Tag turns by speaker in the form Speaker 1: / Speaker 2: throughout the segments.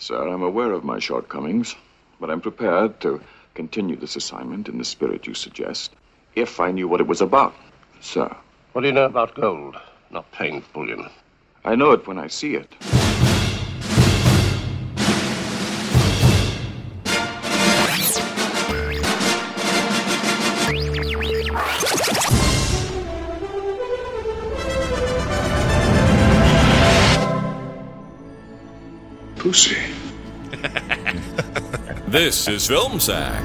Speaker 1: Sir, I'm aware of my shortcomings, but I'm prepared to continue this assignment in the spirit you suggest if I knew what it was about. Sir,
Speaker 2: What do you know about gold? Not plain bullion.
Speaker 1: I know it when I see it. Pussy.
Speaker 3: This is Film Sack.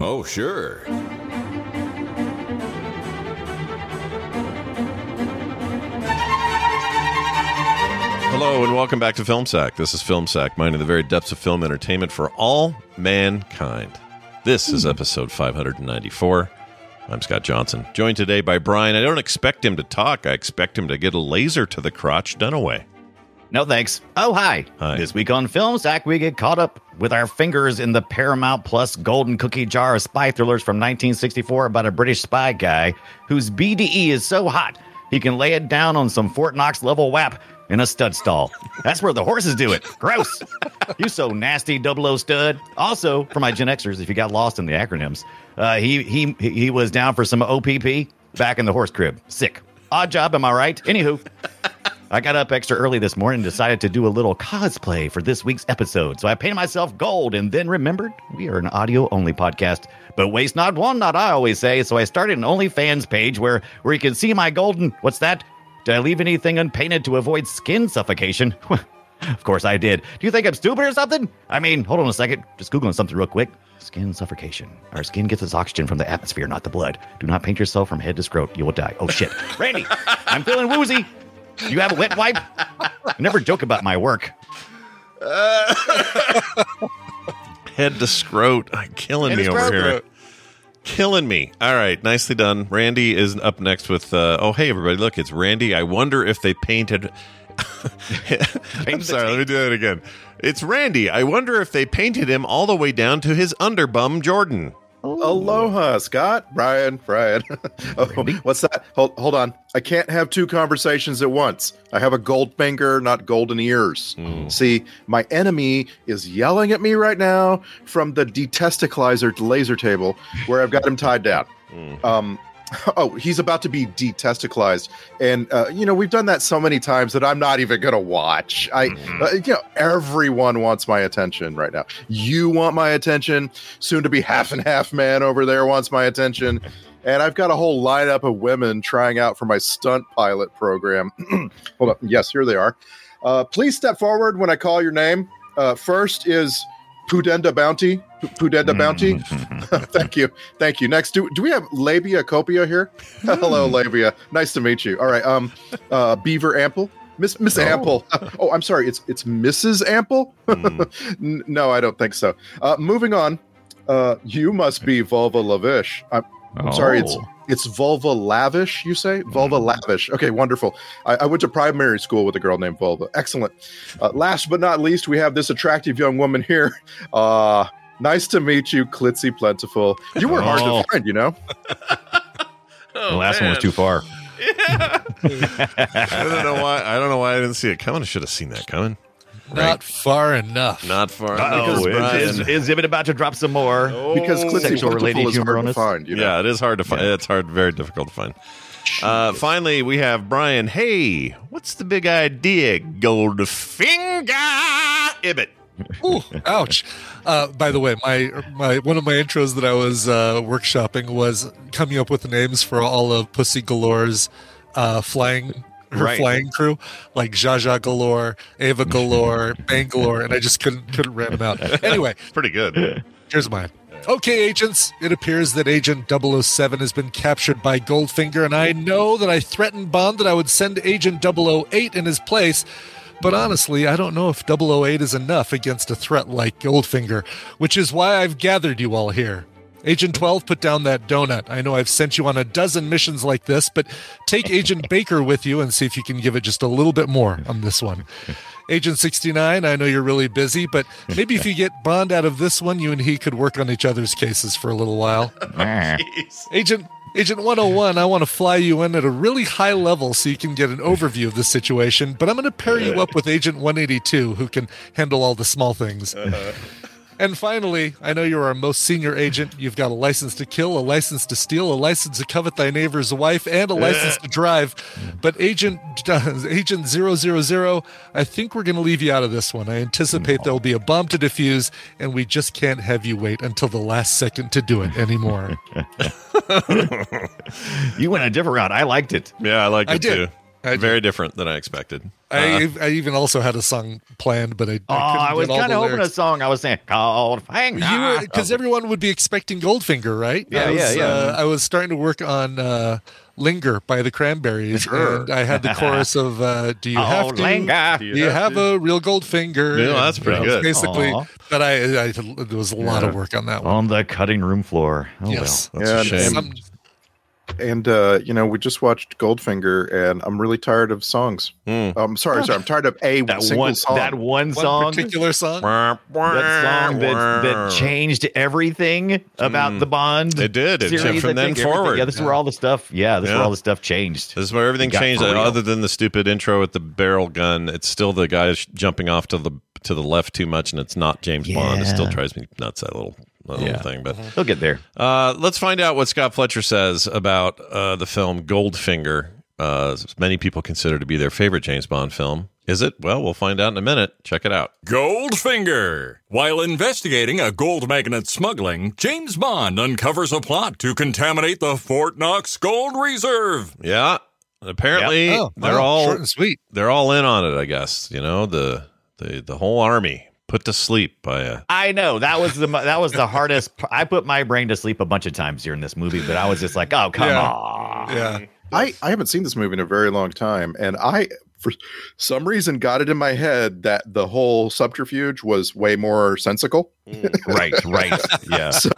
Speaker 3: Oh, sure.
Speaker 4: Hello and welcome back to Film Sack. This is Film Sack, mining the very depths of film entertainment for all mankind. This is episode 594. I'm Scott Johnson, joined today by Brian. I don't expect him to talk. I expect him to get a laser to the crotch Dunaway.
Speaker 5: No thanks. Oh, hi.
Speaker 4: Hi.
Speaker 5: This week on Film Sack, we get caught up with our fingers in the Paramount Plus golden cookie jar of spy thrillers from 1964 about a British spy guy whose BDE is so hot he can lay it down on some Fort Knox level WAP in a stud stall. That's where the horses do it. Gross. you so nasty, double O stud. Also, for my Gen Xers, if you got lost in the acronyms, uh, he, he, he was down for some OPP back in the horse crib. Sick. Odd job, am I right? Anywho. I got up extra early this morning and decided to do a little cosplay for this week's episode. So I painted myself gold and then remembered we are an audio only podcast. But waste not, one not, I always say. So I started an OnlyFans page where, where you can see my golden. What's that? Did I leave anything unpainted to avoid skin suffocation? of course I did. Do you think I'm stupid or something? I mean, hold on a second. Just Googling something real quick. Skin suffocation. Our skin gets its oxygen from the atmosphere, not the blood. Do not paint yourself from head to scrot. You will die. Oh, shit. Randy, I'm feeling woozy. Do you have a wet wipe? I never joke about my work.
Speaker 4: Head to scrote. I'm killing
Speaker 6: Head
Speaker 4: me
Speaker 6: to
Speaker 4: over here.
Speaker 6: scrote.
Speaker 4: Killing me. All right, nicely done. Randy is up next with. Uh, oh, hey everybody! Look, it's Randy. I wonder if they painted. I'm sorry. Let me do that again. It's Randy. I wonder if they painted him all the way down to his underbum, Jordan.
Speaker 6: Aloha, Scott, Brian, Brian. oh, what's that? Hold, hold on. I can't have two conversations at once. I have a gold finger, not golden ears. See, my enemy is yelling at me right now from the detesticalizer laser table where I've got him tied down. Um, oh, he's about to be detesticalized, and uh, you know we've done that so many times that I'm not even gonna watch. I, uh, you know, everyone wants my attention right now. You want my attention. Soon to be half and half man over there wants my attention, and I've got a whole lineup of women trying out for my stunt pilot program. Hold up, yes, here they are. Uh, please step forward when I call your name. Uh, first is Pudenda Bounty. P- Pudenda Bounty. Thank you. Thank you. Next, do, do we have Labia Copia here? Hello, Labia. Nice to meet you. All right. Um, uh, Beaver Ample. Miss Miss Ample. oh, I'm sorry. It's it's Mrs. Ample. N- no, I don't think so. Uh, moving on. Uh, you must be Vulva Lavish. I'm, I'm sorry. It's
Speaker 5: Oh.
Speaker 6: it's Vulva Lavish. You say Vulva Lavish. Okay, wonderful. I, I went to primary school with a girl named Vulva. Excellent. Uh, last but not least, we have this attractive young woman here. Uh, nice to meet you, Klitzy Plentiful. You were hard
Speaker 5: Oh.
Speaker 6: to find, you know.
Speaker 4: Oh,
Speaker 5: the last one was too far.
Speaker 4: I don't know why. I don't know why I didn't see it coming. I should have seen that coming.
Speaker 6: Not far enough.
Speaker 4: Not far.
Speaker 5: Oh, is, is, is Zibit about to drop some more?
Speaker 4: Oh,
Speaker 1: because
Speaker 6: Oh.
Speaker 1: Clitzy
Speaker 5: Sexual related
Speaker 1: Wonderful is
Speaker 5: humor
Speaker 1: hard
Speaker 5: on
Speaker 1: to
Speaker 5: us.
Speaker 1: find. You know?
Speaker 4: Yeah, it is hard to find. It's hard, very difficult to find. Uh, finally, we have Brian. Hey, what's the big idea, Goldfinger? Ibbit.
Speaker 6: Ooh, ouch! Uh, by the way, my my one of my intros that I was uh, workshopping was coming up with names for all of Pussy Galore's uh, flying her
Speaker 4: Right.
Speaker 6: flying crew, like Jaja Galore, Ava Galore, Bangalore, and I just couldn't couldn't ram them out. Anyway,
Speaker 4: Pretty good.
Speaker 6: Here's mine. Okay, agents, it appears that Agent 007 has been captured by Goldfinger, and I know that I threatened Bond that I would send Agent 008 in his place. But honestly, I don't know if 008 is enough against a threat like Goldfinger, which is why I've gathered you all here. Agent 12, put down that donut. I know I've sent you on a dozen missions like this, but take Agent Baker with you and see if you can give it just a little bit more on this one. Agent 69, I know you're really busy, but maybe if you get Bond out of this one, you and he could work on each other's cases for a little while. Agent Agent 101, I want to fly you in at a really high level so you can get an overview of the situation, but I'm going to pair you up with Agent 182 who can handle all the small things.
Speaker 1: Uh-huh.
Speaker 6: And finally, I know you're our most senior agent. You've got a license to kill, a license to steal, a license to covet thy neighbor's wife, and a license to drive. But agent agent 000, I think we're going to leave you out of this one. I anticipate there'll be a bomb to defuse and we just can't have you wait until the last second to do it anymore.
Speaker 5: You went a different route. I liked it.
Speaker 4: Yeah, I liked it
Speaker 6: I did.
Speaker 4: too.
Speaker 6: I did.
Speaker 4: Very different than I expected.
Speaker 1: Uh-huh.
Speaker 6: I, I even also had a song planned, but I,
Speaker 5: Oh, I, was
Speaker 6: kind of
Speaker 5: hoping a song. I was saying called
Speaker 6: You were
Speaker 5: Finger.
Speaker 6: because everyone would be expecting Goldfinger, right?
Speaker 5: Yeah,
Speaker 6: I was,
Speaker 5: yeah, yeah.
Speaker 6: Uh, I was starting to work on uh, "Linger" by the Cranberries,
Speaker 1: Sure.
Speaker 6: and I had the chorus of uh, "Do you
Speaker 5: Oh,
Speaker 6: have to?
Speaker 5: Linger.
Speaker 6: Do you have a real Goldfinger?"
Speaker 4: Yeah, that's
Speaker 6: And
Speaker 4: pretty
Speaker 6: that was
Speaker 4: good.
Speaker 6: Basically,
Speaker 5: Aw.
Speaker 6: but I, I there was a lot of work on that one.
Speaker 5: on the cutting room floor. Oh
Speaker 6: yes,
Speaker 4: That's a
Speaker 1: Yeah,
Speaker 4: shame.
Speaker 6: Some-
Speaker 1: And uh, you know, we just watched Goldfinger, and I'm really tired of songs. Oh,
Speaker 4: Mm.
Speaker 1: I'm sorry, sorry. I'm tired of a
Speaker 5: well, Hmm. that
Speaker 1: single
Speaker 5: one,
Speaker 1: song.
Speaker 5: that one
Speaker 6: one
Speaker 5: song,
Speaker 6: particular song.
Speaker 4: That
Speaker 5: that song that, that changed everything about
Speaker 4: Mm.
Speaker 5: the Bond.
Speaker 4: It did. It
Speaker 5: series,
Speaker 4: from
Speaker 5: I
Speaker 4: then
Speaker 5: think, everything.
Speaker 4: forward.
Speaker 5: Yeah, this is where all the stuff. Yeah, this is
Speaker 4: Yeah.
Speaker 5: where all the stuff changed.
Speaker 4: This is where everything
Speaker 5: Got
Speaker 4: changed. uh,
Speaker 5: for real.
Speaker 4: Other than the stupid intro with the barrel gun, it's still the guy sh- jumping off to the to the left too much, and it's not James Bond. It
Speaker 5: Yeah.
Speaker 4: still drives me nuts that little that
Speaker 5: Yeah. Mm-hmm.
Speaker 4: little thing. But
Speaker 5: They'll get there.
Speaker 4: uh, let's find out what Scott Fletcher says about uh, the film Goldfinger. Uh, many people consider to be their favorite James Bond film. Is it? Well, we'll find out in a minute. Check it out.
Speaker 3: Goldfinger. While investigating a gold magnet smuggling, James Bond uncovers a plot to contaminate the Fort Knox Gold Reserve.
Speaker 4: Yeah. Apparently,
Speaker 6: Oh,
Speaker 4: they're
Speaker 6: wow,
Speaker 4: all
Speaker 6: short and sweet.
Speaker 4: they're all in on it. I guess you know the the the whole army put to sleep by a
Speaker 5: I know that was the mo- that was the hardest. p- I put my brain to sleep a bunch of times during this movie, but I was just like, oh come
Speaker 6: Yeah.
Speaker 5: on.
Speaker 6: Yeah,
Speaker 1: I, I haven't seen this movie in a very long time, and I for some reason got it in my head that the whole subterfuge was way more sensical.
Speaker 5: Right, right. Yeah.
Speaker 1: So,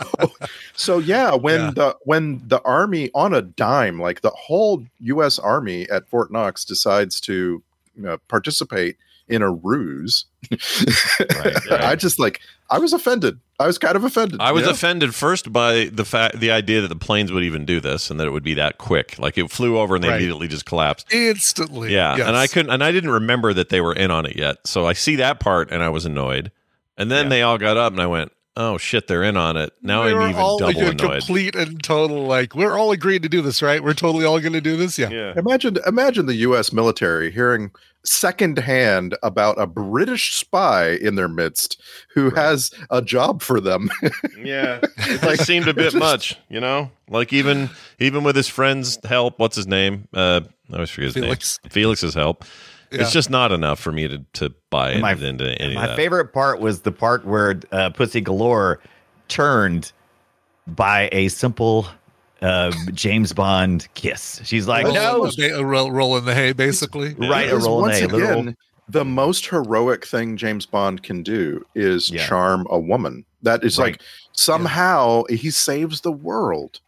Speaker 1: so yeah, when
Speaker 6: Yeah.
Speaker 1: the when the army on a dime, like the whole U.S. Army at Fort Knox decides to you know, participate in a ruse,
Speaker 5: Right, right.
Speaker 1: I just like I was offended. I was kind of offended.
Speaker 4: I was
Speaker 1: you know?
Speaker 4: offended first by the fact the idea that the planes would even do this and that it would be that quick. Like it flew over and they
Speaker 6: Right.
Speaker 4: immediately just collapsed.
Speaker 6: instantly.
Speaker 4: Yeah,
Speaker 6: Yes.
Speaker 4: and I couldn't and I didn't remember that they were in on it yet. So I see that part and I was annoyed. And then
Speaker 5: Yeah.
Speaker 4: they all got up and I went, "Oh shit, they're in on it." Now
Speaker 6: we were
Speaker 4: I'm even
Speaker 6: all
Speaker 4: double
Speaker 6: like, a
Speaker 4: annoyed.
Speaker 6: complete and total like we're all agreeing to do this, right? We're totally all going to do this. Yeah.
Speaker 1: Imagine, imagine the U.S. military hearing secondhand about a British spy in their midst who has a job for them.
Speaker 4: Yeah. It just seemed a bit much, you know? Like even even with his friend's help, what's his name? Uh I always forget his
Speaker 6: Felix.
Speaker 4: name. Felix's help.
Speaker 6: Yeah.
Speaker 4: It's just not enough for me to, to buy
Speaker 5: And my-
Speaker 4: into any of
Speaker 5: My
Speaker 4: that.
Speaker 5: favorite part was the part where uh, Pussy Galore turned by a simple uh, James Bond kiss. She's like,
Speaker 6: Roll in
Speaker 5: no,
Speaker 6: the ba- a roll, roll in the hay, basically.
Speaker 5: right, a
Speaker 1: Because
Speaker 5: roll
Speaker 1: once
Speaker 5: in a
Speaker 1: again,
Speaker 5: little-
Speaker 1: the most heroic thing James Bond can do is
Speaker 5: Yeah.
Speaker 1: charm a woman. That is
Speaker 5: Right.
Speaker 1: like somehow he saves the world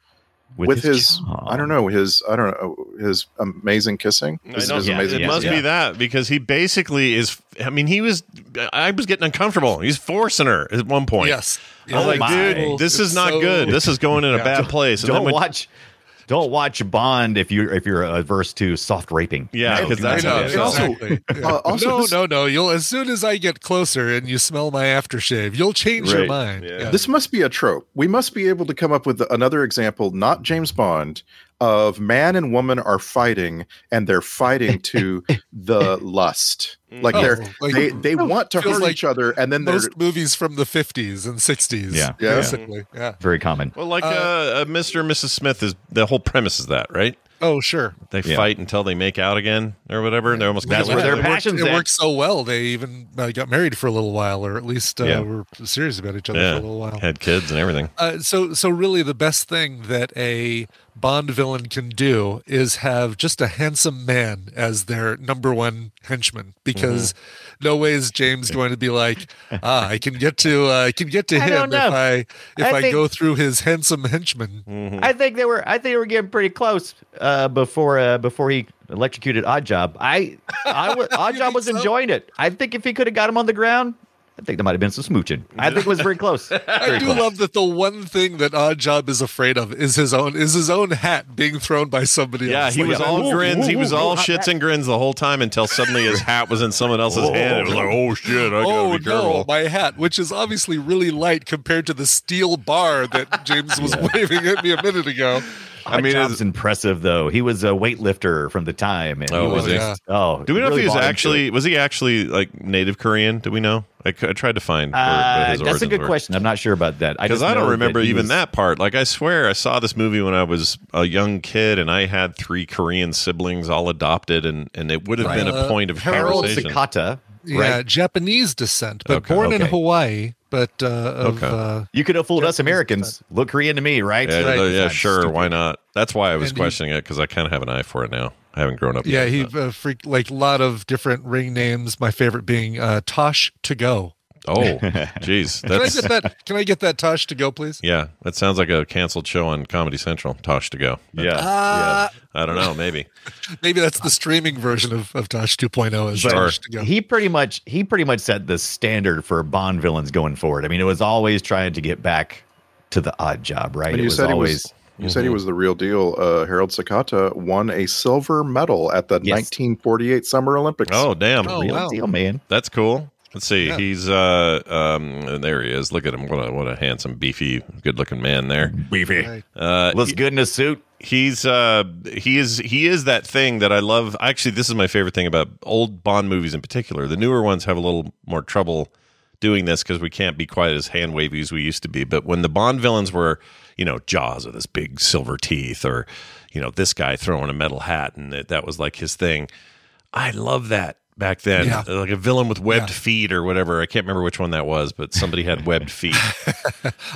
Speaker 1: with, his,
Speaker 5: charm.
Speaker 1: I don't know his I don't know his amazing kissing.
Speaker 4: I
Speaker 1: His,
Speaker 4: know.
Speaker 1: his
Speaker 5: yeah,
Speaker 1: amazing
Speaker 4: it must
Speaker 1: kissing.
Speaker 4: be that because he basically is. I mean, he was. I was getting uncomfortable. He's forcing her at one point.
Speaker 6: Yes.
Speaker 4: I was
Speaker 5: Oh
Speaker 4: like,
Speaker 5: my.
Speaker 4: dude, this is not good. This is going in a
Speaker 6: Yeah.
Speaker 4: bad place. And
Speaker 5: Don't
Speaker 4: then when,
Speaker 5: watch. Don't watch Bond if you if you're averse to soft raping.
Speaker 4: Yeah, because
Speaker 5: do
Speaker 4: that's
Speaker 5: not.
Speaker 4: yeah,
Speaker 6: It's also-
Speaker 1: Exactly. Uh, also,
Speaker 6: no,
Speaker 1: this-
Speaker 6: no, no. You'll as soon as I get closer and you smell my aftershave, you'll change your
Speaker 4: Right.
Speaker 6: mind.
Speaker 4: Yeah.
Speaker 6: Yeah.
Speaker 1: This must be a trope. We must be able to come up with another example, not James Bond, of man and woman are fighting and they're fighting to the lust. Like
Speaker 6: Oh,
Speaker 1: they're
Speaker 6: like-
Speaker 1: they, they want to
Speaker 6: Feels
Speaker 1: hurt
Speaker 6: like
Speaker 1: each other and then they're
Speaker 6: Most movies from the 50s and 60s.
Speaker 5: Yeah.
Speaker 1: Yeah.
Speaker 6: Basically. Yeah.
Speaker 5: Very common.
Speaker 4: Well, like uh, uh, Mr. and Mrs. Smith is the whole premise is that right?
Speaker 6: Oh, sure.
Speaker 4: They
Speaker 5: Yeah.
Speaker 4: fight until they make out again or whatever, and they're almost
Speaker 5: That's where
Speaker 6: Yeah,
Speaker 5: their
Speaker 6: it
Speaker 4: they're.
Speaker 6: worked-
Speaker 5: passions
Speaker 6: It
Speaker 5: at.
Speaker 6: worked so well. They even uh, got married for a little while, or at least uh,
Speaker 4: Yeah.
Speaker 6: were serious about each other for a little
Speaker 4: Yeah,
Speaker 6: while.
Speaker 4: had kids and everything.
Speaker 6: Uh, so, so really, the best thing that a Bond villain can do is have just a handsome man as their number one henchman, because no way is James going to be like, ah, I can get to, uh, I can get to
Speaker 5: I
Speaker 6: him
Speaker 5: don't know.
Speaker 6: if I if
Speaker 5: I
Speaker 6: I,
Speaker 5: think-
Speaker 6: go through his handsome henchman.
Speaker 5: I think they were. I think they were getting pretty close uh, before uh, before he electrocuted Oddjob. I, I wa- Oddjob
Speaker 6: think
Speaker 5: was
Speaker 6: so?
Speaker 5: enjoying it. I think if he could have got him on the ground, I think there might have been some smooching. I think it was very close.
Speaker 6: I
Speaker 5: Very
Speaker 6: do
Speaker 5: close.
Speaker 6: love that the one thing that Oddjob is afraid of is his own is his own hat being thrown by somebody
Speaker 4: Yeah,
Speaker 6: else.
Speaker 4: he
Speaker 6: Like,
Speaker 4: was all
Speaker 6: "Ooh,
Speaker 4: grins. He
Speaker 6: ooh,
Speaker 4: was
Speaker 6: ooh,
Speaker 4: all
Speaker 6: ooh,
Speaker 4: shits and grins the whole time until suddenly his hat was in someone else's hand. It was like, oh shit, I gotta
Speaker 6: Oh
Speaker 4: be
Speaker 6: no,
Speaker 4: careful.
Speaker 6: my hat, which is obviously really light compared to the steel bar that James was waving at me a minute ago.
Speaker 4: I mean,
Speaker 5: Oddjob's
Speaker 4: is-
Speaker 5: impressive though. He was a weightlifter from the time, and
Speaker 4: Oh,
Speaker 5: he
Speaker 4: was
Speaker 5: was
Speaker 4: he?
Speaker 5: just- oh.
Speaker 4: Do we know
Speaker 5: really
Speaker 4: if he was
Speaker 5: bought into it.
Speaker 4: actually was he actually like native Korean? Do we know? I, c- I tried to find. where-
Speaker 5: Uh,
Speaker 4: what his
Speaker 5: that's a
Speaker 4: origins
Speaker 5: good
Speaker 4: were.
Speaker 5: question. I'm not sure about that.
Speaker 4: because
Speaker 5: just
Speaker 4: I don't
Speaker 5: know
Speaker 4: remember
Speaker 5: he
Speaker 4: even
Speaker 5: was-
Speaker 4: that part. Like I swear, I saw this movie when I was a young kid, and I had three Korean siblings all adopted, and and it would have been a
Speaker 6: Right. Uh,
Speaker 4: point of
Speaker 5: Harold
Speaker 4: conversation.
Speaker 5: Sakata.
Speaker 6: Yeah,
Speaker 5: Right?
Speaker 6: Japanese descent, but
Speaker 4: Okay,
Speaker 6: born in
Speaker 5: okay.
Speaker 6: Hawaii, but uh, of
Speaker 4: Okay.
Speaker 6: uh,
Speaker 5: You could have fooled us Americans. Look Korean to me, right?
Speaker 4: Yeah,
Speaker 6: Right.
Speaker 4: yeah, sure. Why not? That's why I was
Speaker 6: And he-
Speaker 4: questioning it because I kind of have an eye for it now. I haven't grown up.
Speaker 6: yeah,
Speaker 4: yet,
Speaker 6: he
Speaker 4: but-
Speaker 6: uh, freaked like a lot of different ring names. My favorite being uh, Tosh to go.
Speaker 4: Oh, jeez.
Speaker 6: Can I
Speaker 4: That's
Speaker 6: get that? Can I get that Tosh to go, please?
Speaker 4: yeah. That sounds like a canceled show on Comedy Central. Tosh to go.
Speaker 5: Yeah.
Speaker 6: Uh,
Speaker 4: I don't know. Maybe.
Speaker 6: Maybe that's the streaming version of, of Tosh 2.0 is
Speaker 4: Sure.
Speaker 6: Tosh to go.
Speaker 5: he pretty much he pretty much set the standard for Bond villains going forward. I mean, it was always trying to get back to the odd job, right?
Speaker 1: and
Speaker 5: it
Speaker 1: you
Speaker 5: was
Speaker 1: said
Speaker 5: always
Speaker 1: he was you said he was the real deal. Uh, Harold Sakata won a silver medal at the
Speaker 5: Yes.
Speaker 1: 1948 Summer Olympics.
Speaker 4: Oh, damn.
Speaker 6: Oh,
Speaker 5: real
Speaker 6: wow.
Speaker 5: deal, man.
Speaker 4: That's cool. Let's see.
Speaker 6: Yeah.
Speaker 4: He's uh um there he is. Look at him. What a what a handsome, beefy, good looking man there.
Speaker 6: Right.
Speaker 4: Uh
Speaker 5: Looks good in a suit.
Speaker 4: he's uh he is he is that thing that I love. Actually, this is my favorite thing about old Bond movies in particular. The newer ones have a little more trouble doing this because we can't be quite as hand wavy as we used to be. But when the Bond villains were, you know, Jaws with his big silver teeth, or you know, this guy throwing a metal hat, and that, that was like his thing. I love that back then,
Speaker 6: Yeah.
Speaker 4: like a villain with webbed feet or whatever. I can't remember which one that was, but somebody had webbed feet.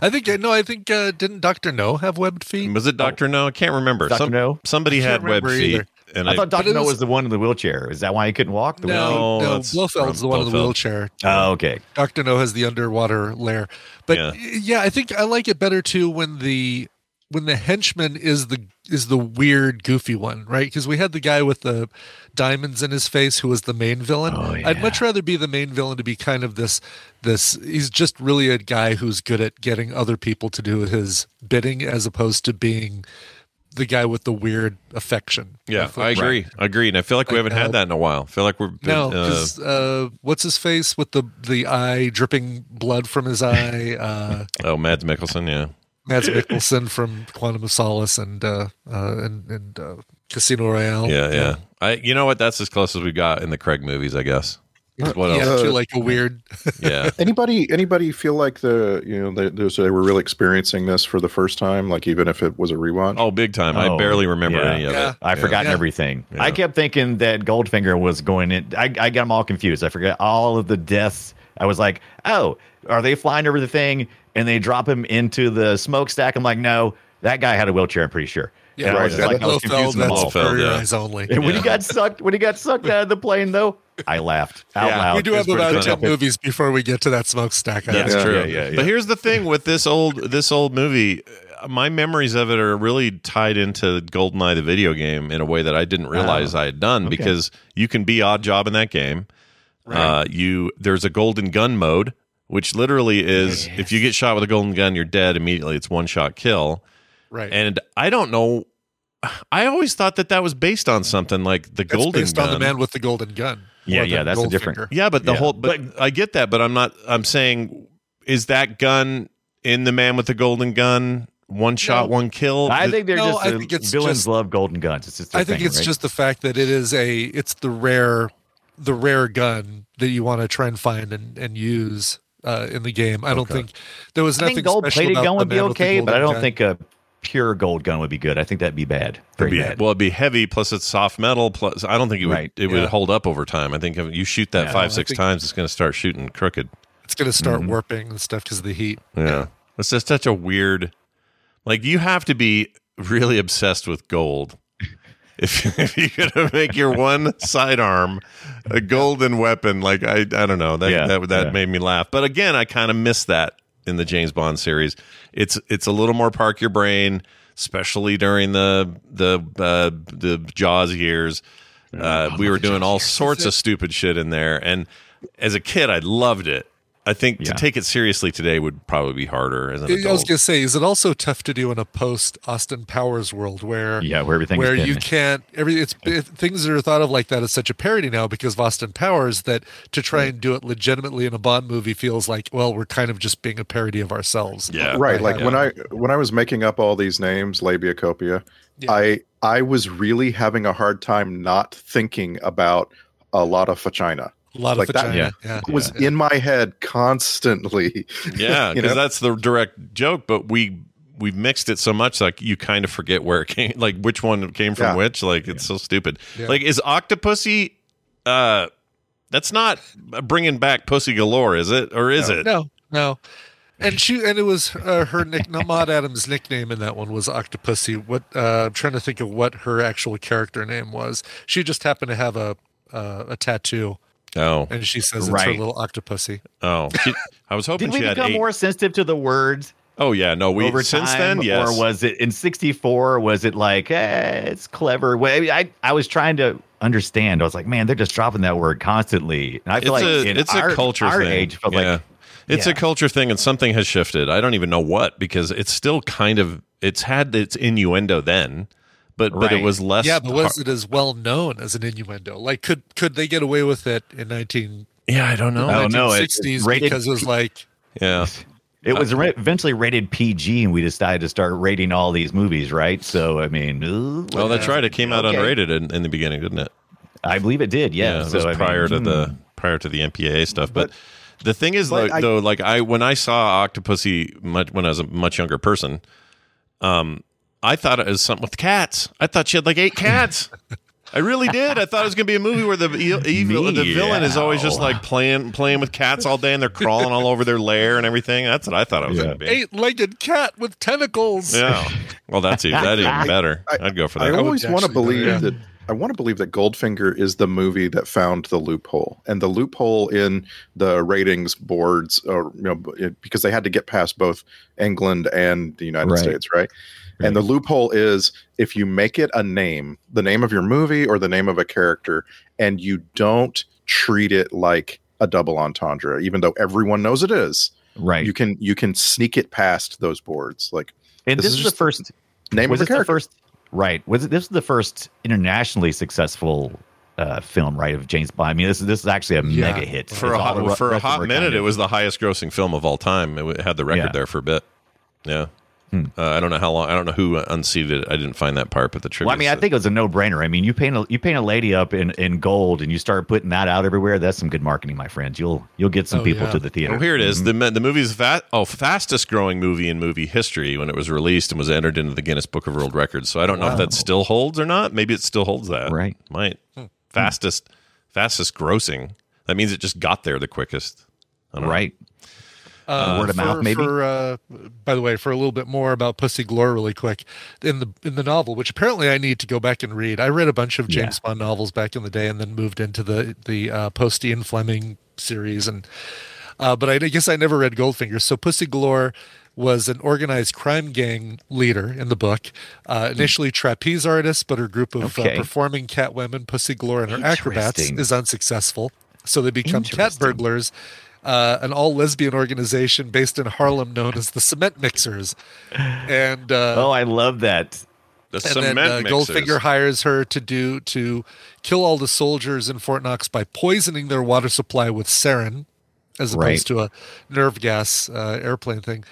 Speaker 6: I think no. I think uh, didn't Doctor No have webbed feet?
Speaker 4: Was it Doctor No? I can't remember.
Speaker 5: Dr. No?
Speaker 4: Somebody
Speaker 6: I can't
Speaker 4: had webbed
Speaker 6: remember
Speaker 4: feet.
Speaker 6: either.
Speaker 4: And
Speaker 5: I thought
Speaker 6: but
Speaker 5: Doctor
Speaker 6: it
Speaker 5: No
Speaker 6: was-
Speaker 5: was the one in the wheelchair. Is that why he couldn't walk? The wheelchair?
Speaker 4: No,
Speaker 6: no.
Speaker 4: that's
Speaker 6: Blofeld's the
Speaker 4: from
Speaker 6: one in the
Speaker 4: Blofeld.
Speaker 6: wheelchair.
Speaker 5: Oh, okay.
Speaker 6: Doctor No has the underwater lair, but
Speaker 4: Yeah.
Speaker 6: yeah. I think I like it better too when the when the henchman is the is the weird goofy one, right? Because we had the guy with the diamonds in his face who was the main
Speaker 4: Oh,
Speaker 6: villain. I'd much rather be the main villain to be kind of this this. He's just really a guy who's good at getting other people to do his bidding, as opposed to being the guy with the weird affection.
Speaker 4: Yeah, I agree. I agree. And I feel like we haven't
Speaker 6: uh,
Speaker 4: had that in a while. I feel like we're
Speaker 6: No,
Speaker 4: uh,
Speaker 6: 'cause, uh, what's his face with the the eye dripping blood from his eye? Uh,
Speaker 4: oh Mads Mikkelsen. Yeah,
Speaker 6: Mads Mikkelsen from Quantum of Solace and uh, uh, and, and uh, Casino Royale.
Speaker 4: yeah, yeah. I you know what? That's as close as we got in the Craig movies, I guess. 'Cause What
Speaker 6: Uh, yeah,
Speaker 4: else?
Speaker 6: to like a weird.
Speaker 4: Yeah.
Speaker 1: Uh, Anybody anybody feel like the you know they, those they were really experiencing this for the first time? Like even if it was a rewatch.
Speaker 4: Oh, big time. I
Speaker 5: Oh,
Speaker 4: barely remember
Speaker 5: yeah.
Speaker 4: any of
Speaker 6: Yeah.
Speaker 4: it.
Speaker 5: I've forgotten
Speaker 6: Yeah.
Speaker 5: everything.
Speaker 4: Yeah.
Speaker 5: I kept thinking that Goldfinger was going in. I, I got them all confused. I forgot all of the deaths. I was like, oh, are they flying over the thing and they drop him into the smokestack? I'm like, no, that guy had a wheelchair, I'm pretty sure. And I was just
Speaker 6: that
Speaker 5: like, I was
Speaker 6: Blofeld,
Speaker 5: confusing them
Speaker 6: that's
Speaker 5: all.
Speaker 4: Blofeld,
Speaker 6: for your
Speaker 4: yeah.
Speaker 6: eyes only.
Speaker 5: And when
Speaker 4: Yeah.
Speaker 5: he got sucked, when he got sucked out of the plane, though, I laughed out
Speaker 4: Yeah.
Speaker 5: loud.
Speaker 6: We do
Speaker 5: It
Speaker 6: have
Speaker 5: was pretty
Speaker 6: about
Speaker 5: funny.
Speaker 6: ten movies before we get to that smokestack. I
Speaker 4: That's
Speaker 6: think.
Speaker 1: Yeah.
Speaker 4: true.
Speaker 5: Yeah, yeah, yeah.
Speaker 4: But here's the thing with this old this old movie, uh, my memories of it are really tied into GoldenEye the video game in a way that I didn't realize I had done because you can be odd job in that game. Uh, you there's a golden gun mode, which literally is if you get shot with a golden gun, you're dead immediately. It's one shot kill.
Speaker 6: Right.
Speaker 4: And I don't know I always thought that that was based on something like the
Speaker 6: That's
Speaker 4: Golden
Speaker 6: based
Speaker 4: Gun.
Speaker 6: on the man with the golden gun.
Speaker 5: Yeah,
Speaker 6: More
Speaker 5: yeah,
Speaker 6: than
Speaker 5: that's a
Speaker 6: Goldfinger.
Speaker 5: different-
Speaker 4: Yeah, but the
Speaker 5: Yeah.
Speaker 4: whole but uh, I get that, but I'm not I'm saying is that gun in the man with the golden gun one shot, one kill?
Speaker 5: I
Speaker 4: Th-
Speaker 5: think they're
Speaker 6: No,
Speaker 5: just
Speaker 6: I
Speaker 5: uh,
Speaker 6: think it's
Speaker 5: villains
Speaker 6: just-
Speaker 5: love golden guns. It's just their
Speaker 6: I think
Speaker 5: thing,
Speaker 6: it's
Speaker 5: right?
Speaker 6: just the fact that it is a it's the rare the rare gun that you want to try and find and and use uh, in the game. I don't think there was
Speaker 5: I
Speaker 6: nothing
Speaker 5: think gold
Speaker 6: special
Speaker 5: plated
Speaker 6: about
Speaker 5: gun
Speaker 6: the
Speaker 5: would be
Speaker 6: man with the
Speaker 5: okay, but I
Speaker 6: golden
Speaker 5: don't
Speaker 6: gun.
Speaker 5: think a pure gold gun would be good. I think that'd be bad.
Speaker 4: it'd
Speaker 5: Very
Speaker 4: be-
Speaker 5: bad.
Speaker 4: well, it'd be heavy. Plus, it's soft metal. Plus, I don't think it would
Speaker 5: Right.
Speaker 4: it would
Speaker 6: Yeah.
Speaker 4: hold up over time. I think if you shoot that
Speaker 6: Yeah.
Speaker 4: five
Speaker 6: I
Speaker 4: six
Speaker 6: think-
Speaker 4: times, it's going to start shooting crooked.
Speaker 6: it's going to start
Speaker 5: Mm-hmm.
Speaker 6: warping and stuff because of the heat.
Speaker 4: Yeah. It's just such a weird like you have to be really obsessed with gold. If, if you're gonna make your one sidearm a golden weapon, like I, I don't know that
Speaker 5: Yeah,
Speaker 4: that that
Speaker 5: yeah.
Speaker 4: made me laugh. But again, I kind of miss that in the James Bond series. It's it's a little more park your brain, especially during the the uh, the Jaws years. Uh, we were doing all sorts of stupid shit in there, and as a kid, I loved it. I think to
Speaker 5: Yeah.
Speaker 4: take it seriously today would probably be harder as an
Speaker 6: I was
Speaker 4: adult.
Speaker 6: going to say, is it also tough to do in a post Austin Powers world where
Speaker 5: yeah, where everything
Speaker 6: where
Speaker 5: is
Speaker 6: you can't every it's it, things that are thought of like that is such a parody now because of Austin Powers that to try and do it legitimately in a Bond movie feels like well we're kind of just being a parody of ourselves.
Speaker 4: yeah,
Speaker 1: right like
Speaker 6: yeah.
Speaker 1: when i when i was making up all these names labia copia i i was really having a hard time not thinking about a lot of fachina
Speaker 6: A lot
Speaker 1: Like
Speaker 6: of
Speaker 1: that-
Speaker 6: vagina.
Speaker 5: yeah.
Speaker 6: yeah.
Speaker 1: it was in my head constantly
Speaker 4: Yeah,
Speaker 1: You
Speaker 4: because
Speaker 1: know?
Speaker 4: that's the direct joke. But we we mixed it so much, like you kind of forget where it came, like which one came from
Speaker 1: Yeah.
Speaker 4: which. Like it's so stupid.
Speaker 6: Yeah.
Speaker 4: Like is Octopussy? Uh, that's not bringing back pussy galore, is it? Or is it?
Speaker 6: No, no. And she and it was uh, her nick no, Maude Adams' nickname in that one was Octopussy. What uh, I'm trying to think of what her actual character name was. She just happened to have a uh, a tattoo,
Speaker 4: Oh,
Speaker 6: and she says it's her
Speaker 5: Right.
Speaker 6: little octopussy.
Speaker 4: oh. She- I was hoping
Speaker 5: Did we
Speaker 4: she had
Speaker 5: become
Speaker 4: eight.
Speaker 5: more sensitive to the words
Speaker 4: oh yeah, no. We
Speaker 5: over
Speaker 4: since
Speaker 5: time,
Speaker 4: then, yes.
Speaker 5: or was it in '64? Was it like eh, it's clever? Well, I, mean, I I was trying to understand. I was like, man, they're just dropping that word constantly. And I
Speaker 4: it's
Speaker 5: feel like
Speaker 4: a
Speaker 5: in
Speaker 4: it's
Speaker 5: our,
Speaker 4: a culture
Speaker 5: our
Speaker 4: thing.
Speaker 5: age, but
Speaker 4: Yeah.
Speaker 5: like
Speaker 4: it's a
Speaker 5: yeah.
Speaker 4: culture thing, and something has shifted. I don't even know what because it's still kind of it's had its innuendo then, but but it
Speaker 5: Right.
Speaker 4: was less.
Speaker 6: yeah, but was
Speaker 4: har-
Speaker 6: it as well known as an innuendo? Like, could could they get away with it in 19,
Speaker 4: yeah, I don't know.
Speaker 5: Oh, no, it-
Speaker 6: 1960s
Speaker 5: it rated-
Speaker 6: because it was like
Speaker 4: Yeah.
Speaker 5: It was re- eventually rated PG, and we decided to start rating all these movies, right? So, I mean, ooh,
Speaker 4: Oh, that's right. It came out
Speaker 5: Okay.
Speaker 4: unrated in, in the beginning, didn't it?
Speaker 5: I believe it did. Yeah,
Speaker 4: it
Speaker 5: so, I
Speaker 4: was
Speaker 5: mean,
Speaker 4: prior to
Speaker 5: hmm.
Speaker 4: the prior to the MPAA stuff. But, the thing is,
Speaker 1: but
Speaker 4: though,
Speaker 1: I-
Speaker 4: though, like I when I saw Octopussy much, when I was a much younger person, um, I thought it was something with cats. I thought she had like eight cats. I really did. I thought it was going to be a movie where the e- evil, the villain is always just
Speaker 5: Meow.
Speaker 4: like playing playing with cats all day, and they're crawling all over their lair and everything. That's what I thought it was going to be.
Speaker 6: eight-legged cat with tentacles.
Speaker 4: Yeah. Well, that's even, that even better.
Speaker 1: I-
Speaker 4: I'd go for
Speaker 1: I
Speaker 4: that.
Speaker 1: always want to
Speaker 6: actually go
Speaker 1: believe
Speaker 6: there.
Speaker 1: that I want to believe that Goldfinger is the movie that found the loophole, and the loophole in the ratings boards, or you know, b- it- because they had to get past both England and the United
Speaker 5: Right.
Speaker 1: States, right? And the loophole is if you make it a name, the name of your movie or the name of a character, and you don't treat it like a double entendre, even though everyone knows it is,
Speaker 5: right.
Speaker 1: you can you can sneak it past those boards, like
Speaker 5: and
Speaker 1: this
Speaker 5: this,
Speaker 1: is
Speaker 5: is the
Speaker 1: just
Speaker 5: first
Speaker 1: name
Speaker 5: was
Speaker 1: of
Speaker 5: this
Speaker 1: the character.
Speaker 5: the first right was it this is the first internationally successful uh film right of james bond i mean this is this is actually a
Speaker 6: Yeah.
Speaker 5: mega hit
Speaker 4: for
Speaker 5: It's
Speaker 4: a
Speaker 5: all the
Speaker 4: hot,
Speaker 5: ru-
Speaker 4: for a
Speaker 5: rest of
Speaker 4: hot
Speaker 5: our
Speaker 4: minute,
Speaker 5: kind
Speaker 4: it
Speaker 5: of-
Speaker 4: was the highest grossing film of all time. It w- had the record
Speaker 5: Yeah.
Speaker 4: there for a bit. Yeah.
Speaker 5: Hmm.
Speaker 4: Uh, I don't know how long. I don't know who unseated it. I didn't find that part, but the trivia.
Speaker 5: well, I mean, I
Speaker 4: said-
Speaker 5: think it was a no-brainer. I mean, you paint a you paint a lady up in, in gold, and you start putting that out everywhere. That's some good marketing, my friends. You'll you'll get some
Speaker 6: Oh,
Speaker 5: people
Speaker 6: yeah.
Speaker 5: to the theater.
Speaker 4: Oh, here it
Speaker 5: Mm-hmm.
Speaker 4: is. The, the movie's fa- oh, fastest growing movie in movie history when it was released and was entered into the Guinness Book of World Records. So I don't know if
Speaker 5: Wow.
Speaker 4: that still holds or not. Maybe it still holds that.
Speaker 5: Right.
Speaker 4: Might.
Speaker 6: Hmm.
Speaker 4: Fastest, fastest grossing. That means it just got there the quickest. I don't know.
Speaker 5: right?
Speaker 6: Uh,
Speaker 5: Word of
Speaker 6: for-
Speaker 5: mouth, maybe?
Speaker 6: For, uh, by the way, for a little bit more about Pussy Glore, really quick, in the in the novel, which apparently I need to go back and read. I read a bunch of James Bond novels back in the day, and then moved into the the uh, post Ian Fleming series, and uh, but I, guess I never read Goldfinger. So Pussy Galore was an organized crime gang leader in the book, uh, initially trapeze artist, but her group of uh,
Speaker 5: Okay.
Speaker 6: performing cat women, Pussy Galore, and her acrobats
Speaker 5: Interesting.
Speaker 6: is unsuccessful. So they become cat
Speaker 5: Interesting.
Speaker 6: burglars, uh, an all lesbian organization based in Harlem known as the Cement Mixers. And uh,
Speaker 5: Oh, I love that.
Speaker 4: The
Speaker 6: and
Speaker 4: cement
Speaker 6: then uh,
Speaker 4: mixes.
Speaker 6: Goldfinger hires her to do to kill all the soldiers in Fort Knox by poisoning their water supply with sarin, as
Speaker 5: Right.
Speaker 6: opposed to a nerve gas uh, airplane thing.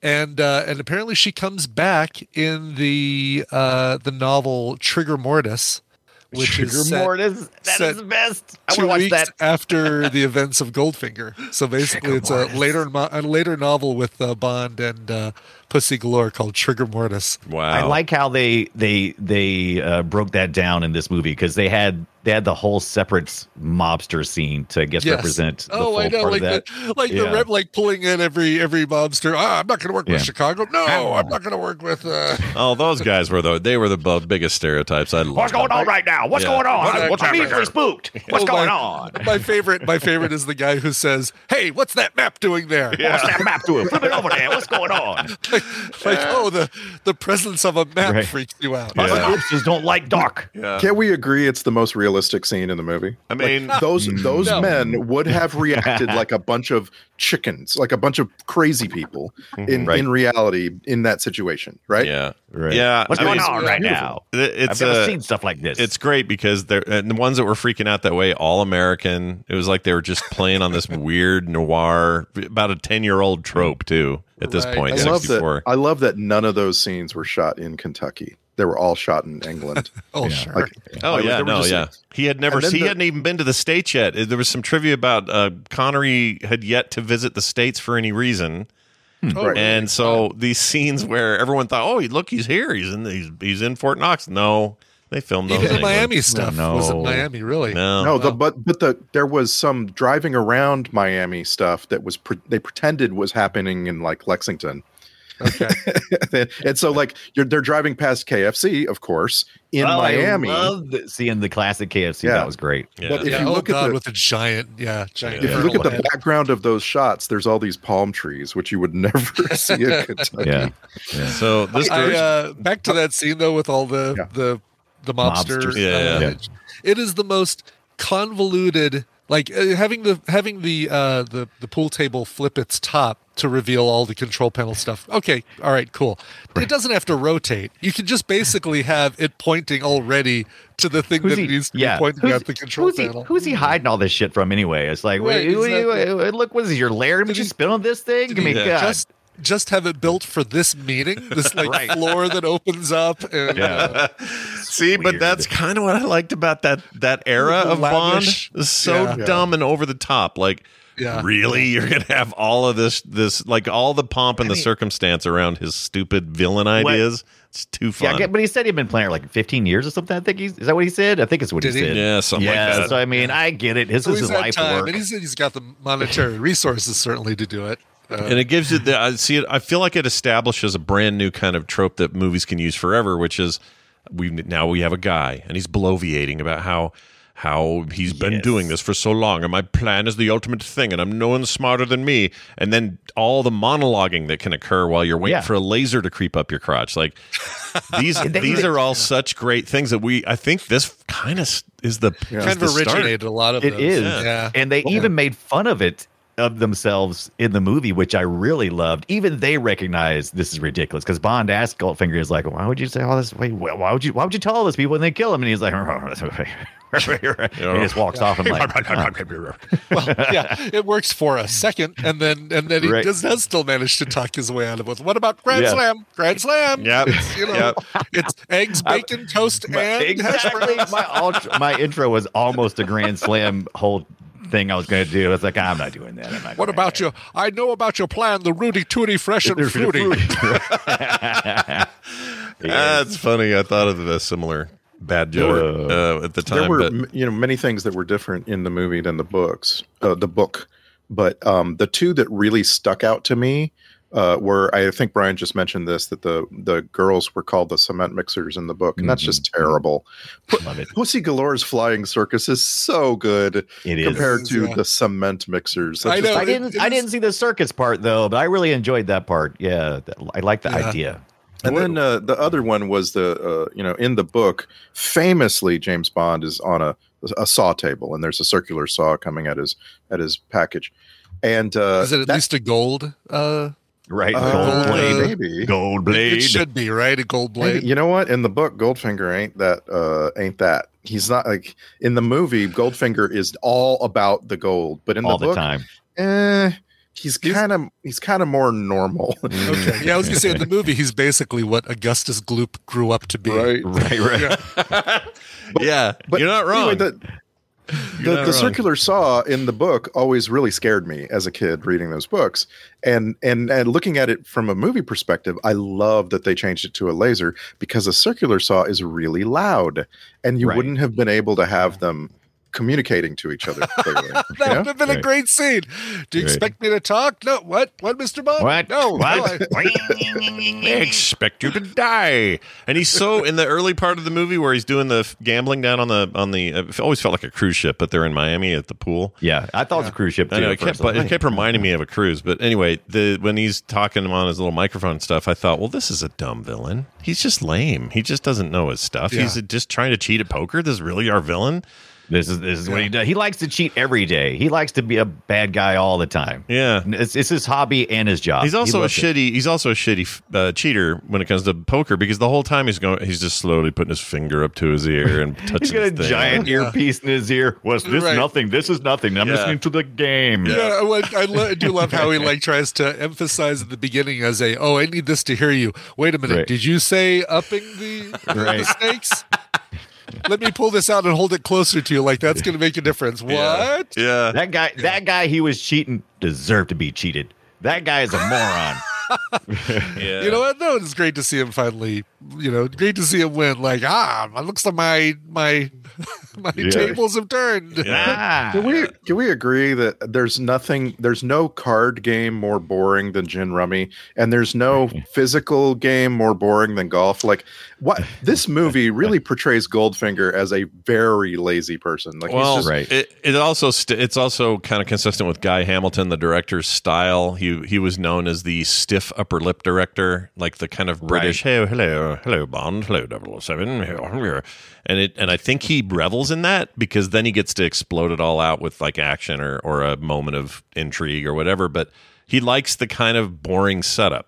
Speaker 6: And uh, and apparently she comes back in the uh, the novel Trigger Mortis, which
Speaker 5: Trigger
Speaker 6: is set
Speaker 5: Mortis. That
Speaker 6: set
Speaker 5: is the best. I want
Speaker 6: two
Speaker 5: to watch
Speaker 6: weeks
Speaker 5: that.
Speaker 6: after the events of Goldfinger. So basically, it's a
Speaker 5: Mortis.
Speaker 6: later mo- a later novel with uh, Bond and uh, Pussy Galore called Trigger Mortis.
Speaker 4: wow.
Speaker 5: I like how they they they uh, broke that down in this movie because they had they had the whole separate mobster scene to I guess
Speaker 6: Yes.
Speaker 5: represent the
Speaker 6: Oh,
Speaker 5: full
Speaker 6: I know,
Speaker 5: part
Speaker 6: like
Speaker 5: of that.
Speaker 6: the like the
Speaker 5: Yeah.
Speaker 6: rep, like pulling in every every mobster. Ah, I'm not going to work
Speaker 5: Yeah.
Speaker 6: with Chicago. No,
Speaker 5: Ow.
Speaker 6: I'm not going to work with. Uh,
Speaker 4: Oh, those guys were the they were the bu- biggest stereotypes. I love.
Speaker 5: What's going on right now? What's
Speaker 4: Yeah.
Speaker 5: going on?
Speaker 6: What's
Speaker 5: I- I'm
Speaker 6: going on right
Speaker 5: easily
Speaker 6: now?
Speaker 5: spooked. What's
Speaker 6: oh,
Speaker 5: going
Speaker 6: my-
Speaker 5: on?
Speaker 6: My favorite, my favorite is the guy who says, "Hey, what's that map doing there?"
Speaker 5: What's that map doing? Flip it over there. What's going on?
Speaker 6: like, like, oh, the the presence of a map
Speaker 5: Right.
Speaker 6: freaks you out.
Speaker 5: Us
Speaker 4: Yeah.
Speaker 5: mobsters don't like dark.
Speaker 4: Yeah.
Speaker 1: Can we agree it's the most realistic scene in the movie?
Speaker 4: Uh, I mean,
Speaker 1: those those
Speaker 6: No.
Speaker 1: men would have reacted like a bunch of chickens, like a bunch of crazy people in
Speaker 5: Right.
Speaker 1: in reality in that situation, right?
Speaker 4: Mm-hmm. yeah,
Speaker 5: Right.
Speaker 4: yeah.
Speaker 5: What's
Speaker 4: I
Speaker 5: going
Speaker 4: mean,
Speaker 5: on right now?
Speaker 4: it- It's
Speaker 5: I've never
Speaker 6: uh,
Speaker 4: a-
Speaker 5: seen stuff like this.
Speaker 4: It's great because they're and the ones that were freaking out that way, all American. It was like they were just playing on this weird noir, about a ten year old trope too. At this
Speaker 6: Right.
Speaker 4: point,
Speaker 6: I
Speaker 1: I love that.
Speaker 4: 64.
Speaker 1: I love that none of those scenes were shot in Kentucky. They were all shot in England.
Speaker 6: Oh, sure.
Speaker 1: Like,
Speaker 4: Oh
Speaker 1: Like,
Speaker 4: yeah,
Speaker 1: there were
Speaker 4: no,
Speaker 1: just-
Speaker 4: yeah. He had never.
Speaker 1: And then
Speaker 4: He
Speaker 1: the-
Speaker 4: hadn't even been to the states yet. Uh, There was some trivia about uh, Connery had yet to visit the states for any reason,
Speaker 6: Oh,
Speaker 1: Right.
Speaker 4: and so these scenes where everyone thought, "Oh, look, he's here. He's in. He's he's in Fort Knox." No, they filmed those.
Speaker 6: even the
Speaker 4: in England.
Speaker 6: Miami stuff
Speaker 5: No.
Speaker 6: was in Miami, really.
Speaker 4: No.
Speaker 1: no,
Speaker 6: Oh.
Speaker 1: the, but but the there was some driving around Miami stuff that was pre- they pretended was happening in like Lexington.
Speaker 6: Okay.
Speaker 1: and so like you're they're driving past KFC, of course, in
Speaker 5: Oh, I
Speaker 1: Miami.
Speaker 5: loved seeing the classic KFC.
Speaker 1: Yeah.
Speaker 5: That was great.
Speaker 4: Yeah.
Speaker 1: but if
Speaker 6: yeah.
Speaker 1: you
Speaker 6: oh
Speaker 1: look at
Speaker 6: God,
Speaker 1: the-
Speaker 6: with a giant, yeah, giant.
Speaker 1: if you look at
Speaker 6: turtle
Speaker 1: the
Speaker 6: head.
Speaker 1: background of those shots, there's all these palm trees, which you would never see in Kentucky.
Speaker 5: Yeah.
Speaker 4: So this
Speaker 6: I,
Speaker 4: direction-
Speaker 6: uh, back to that scene though with all the
Speaker 1: Yeah.
Speaker 6: the the mobster.
Speaker 5: Mobsters.
Speaker 4: Yeah,
Speaker 6: uh,
Speaker 4: yeah.
Speaker 6: it- It is the most convoluted. Like uh, having the having the uh, the the pool table flip its top to reveal all the control panel stuff. Okay, all right, cool. It doesn't have to rotate. You can just basically have it pointing already to the thing
Speaker 5: Who's
Speaker 6: that
Speaker 5: he,
Speaker 6: it needs to
Speaker 5: yeah.
Speaker 6: be pointing
Speaker 5: who's,
Speaker 6: at the control
Speaker 5: who's
Speaker 6: panel.
Speaker 5: He, who's he hiding all this shit from anyway? It's like,
Speaker 6: Right,
Speaker 5: wait, wait,
Speaker 6: exactly.
Speaker 5: wait, wait, look, what is this, your lair? Did,
Speaker 6: Did
Speaker 5: you
Speaker 6: he-
Speaker 5: spin on this thing? I mean,
Speaker 4: he
Speaker 5: God.
Speaker 6: just just have it built for this meeting, this like
Speaker 5: Right.
Speaker 6: floor that opens up and uh,
Speaker 5: yeah.
Speaker 4: See, but
Speaker 5: weird.
Speaker 4: that's kind of what I liked about that that era
Speaker 6: The
Speaker 4: of Bond.
Speaker 6: lavish-
Speaker 4: It's so
Speaker 6: Yeah.
Speaker 4: dumb and over the top. Like,
Speaker 6: Yeah.
Speaker 4: really, you're gonna have all of this, this like all the pomp and the circumstance around his stupid villain ideas. It's too
Speaker 5: Yeah, I
Speaker 4: fun.
Speaker 5: get- but he said he'd been playing like 15 years or something. I think he's is that what he said? I think it's what
Speaker 6: Did
Speaker 5: he
Speaker 6: he?
Speaker 5: said.
Speaker 4: Yeah, something like
Speaker 5: Yeah,
Speaker 4: that.
Speaker 5: So I mean, I get it. His
Speaker 6: so
Speaker 5: is
Speaker 6: he's
Speaker 5: his
Speaker 6: had
Speaker 5: life
Speaker 6: time
Speaker 5: work.
Speaker 6: and he's, he's got the monetary resources certainly to do it. Uh,
Speaker 4: and it gives you the I see it. I feel like it establishes a brand new kind of trope that movies can use forever, which is we now we have a guy and he's bloviating about how how he's been
Speaker 5: Yes.
Speaker 4: doing this for so long and my plan is the ultimate thing and I'm no one smarter than me and then all the monologuing that can occur while you're waiting
Speaker 5: Yeah.
Speaker 4: for a laser to creep up your crotch like these these are all such great things that we I think this kind of is the is
Speaker 6: kind
Speaker 4: the
Speaker 6: of
Speaker 4: start.
Speaker 6: originated a lot of
Speaker 5: It
Speaker 6: those.
Speaker 5: is.
Speaker 6: Yeah.
Speaker 5: And they even made fun of it of themselves in the movie, which I really loved. Even they recognize this is ridiculous because Bond asked Goldfinger, "Is like, why would you say all this? Wait, why why would you? Why would you tell all this people and they kill him?" And he's like, he just walks off and like, "Huh."
Speaker 6: Well, yeah, it works for a second, and then and then he
Speaker 5: Right.
Speaker 6: does, does still manage to talk his way out of it. What about Grand
Speaker 5: Yeah.
Speaker 6: Slam? Grand Slam.
Speaker 4: Yep.
Speaker 6: It's, you know, it's eggs, bacon, toast,
Speaker 5: My-
Speaker 6: and hash
Speaker 5: exactly.
Speaker 6: browns.
Speaker 5: My ultra, my intro was almost a grand slam whole thing I was going to do. It's like "Ah, I'm not doing that. I'm not
Speaker 6: What
Speaker 5: doing
Speaker 6: about
Speaker 5: that."
Speaker 6: your? I know about your plan, the Rudy Tooty Fresh and
Speaker 5: They're
Speaker 6: Fruity.
Speaker 4: That's funny. I thought of a similar bad joke uh, at the time.
Speaker 1: there were
Speaker 4: but-
Speaker 1: m you know many things that were different in the movie than the books uh, the book but um, the two that really stuck out to me uh, were i think brian just mentioned this that the the girls were called the cement mixers in the book and that's just terrible
Speaker 5: Love it.
Speaker 1: pussy galore's flying circus is so good
Speaker 5: It is.
Speaker 1: compared to
Speaker 6: Yeah.
Speaker 1: the cement mixers
Speaker 6: I know.
Speaker 5: I didn't. I didn't see the circus part though, but I really enjoyed that part. Yeah, that- I like the
Speaker 6: Yeah.
Speaker 5: idea.
Speaker 1: And then uh, the other one was the uh, you know in the book, famously James Bond is on a a saw table and there's a circular saw coming at his at his package, and uh,
Speaker 6: Is it at
Speaker 1: that-
Speaker 6: least a gold? Uh,
Speaker 4: right?
Speaker 1: Uh,
Speaker 4: gold blade.
Speaker 1: maybe.
Speaker 4: Gold
Speaker 6: It
Speaker 4: blade.
Speaker 6: should be right a gold
Speaker 1: Maybe-
Speaker 6: blade.
Speaker 1: You know what? In the book, Goldfinger ain't that. Uh, ain't that? He's not like in the movie. Goldfinger is all about the gold, but in
Speaker 5: all
Speaker 1: the
Speaker 5: the,
Speaker 1: book,
Speaker 5: time.
Speaker 1: eh, he's kind of he's kind of more normal.
Speaker 6: Okay. Yeah, I was gonna say in the movie he's basically what Augustus Gloop grew up to be.
Speaker 4: Right, right. yeah,
Speaker 1: But
Speaker 4: you're not wrong.
Speaker 1: anyway, the the, the circular saw in the book always really scared me as a kid reading those books, and and and looking at it from a movie perspective, I love that they changed it to a laser because a circular saw is really loud, and you
Speaker 5: Right.
Speaker 1: wouldn't have been able to have them communicating to each other clearly. you
Speaker 6: That
Speaker 1: know?
Speaker 6: would have been a
Speaker 5: Right.
Speaker 6: great scene. Do you
Speaker 4: Right.
Speaker 6: expect me to talk? No. What? What, Mr. Bond?
Speaker 5: What?
Speaker 6: No. no, I-
Speaker 5: What?
Speaker 4: They expect you to die. And he's so in the early part of the movie where he's doing the f- gambling down on the on the. It always felt like a cruise ship, but they're in Miami at the pool.
Speaker 5: yeah, I thought it was a cruise ship. Too
Speaker 4: I know
Speaker 5: at
Speaker 4: it kept,
Speaker 5: first.
Speaker 4: but it
Speaker 5: Like,
Speaker 4: kept reminding me of a cruise. But anyway, the when he's talking on his little microphone and stuff, I thought, well, this is a dumb villain. He's just lame. He just doesn't know his stuff.
Speaker 6: Yeah.
Speaker 4: He's just trying to cheat at poker. This is really our villain.
Speaker 5: This is this is what he does. He likes to cheat every day. He likes to be a bad guy all the time.
Speaker 4: Yeah,
Speaker 5: It's, it's his hobby and his job.
Speaker 4: He's
Speaker 5: Uh, He
Speaker 4: also a
Speaker 5: loves it.
Speaker 4: shitty. He's also a shitty uh, cheater when it comes to poker because the whole time he's going, he's just slowly putting his finger up to his ear and touching.
Speaker 5: He's got a
Speaker 4: his thing.
Speaker 5: giant earpiece in his ear. Was this
Speaker 6: Right.
Speaker 5: nothing? This is nothing. I'm
Speaker 4: Yeah.
Speaker 5: listening to the game.
Speaker 6: Yeah, I, like- I lo- I do love how he like tries to emphasize at the beginning as a, oh, I need this to hear you. Wait a minute,
Speaker 5: Right.
Speaker 6: did you say upping the, the
Speaker 5: Right.
Speaker 6: stakes? Let me pull this out and hold it closer to you. Like that's going to make a difference. What?
Speaker 4: Yeah,
Speaker 5: That guy, that guy, he was cheating. Deserved to be cheated. That guy is a moron.
Speaker 4: yeah.
Speaker 6: You know what? No, it's great to see him finally. You know, great to see him win. Like ah, it looks like my my my
Speaker 5: Yeah.
Speaker 6: tables have turned.
Speaker 4: Yeah.
Speaker 1: Can
Speaker 5: Ah.
Speaker 1: we can we agree that there's nothing there's no card game more boring than gin rummy and there's no physical game more boring than golf like what this movie really portrays Goldfinger as a very lazy person like
Speaker 4: Well,
Speaker 1: he's just,
Speaker 5: right.
Speaker 4: it, it also st- it's also kind of consistent with Guy Hamilton, the director's style. He he was known as the stiff upper lip director, like the kind of British "Hello, hello, hello, Bond, hello, 007. hello." and it and I think he revels in that because then he gets to explode it all out with like action or or a moment of intrigue or whatever. But he likes the kind of boring setup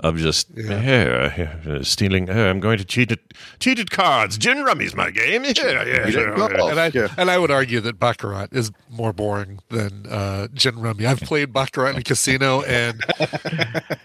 Speaker 4: of just "Here, here, uh, stealing. Oh, I'm going to cheat at cheated cards. Gin rummy's my game. Yeah, yeah,
Speaker 1: You
Speaker 4: yeah,
Speaker 1: don't know.
Speaker 6: And I,
Speaker 1: Yeah.
Speaker 6: and I would argue that baccarat is more boring than uh, gin rummy. I've played baccarat in a casino, and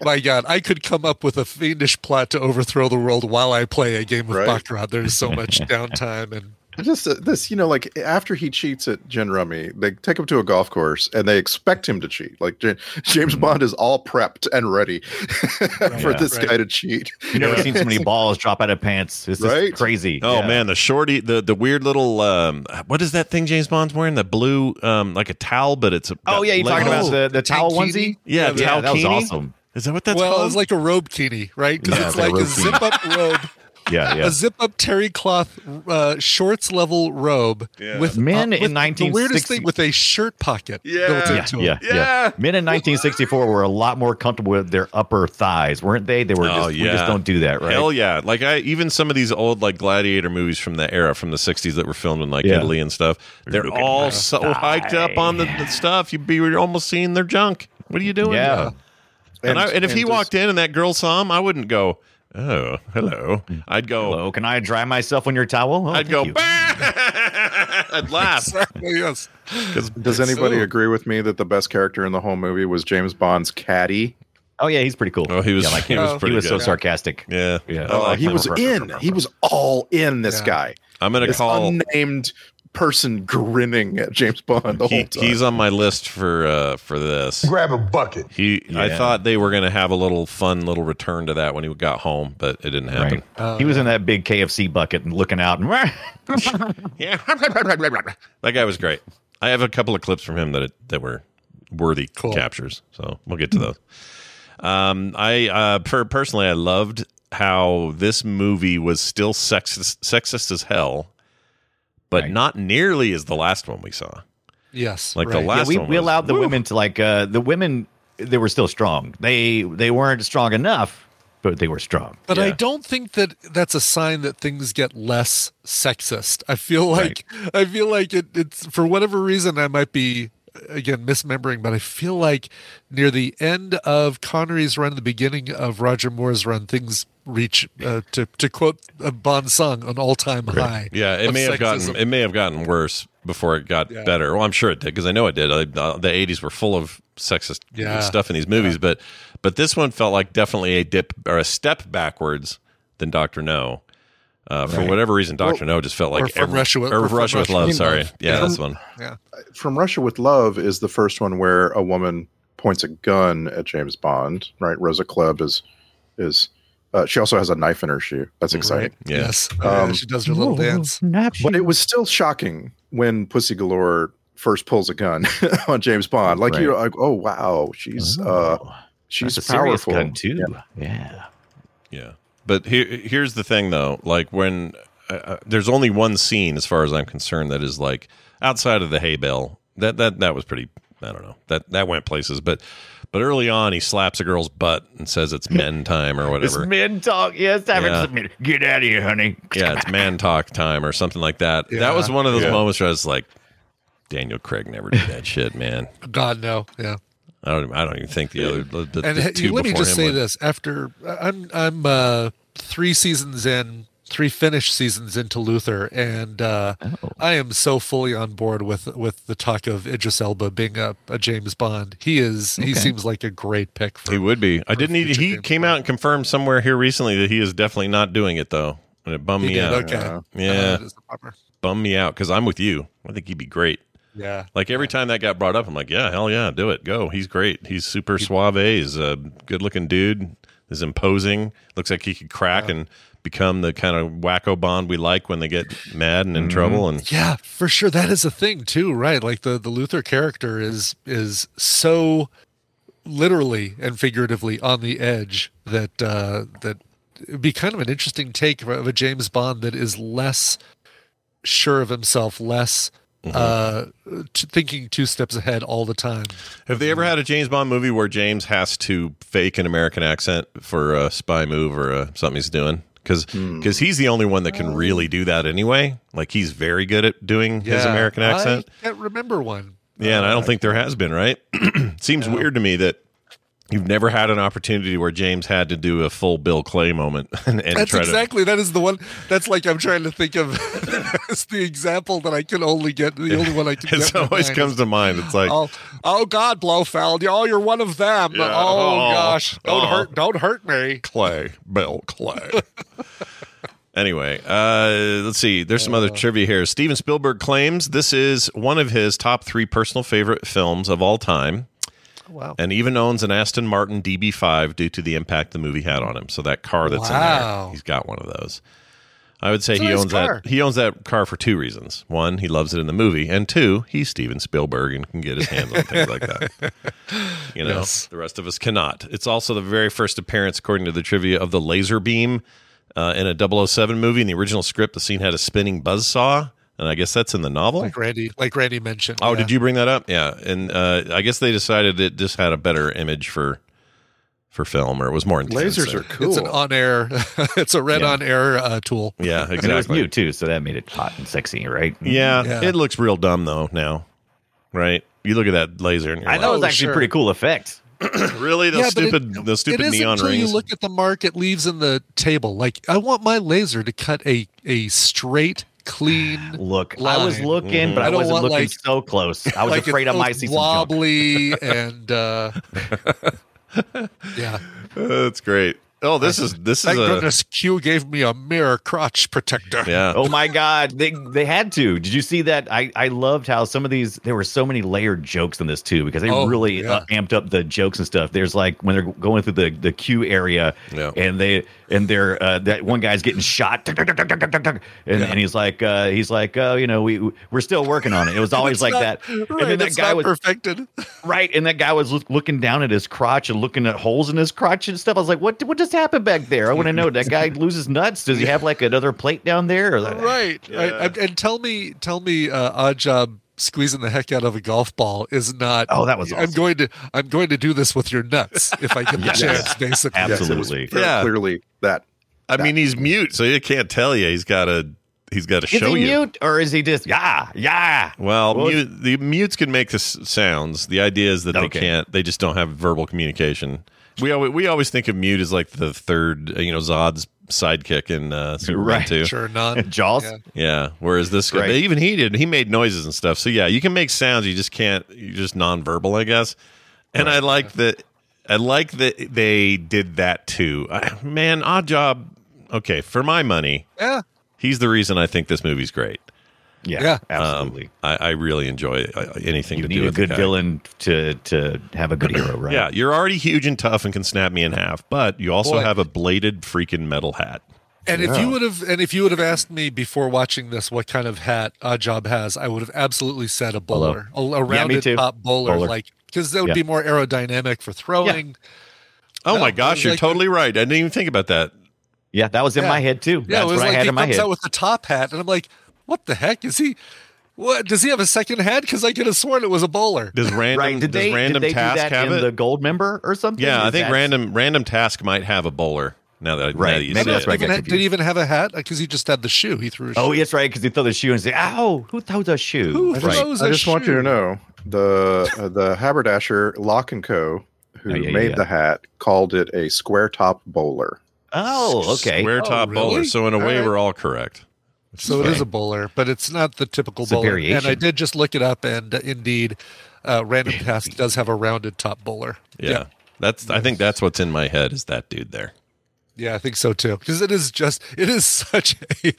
Speaker 6: my God, I could come up with a fiendish plot to overthrow the world while I play a game of
Speaker 1: Right.
Speaker 6: baccarat. There's so much downtime, and
Speaker 1: just uh, this you know like after he cheats at gin rummy they take him to a golf course and they expect him to cheat like J- James Bond is all prepped and ready for
Speaker 5: Yeah.
Speaker 1: this
Speaker 6: Right.
Speaker 1: guy to cheat
Speaker 5: You never seen so many balls drop out of pants. It's just
Speaker 1: Right?
Speaker 5: crazy.
Speaker 4: Oh
Speaker 5: Yeah.
Speaker 4: man, the shorty, the the weird little um, what is that thing James Bond's wearing? The blue um, like a towel, but it's a
Speaker 5: Oh yeah, you
Speaker 4: leg-
Speaker 5: talking about
Speaker 6: Oh,
Speaker 5: the, the towel
Speaker 6: tankini?
Speaker 5: onesie?
Speaker 4: yeah,
Speaker 6: Yeah,
Speaker 4: towel
Speaker 5: that was
Speaker 4: kini?
Speaker 5: awesome.
Speaker 4: Is that what that's
Speaker 6: well,
Speaker 4: called?
Speaker 6: it's like a robe kini, right? Because
Speaker 5: Yeah,
Speaker 6: it's
Speaker 5: it's like
Speaker 6: like
Speaker 5: a
Speaker 6: a
Speaker 5: robe
Speaker 6: zip up robe,
Speaker 5: Yeah, yeah.
Speaker 6: a zip up terry cloth uh, shorts level robe with
Speaker 5: Men
Speaker 6: uh,
Speaker 5: in
Speaker 6: with the weirdest
Speaker 5: 1960
Speaker 6: thing with a shirt pocket.
Speaker 4: Yeah.
Speaker 6: built
Speaker 5: yeah,
Speaker 6: into it.
Speaker 5: yeah, yeah,
Speaker 4: Yeah.
Speaker 5: Men in 1964 were a lot more comfortable with their upper thighs, weren't they? They were
Speaker 4: Oh,
Speaker 5: just, we just
Speaker 4: yeah.
Speaker 5: don't do that, right?
Speaker 4: Hell yeah! Like I even some of these old like gladiator movies from the era from the '60s that were filmed in like
Speaker 5: Yeah.
Speaker 4: Italy and stuff. They're
Speaker 5: Look at
Speaker 4: all
Speaker 5: my
Speaker 4: so
Speaker 5: thigh.
Speaker 4: hiked up on the, the stuff. You'd be you're almost seeing their junk. What are you doing?
Speaker 5: Yeah.
Speaker 4: And, I, and if he
Speaker 1: just-
Speaker 4: walked in and that girl saw him, I wouldn't go. Oh, hello. I'd go.
Speaker 5: Hello, can I dry myself on your towel? Oh,
Speaker 4: I'd
Speaker 5: thank
Speaker 4: go.
Speaker 5: you.
Speaker 4: "Bah!" I'd laugh.
Speaker 6: Exactly, yes.
Speaker 1: Does anybody
Speaker 4: Ooh.
Speaker 1: agree with me that the best character in the whole movie was James Bond's caddy?
Speaker 5: Oh yeah, he's pretty cool.
Speaker 4: Oh, he was.
Speaker 5: Yeah, like,
Speaker 4: he was
Speaker 6: Oh.
Speaker 5: he
Speaker 4: pretty
Speaker 5: was so
Speaker 4: good.
Speaker 5: sarcastic.
Speaker 4: Yeah,
Speaker 5: Yeah.
Speaker 4: I
Speaker 5: Oh,
Speaker 4: like
Speaker 1: he
Speaker 4: him.
Speaker 1: was in. He was all in this
Speaker 6: Yeah.
Speaker 1: guy.
Speaker 4: I'm gonna
Speaker 1: This
Speaker 4: call.
Speaker 1: unnamed person grinning at James Bond the whole
Speaker 4: he-
Speaker 1: time.
Speaker 4: he's on my list for uh for this.
Speaker 7: Grab a bucket.
Speaker 4: He. I
Speaker 5: Yeah.
Speaker 4: thought they were gonna have a little fun little return to that when he got home, but it didn't happen.
Speaker 5: Right. he was in that big KFC bucket and looking out and
Speaker 4: Yeah. that guy was great. I have a couple of clips from him that it, that were worthy
Speaker 6: Cool.
Speaker 4: captures, so we'll get to those. Um, I uh, per- personally, I loved how this movie was still sexist, sexist as hell, but
Speaker 5: Right.
Speaker 4: not nearly as the last one we saw.
Speaker 6: Yes.
Speaker 4: Like the
Speaker 6: right.
Speaker 4: last
Speaker 5: yeah, we,
Speaker 4: one
Speaker 5: we
Speaker 4: was-
Speaker 5: allowed the
Speaker 4: Woo.
Speaker 5: women to like uh, the women. They were still strong. They they weren't strong enough, but they were strong.
Speaker 6: But I
Speaker 4: Yeah.
Speaker 6: don't think that that's a sign that things get less sexist. I feel like I feel like it, it's for whatever reason I might be again mismembering, but I feel like near the end of Connery's run, the beginning of Roger Moore's run, things reach uh, to to quote uh, Bon Sung an all time high.
Speaker 4: Yeah, it
Speaker 6: of
Speaker 4: may have gotten
Speaker 6: sexism.
Speaker 4: it may have gotten worse before it got
Speaker 6: Yeah.
Speaker 4: better. Well, I'm sure it did because I know it did. I, uh, the 80s were full of sexist
Speaker 6: Yeah.
Speaker 4: stuff in these movies, but but this one felt like definitely a dip or a step backwards than Doctor No. Uh, for whatever reason, Doctor No just felt like
Speaker 6: or From Russia with-
Speaker 4: or
Speaker 6: or
Speaker 4: Russia,
Speaker 6: From
Speaker 4: with
Speaker 6: Russia
Speaker 4: Love.
Speaker 6: with
Speaker 4: Sorry,
Speaker 6: Love.
Speaker 4: yeah,
Speaker 6: Yeah.
Speaker 4: that's one.
Speaker 6: yeah.
Speaker 1: From Russia with Love is the first one where a woman points a gun at James Bond, right? Rosa Club is is uh, she also has a knife in her shoe. That's exciting.
Speaker 4: Yeah.
Speaker 6: Yes,
Speaker 1: Um,
Speaker 6: Yeah, she does her little dance.
Speaker 1: But it was still shocking when Pussy Galore first pulls a gun on James Bond. Like you're like, oh wow, she's uh she's
Speaker 5: Oh, That's a serious
Speaker 1: powerful.
Speaker 5: gun too. Yeah.
Speaker 4: Yeah. But here, here's the thing, though. Like when uh, uh, there's only one scene, as far as I'm concerned, that is like outside of the hay bale. That that that was pretty. I don't know. That that went places, but but early on, he slaps a girl's butt and says it's men time or
Speaker 5: It's
Speaker 4: whatever.
Speaker 5: men talk. Yeah, it's time for
Speaker 4: Yeah.
Speaker 5: some men. Get out of here, honey.
Speaker 4: yeah, it's man talk time or something like that.
Speaker 6: Yeah.
Speaker 4: That was one of those
Speaker 1: Yeah.
Speaker 4: moments where I was like, Daniel Craig never did that shit, man.
Speaker 6: God no, yeah.
Speaker 4: I don't. I don't even think the other the, the,
Speaker 6: and
Speaker 4: the
Speaker 6: he-
Speaker 4: two
Speaker 6: let me
Speaker 4: before
Speaker 6: just
Speaker 4: him
Speaker 6: say
Speaker 4: would.
Speaker 6: this after i'm i'm uh three seasons in three finished seasons into luther and uh
Speaker 4: Oh.
Speaker 6: i am so fully on board with with the talk of idris elba being a, a james bond he is he seems like a great pick for
Speaker 4: He would be. I didn't. Need,
Speaker 6: future
Speaker 4: he
Speaker 6: James
Speaker 4: came
Speaker 6: Bond.
Speaker 4: out and confirmed somewhere here recently that he is definitely not doing it though, and it bummed
Speaker 6: He
Speaker 4: me
Speaker 6: did,
Speaker 4: out.
Speaker 6: okay
Speaker 4: uh,
Speaker 6: Uh,
Speaker 4: Yeah,
Speaker 6: That is a bummer.
Speaker 4: bummed me out because I'm with you. I think he'd be great.
Speaker 6: yeah
Speaker 4: Like every time that got brought up, I'm like, yeah, hell yeah, do it, go. He's great. He's super suave. He's a good looking dude. Is imposing. Looks like he could crack and become the kind of wacko Bond we like when they get mad and in
Speaker 6: Mm-hmm.
Speaker 4: trouble. And
Speaker 6: yeah for sure that is a thing too right like the the luther character is is so literally and figuratively on the edge that uh that it'd be kind of an interesting take of a- of a james bond that is less sure of himself less uh
Speaker 4: Mm-hmm.
Speaker 6: t- thinking two steps ahead all the time
Speaker 4: Have they
Speaker 6: Mm-hmm.
Speaker 4: ever had a James Bond movie where James has to fake an American accent for a spy move or uh something he's doing? Because
Speaker 6: Hmm.
Speaker 4: he's the only one that can really do that anyway. Like he's very good at doing his
Speaker 6: Um. Yeah,
Speaker 4: American accent.
Speaker 6: i Uh. can't remember one
Speaker 4: yeah, and I don't think there has been. Right? Seems weird to me that you've never had an opportunity where James had to do a full Bill Clay moment and, and
Speaker 6: that's
Speaker 4: try
Speaker 6: exactly that is the one that's like i'm trying to think of that's the example that i can only get the only one i
Speaker 4: to.
Speaker 6: can
Speaker 4: It
Speaker 6: get in my
Speaker 4: always
Speaker 6: mind.
Speaker 4: comes to mind. It's like.
Speaker 6: oh, oh God, Blofeld! Oh, you're one of them.
Speaker 4: Yeah.
Speaker 6: Oh,
Speaker 4: Oh.
Speaker 6: gosh, don't
Speaker 4: Oh.
Speaker 6: hurt, don't hurt me.
Speaker 4: Clay, Bill Clay. anyway, uh, let's see. There's some other trivia here. Steven Spielberg claims this is one of his top three personal favorite films of all time.
Speaker 6: Wow.
Speaker 4: And even owns an Aston Martin DB5 due to the impact the movie had on him. So that car that's in
Speaker 6: Wow.
Speaker 4: there, he's got one of those. I would say
Speaker 6: It's a
Speaker 4: he
Speaker 6: nice
Speaker 4: owns
Speaker 6: car.
Speaker 4: that. He owns that car for two reasons. One, he loves it in the movie, and two, he's Steven Spielberg and can get his hands on things like that. You know,
Speaker 6: Yes.
Speaker 4: the rest of us cannot. It's also the very first appearance, according to the trivia, of the laser beam uh, in a 007 movie. In the original script, the scene had a spinning buzzsaw, and I guess that's in the novel.
Speaker 6: Like Randy, like Randy mentioned.
Speaker 4: Oh,
Speaker 6: yeah.
Speaker 4: did you bring that up? Yeah, and uh, I guess they decided it just had a better image for for film, or it was more intense.
Speaker 1: Lasers
Speaker 4: so-
Speaker 1: are cool.
Speaker 6: It's an on-air. it's a red
Speaker 4: Yeah.
Speaker 6: on-air uh, tool.
Speaker 4: yeah,
Speaker 5: And it was
Speaker 4: exactly.
Speaker 5: new too, so that made it hot and sexy, right?
Speaker 4: Yeah,
Speaker 6: Yeah.
Speaker 4: it looks real dumb though now, right? You look at that laser and you're
Speaker 5: I know it was
Speaker 6: Oh,
Speaker 5: actually
Speaker 6: sure.
Speaker 5: pretty cool effect.
Speaker 4: like, really those
Speaker 6: Yeah, but
Speaker 4: stupid
Speaker 6: it-
Speaker 4: those stupid
Speaker 6: it isn't
Speaker 4: neon
Speaker 6: until
Speaker 4: rings.
Speaker 6: you look at the mark it leaves in the table. Like I want my laser to cut a a straight, clean.
Speaker 5: Look, I was
Speaker 6: Line.
Speaker 5: looking, but
Speaker 6: Mm-hmm. I
Speaker 5: I,
Speaker 6: don't
Speaker 5: wasn't
Speaker 6: want,
Speaker 5: looking
Speaker 6: like-
Speaker 5: so close. I was
Speaker 6: like
Speaker 5: afraid I
Speaker 6: it's
Speaker 5: might see some junk.
Speaker 6: wobbly and uh, yeah.
Speaker 4: Uh, that's great. Oh, this is this is
Speaker 6: Thank
Speaker 4: a
Speaker 6: goodness Q gave me a mirror crotch protector.
Speaker 4: yeah.
Speaker 5: Oh my God, they they had to. Did you see that? I I loved how some of these. There were so many layered jokes in this too, because they
Speaker 6: Oh,
Speaker 5: really
Speaker 6: yeah.
Speaker 5: uh, amped up the jokes and stuff. There's like when they're going through the the queue area,
Speaker 4: Yeah.
Speaker 5: and they and they're uh, that one guy's getting shot, and, and he's like uh, he's like uh, you know we we're still working on it. It was always like that.
Speaker 6: Right,
Speaker 5: and then that
Speaker 6: it's
Speaker 5: guy
Speaker 6: not
Speaker 5: was
Speaker 6: perfected.
Speaker 5: right, and that guy was look, looking down at his crotch and looking at holes in his crotch and stuff. I was like, what what just happened back there? I want to know. That guy loses nuts. Does he have like another plate down there? Or
Speaker 6: right, right. And, and tell me, tell me, uh, odd job squeezing the heck out of a golf ball is not.
Speaker 5: Oh, that was
Speaker 6: I'm
Speaker 5: awesome.
Speaker 6: going to, I'm going to do this with your nuts if I get the chance. Basically,
Speaker 1: Yes, it was
Speaker 5: Absolutely.
Speaker 1: very
Speaker 4: Yeah.
Speaker 1: Clearly that
Speaker 4: I mean, he's mute, so he can't tell you. He's got a he's got to
Speaker 5: Is
Speaker 4: show
Speaker 5: he
Speaker 4: you.
Speaker 5: mute or is he just yeah yeah?
Speaker 4: Well,
Speaker 5: Well,
Speaker 4: mute, the mutes can make the s- sounds. The idea is that they
Speaker 5: Okay.
Speaker 4: can't. They just don't have verbal communication. We always we always think of mute as like the third, uh, you know, Zod's sidekick in uh, Superman
Speaker 5: Right.
Speaker 4: Two.
Speaker 6: Sure, not.
Speaker 5: Jaws.
Speaker 6: Yeah.
Speaker 4: Yeah. Whereas this guy,
Speaker 5: Right.
Speaker 4: even he did. He made noises and stuff. So yeah, you can make sounds. You just can't. You're just nonverbal, I guess. And I like that. I like that they did that too. I, man, odd job. Okay, for my money,
Speaker 6: Yeah.
Speaker 4: he's the reason I think this movie's great.
Speaker 5: Yeah,
Speaker 6: Yeah.
Speaker 5: absolutely.
Speaker 4: I, I really enjoy uh, anything
Speaker 5: you
Speaker 4: Um, to
Speaker 5: need
Speaker 4: do
Speaker 5: a
Speaker 4: with the
Speaker 5: good
Speaker 4: guy.
Speaker 5: villain to to have a good hero, right?
Speaker 4: Yeah, you're already huge and tough and can snap me in half, but you also
Speaker 6: Boy.
Speaker 4: have a bladed freaking metal hat.
Speaker 6: And if you would have, and if you would have asked me before watching this, what kind of hat Odd Job has, I would have absolutely said a bowler, a,
Speaker 5: me
Speaker 6: a rounded
Speaker 5: too.
Speaker 6: top bowler,
Speaker 5: Bowler.
Speaker 6: like because that would
Speaker 5: Yeah.
Speaker 6: be more aerodynamic for throwing.
Speaker 4: Oh
Speaker 6: No,
Speaker 4: my gosh,
Speaker 6: it's
Speaker 4: you're
Speaker 6: like-
Speaker 4: totally right. I didn't even think about that.
Speaker 5: yeah. That was in
Speaker 6: Yeah.
Speaker 5: my head too.
Speaker 6: Yeah,
Speaker 5: That's
Speaker 6: it was
Speaker 5: what
Speaker 6: like
Speaker 5: I had
Speaker 6: he
Speaker 5: in my
Speaker 6: comes
Speaker 5: head.
Speaker 6: out with the top hat, and I'm like, what the heck is he? What does he have a second hat? Because I could have sworn it was a bowler.
Speaker 4: Does random
Speaker 5: right? Did
Speaker 4: does
Speaker 5: they
Speaker 4: random
Speaker 5: did they
Speaker 4: task
Speaker 5: do that
Speaker 4: have
Speaker 5: in
Speaker 4: it?
Speaker 5: the gold member or something?
Speaker 4: yeah, I
Speaker 5: Is
Speaker 4: think
Speaker 5: that-
Speaker 4: random random task might have a bowler. Now that I,
Speaker 5: Right,
Speaker 4: now that you
Speaker 5: maybe
Speaker 4: said
Speaker 5: that's
Speaker 4: it.
Speaker 5: where I
Speaker 6: Even
Speaker 5: got
Speaker 6: ha- did he even have a hat? Because he just had the shoe. He threw. A shoe.
Speaker 5: Oh, that's right. Because he throw the shoe and say, "Ow, who throws a shoe?"
Speaker 6: Who
Speaker 5: right.
Speaker 6: throws
Speaker 1: I
Speaker 6: a
Speaker 1: just want you
Speaker 6: shoe?
Speaker 1: to know the uh, the haberdasher Lock and Co, who
Speaker 5: Oh, yeah, yeah,
Speaker 1: made
Speaker 5: yeah.
Speaker 1: the hat, called it a square top bowler.
Speaker 5: Oh, okay.
Speaker 4: Square top
Speaker 6: really?
Speaker 4: bowler. So in a
Speaker 6: All
Speaker 4: way,
Speaker 6: right.
Speaker 4: we're all correct.
Speaker 6: So it is a bowler, but it's not the typical
Speaker 5: It's a
Speaker 6: bowler. And I
Speaker 5: variation.
Speaker 6: did just look it up, and uh, indeed, uh, Random Task does have a rounded top bowler.
Speaker 4: Yeah, that's. I think that's what's in my head is that dude there.
Speaker 6: Yeah, I think so too. Because it is just, it is such a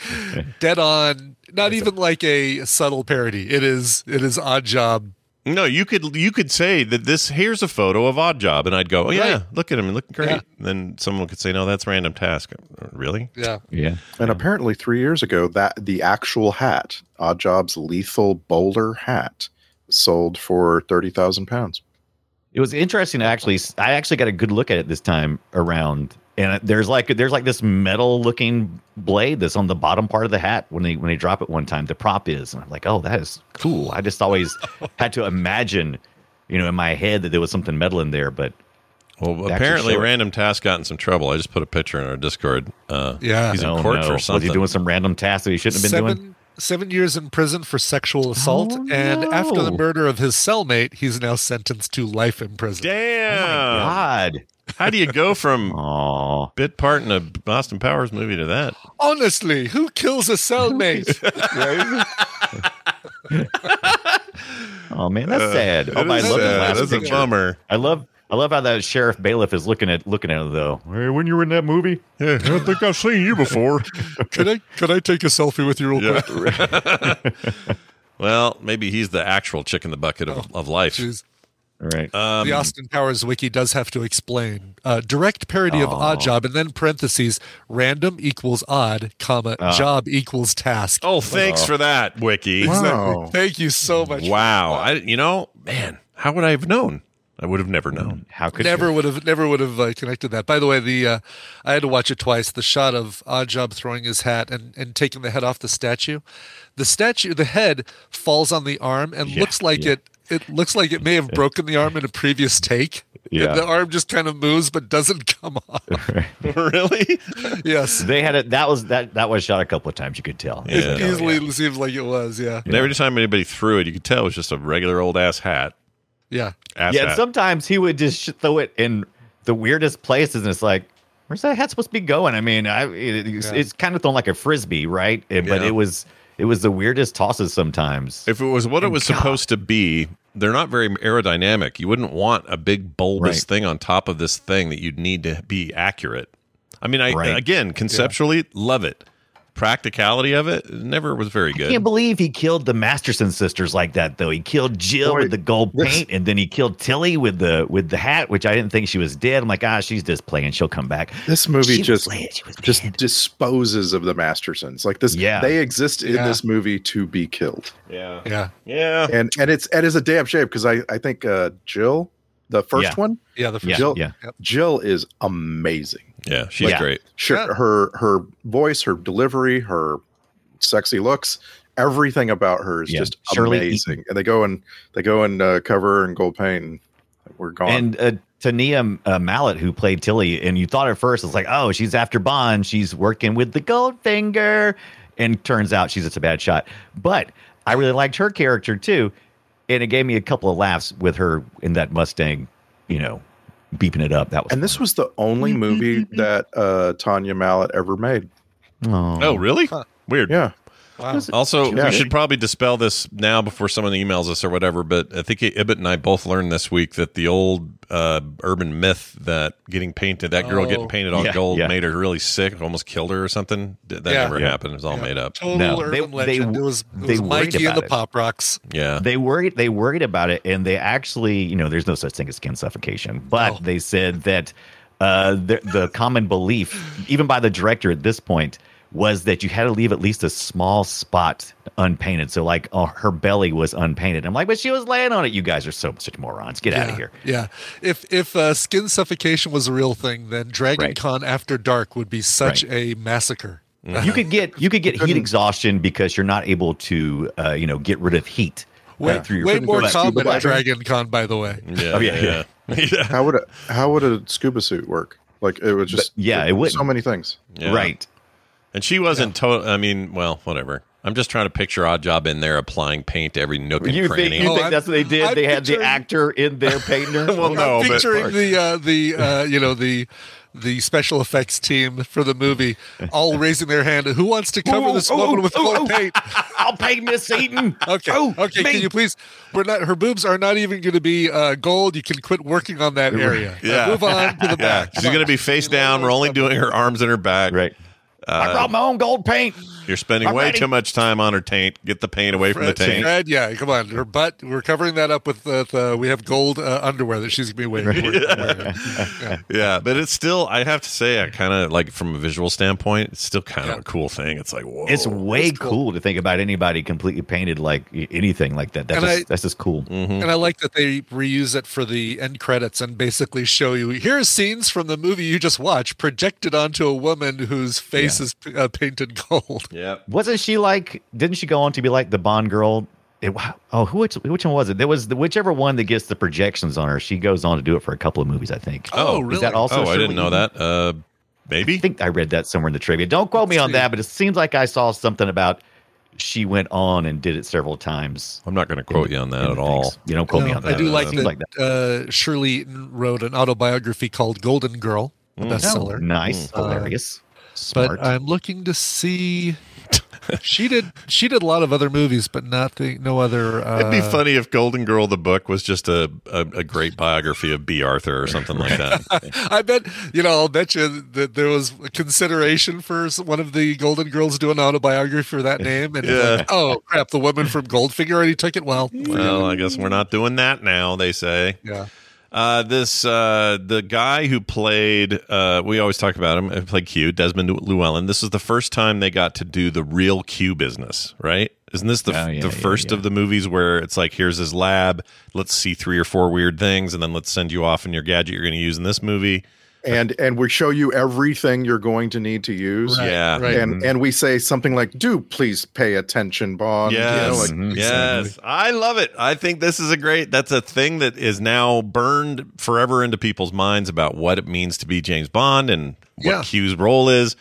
Speaker 6: dead on, not even like a subtle parody. It is, it is odd job.
Speaker 4: No, you could you could say that this here's a photo of Odd Job, and I'd go, oh yeah,
Speaker 6: Right.
Speaker 4: look at him, look great.
Speaker 6: Yeah.
Speaker 4: And then someone could say, no, that's random task. Really?
Speaker 6: Yeah.
Speaker 5: Yeah.
Speaker 1: And apparently, three years ago, that the actual hat, Oddjob's lethal bowler hat, sold for thirty thousand pounds.
Speaker 5: It was interesting to actually. I actually got a good look at it this time around, and there's like there's like this metal looking blade that's on the bottom part of the hat when they when they drop it one time. The prop is, and I'm like, oh, that is cool. I just always had to imagine, you know, in my head that there was something metal in there, but
Speaker 4: Well,
Speaker 5: They actually
Speaker 4: apparently,
Speaker 5: show it.
Speaker 4: Random Task got in some trouble. I just put a picture in our Discord. Uh,
Speaker 6: Yeah.
Speaker 4: he's
Speaker 5: oh,
Speaker 4: in court
Speaker 5: no.
Speaker 4: for
Speaker 5: was
Speaker 4: something.
Speaker 5: he doing some random task that he shouldn't have been doing?
Speaker 6: Seven, seven years in prison for sexual assault.
Speaker 5: Oh,
Speaker 6: and after the
Speaker 5: no.
Speaker 6: murder of his cellmate, he's now sentenced to life in prison.
Speaker 4: Damn!
Speaker 5: Oh God,
Speaker 4: How do you go from
Speaker 5: oh,
Speaker 4: bit part in a Boston Powers movie to that?
Speaker 6: Honestly, who kills a cellmate?
Speaker 5: oh man, that's sad. Oh,
Speaker 4: Uh, It
Speaker 5: my, I
Speaker 4: is sad.
Speaker 5: love that last
Speaker 4: That's a
Speaker 5: picture.
Speaker 4: bummer.
Speaker 5: I love I love how that sheriff bailiff is looking at looking at it though. Hey, when you were in that movie,
Speaker 4: Yeah, I don't think I've seen you before.
Speaker 6: could I could I take a selfie with you real quick?
Speaker 4: well, maybe he's the actual chick in the bucket of, of life.
Speaker 5: Oh,
Speaker 6: Jeez.
Speaker 5: right?
Speaker 4: Um,
Speaker 1: Uh,
Speaker 6: the Austin Powers wiki does have to explain uh, direct parody of odd job and then parentheses random equals odd comma
Speaker 5: Ah.
Speaker 6: job equals task.
Speaker 4: oh, thanks for that, Wiki.
Speaker 1: Wow.
Speaker 6: Thank you so much.
Speaker 4: Wow. I, you know, man, how would I have known? I would have never known.
Speaker 5: How could
Speaker 6: Never
Speaker 5: you?
Speaker 6: would have never would have uh, connected that. By the way, the uh, I had to watch it twice. The shot of Odd Job throwing his hat and, and taking the head off the statue, the statue the head falls on the arm and looks like it it looks like it may have broken the arm in a previous take. And
Speaker 5: Yeah.
Speaker 6: the arm just kind of moves but doesn't come off.
Speaker 4: really?
Speaker 6: yes,
Speaker 5: They had it. That was that. That was shot a couple of times. You could tell.
Speaker 4: Yeah.
Speaker 6: it easily seems like it was. Yeah,
Speaker 4: And every time anybody threw it, you could tell it was just a regular old ass hat.
Speaker 6: yeah.
Speaker 4: Ass
Speaker 5: Yeah, and
Speaker 4: hat.
Speaker 5: Sometimes he would just sh- throw it in the weirdest places, and it's like, where's that hat supposed to be going? I mean, I, it, it's, it's kind of thrown like a frisbee, right? And- But
Speaker 4: Yeah.
Speaker 5: it was it was the weirdest tosses sometimes.
Speaker 4: if it was what it was
Speaker 5: God.
Speaker 4: supposed to be, they're not very aerodynamic. You wouldn't want a big bulbous
Speaker 5: Right.
Speaker 4: thing on top of this thing that you'd need to be accurate. I mean, I
Speaker 5: Right.
Speaker 4: again conceptually love it. Practicality of it never was very
Speaker 5: I
Speaker 4: good.
Speaker 5: can't believe he killed the Masterson sisters like that, though. He killed Jill
Speaker 1: Boy,
Speaker 5: with the gold
Speaker 1: this-
Speaker 5: paint, and then he killed Tilly with the with the hat, which I didn't think she was dead. I'm like, ah, she's just playing. She'll come back.
Speaker 1: This movie
Speaker 5: She was
Speaker 1: just
Speaker 5: late. She was
Speaker 1: just
Speaker 5: dead.
Speaker 1: disposes of the Mastersons. Like this,
Speaker 5: Yeah.
Speaker 1: they exist in
Speaker 6: Yeah.
Speaker 1: this movie to be killed,
Speaker 4: yeah,
Speaker 6: Yeah,
Speaker 4: yeah.
Speaker 1: and and it's it is a damn shame because I I think uh, Jill, the first
Speaker 5: Yeah.
Speaker 1: one,
Speaker 6: yeah. The first
Speaker 5: Yeah,
Speaker 1: Jill,
Speaker 5: yeah.
Speaker 1: Jill is amazing.
Speaker 4: Yeah, she's
Speaker 5: Yeah.
Speaker 4: great.
Speaker 1: Sure,
Speaker 6: Yeah.
Speaker 1: her her voice, her delivery, her sexy looks, everything about her is
Speaker 5: Yeah.
Speaker 1: just
Speaker 5: Shirley E
Speaker 1: amazing. And they go and they go and uh, cover her in gold paint, and we're gone.
Speaker 5: And uh, Tania uh, Mallet, who played Tilly, and you thought at first it's like, oh, she's after Bond. She's working with the Goldfinger, And turns out she's just a bad shot. But I really liked her character too. And it gave me a couple of laughs with her in that Mustang, you know, beeping it up. That was
Speaker 1: And this was the only movie that uh, Tanya Mallet ever made.
Speaker 5: Aw.
Speaker 4: Oh, really? Weird.
Speaker 1: Yeah.
Speaker 6: Wow.
Speaker 4: Also,
Speaker 1: Yeah.
Speaker 4: we should probably dispel this now before someone emails us or whatever. But I think Ibbot and I both learned this week that the old uh, urban myth that getting painted, that girl
Speaker 6: Oh.
Speaker 4: getting painted all
Speaker 5: Yeah,
Speaker 4: gold,
Speaker 5: yeah.
Speaker 4: made her really sick, almost killed her or something. Th- That
Speaker 6: Yeah.
Speaker 4: never
Speaker 5: Yeah.
Speaker 4: happened. It was all
Speaker 6: Yeah.
Speaker 4: made up.
Speaker 6: Total
Speaker 5: No,
Speaker 6: urban
Speaker 5: they- they-
Speaker 6: legend. it was, it
Speaker 5: they
Speaker 6: was
Speaker 5: worried
Speaker 6: Mikey and
Speaker 5: about
Speaker 6: the
Speaker 5: it.
Speaker 6: Pop Rocks.
Speaker 4: Yeah.
Speaker 5: they worried they worried about it and they actually you know there's no such thing as skin suffocation but
Speaker 6: No.
Speaker 5: they said that uh the, the common belief even by the director at this point was that you had to leave at least a small spot unpainted so like oh, her belly was unpainted i'm like but she was laying on it you guys are so such morons get out of here
Speaker 6: Yeah. If if uh, skin suffocation was a real thing, then Dragon
Speaker 5: Right.
Speaker 6: Con After Dark would be such a massacre.
Speaker 5: you could get you could get heat exhaustion because you're not able to uh you know get rid of heat
Speaker 6: Way,
Speaker 5: right, through your
Speaker 6: way more
Speaker 5: but-
Speaker 6: common at
Speaker 1: black-
Speaker 6: Dragon Con, by the way.
Speaker 4: Yeah.
Speaker 5: Oh, yeah, yeah.
Speaker 4: yeah. Yeah.
Speaker 1: How would a how would a scuba suit work? Like it would just
Speaker 5: But- yeah, it
Speaker 1: So
Speaker 5: wouldn't.
Speaker 1: many things.
Speaker 4: Yeah.
Speaker 5: right
Speaker 4: And she wasn't total. I mean, well, whatever. I'm just trying to picture Odd Job in there applying paint to every nook and
Speaker 5: you think,
Speaker 4: cranny.
Speaker 5: you
Speaker 6: Oh,
Speaker 5: think
Speaker 6: I'm-
Speaker 5: that's what they did?
Speaker 6: I'm
Speaker 5: they had the
Speaker 6: picturing-
Speaker 5: actor in their painter.
Speaker 4: Well, no, but-
Speaker 6: Picturing the uh, the uh, you know the the special effects team for the movie all raising their hand. Who wants to cover this woman with more paint?
Speaker 5: I'll pay Miss Eaton.
Speaker 6: Okay.
Speaker 5: Oh,
Speaker 6: okay.
Speaker 5: me.
Speaker 6: Can you please? We're not. Her boobs are not even going to be uh, gold. You can quit working on that area.
Speaker 4: Yeah.
Speaker 6: Uh, move on to the
Speaker 4: yeah.
Speaker 6: back.
Speaker 4: She's going to be face down. We're only doing her arms and her back.
Speaker 5: Right. I brought my own gold paint.
Speaker 4: You're spending
Speaker 5: I'm
Speaker 4: way
Speaker 5: ready.
Speaker 4: too much time on her taint. Get the paint away from the
Speaker 6: Fred,
Speaker 4: taint.
Speaker 6: Fred, yeah, come on. Her butt. We're covering that up with uh, the. We have gold uh, underwear that she's gonna be wearing. wearing.
Speaker 4: Yeah, but it's still. I have to say, I kind of like from a visual standpoint, it's still kind of a cool thing. It's like whoa.
Speaker 6: Oh,
Speaker 5: It's way cool. to think about anybody completely painted like y- anything like that. That's
Speaker 6: And
Speaker 5: just,
Speaker 6: I-
Speaker 5: that's just cool.
Speaker 6: And I like that they reuse it for the end credits and basically show you here's scenes from the movie you just watched projected onto a woman whose face is p- uh, painted gold.
Speaker 4: Yep.
Speaker 5: Wasn't she like? Didn't she go on to be like the Bond girl? It, oh, who which, which one was it? There was the, whichever one that gets the projections on her. She goes on to do it for a couple of movies, I think.
Speaker 6: Oh,
Speaker 5: Is
Speaker 6: really?
Speaker 5: that also?
Speaker 4: oh, I
Speaker 5: Shirley
Speaker 4: didn't know
Speaker 5: Eaton?
Speaker 4: that. Uh, maybe.
Speaker 5: I think I read that somewhere in the trivia. Don't quote me on that, but it seems like I saw something about she went on and did it several times.
Speaker 4: I'm not going to quote you on that
Speaker 5: in
Speaker 4: at
Speaker 5: the
Speaker 4: all.
Speaker 5: things. You don't quote me
Speaker 6: No,
Speaker 5: on that.
Speaker 6: I do like
Speaker 5: Seems
Speaker 6: that, Uh, Shirley Eaton wrote an autobiography called Golden Girl, a
Speaker 5: Mm.
Speaker 6: bestseller.
Speaker 5: Nice,
Speaker 4: Mm.
Speaker 6: Uh,
Speaker 5: hilarious, smart.
Speaker 6: but I'm looking to see. she did. She did a lot of other movies, but nothing. No other. Uh,
Speaker 4: It'd be funny if Golden Girl the book was just a, a, a great biography of B. Arthur or something like that.
Speaker 6: I bet you know. I'll bet you that there was consideration for s- one of the Golden Girls doing an autobiography for that name, and it's
Speaker 4: Yeah.
Speaker 6: like, oh crap, the woman from Goldfinger already took it. Well,
Speaker 4: well, I guess we're not doing that now. They say.
Speaker 6: yeah,
Speaker 4: Uh, this uh, the guy who played uh, we always talk about him. Who played Q, Desmond Llewellyn. This is the first time they got to do the real Q business, right? Isn't this the
Speaker 5: Oh, yeah,
Speaker 4: the
Speaker 5: yeah,
Speaker 4: first of the movies where it's like here's his lab, let's see three or four weird things, and then let's send you off in your gadget you're going to use in this movie.
Speaker 1: And and we show you everything you're going to need to use.
Speaker 4: yeah,
Speaker 6: right.
Speaker 1: And and we say something like, "Do please pay attention, Bond." You know,
Speaker 4: Yes. Mm-hmm.
Speaker 1: like,
Speaker 4: Yes. I love it. I think this is a great that's a thing that is now burned forever into people's minds about what it means to be James Bond and what
Speaker 6: Yeah.
Speaker 4: Q's role is.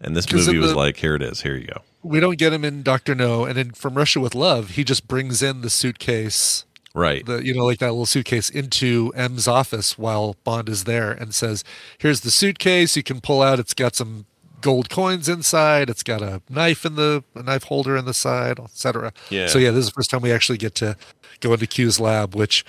Speaker 4: And this
Speaker 6: 'Cause in
Speaker 4: movie was
Speaker 6: the-
Speaker 4: like, here it is, here you go.
Speaker 6: we don't get him in Doctor No, and in From Russia with Love, he just brings in the suitcase,
Speaker 4: Right.
Speaker 6: the you know like that little suitcase into M's office while Bond is there, and says, "Here's the suitcase. You can pull out. It's got some." Gold coins inside. It's got a knife in the a knife holder in the side, etc.
Speaker 4: Yeah.
Speaker 6: So yeah, this is the first time we actually get to go into Q's lab, which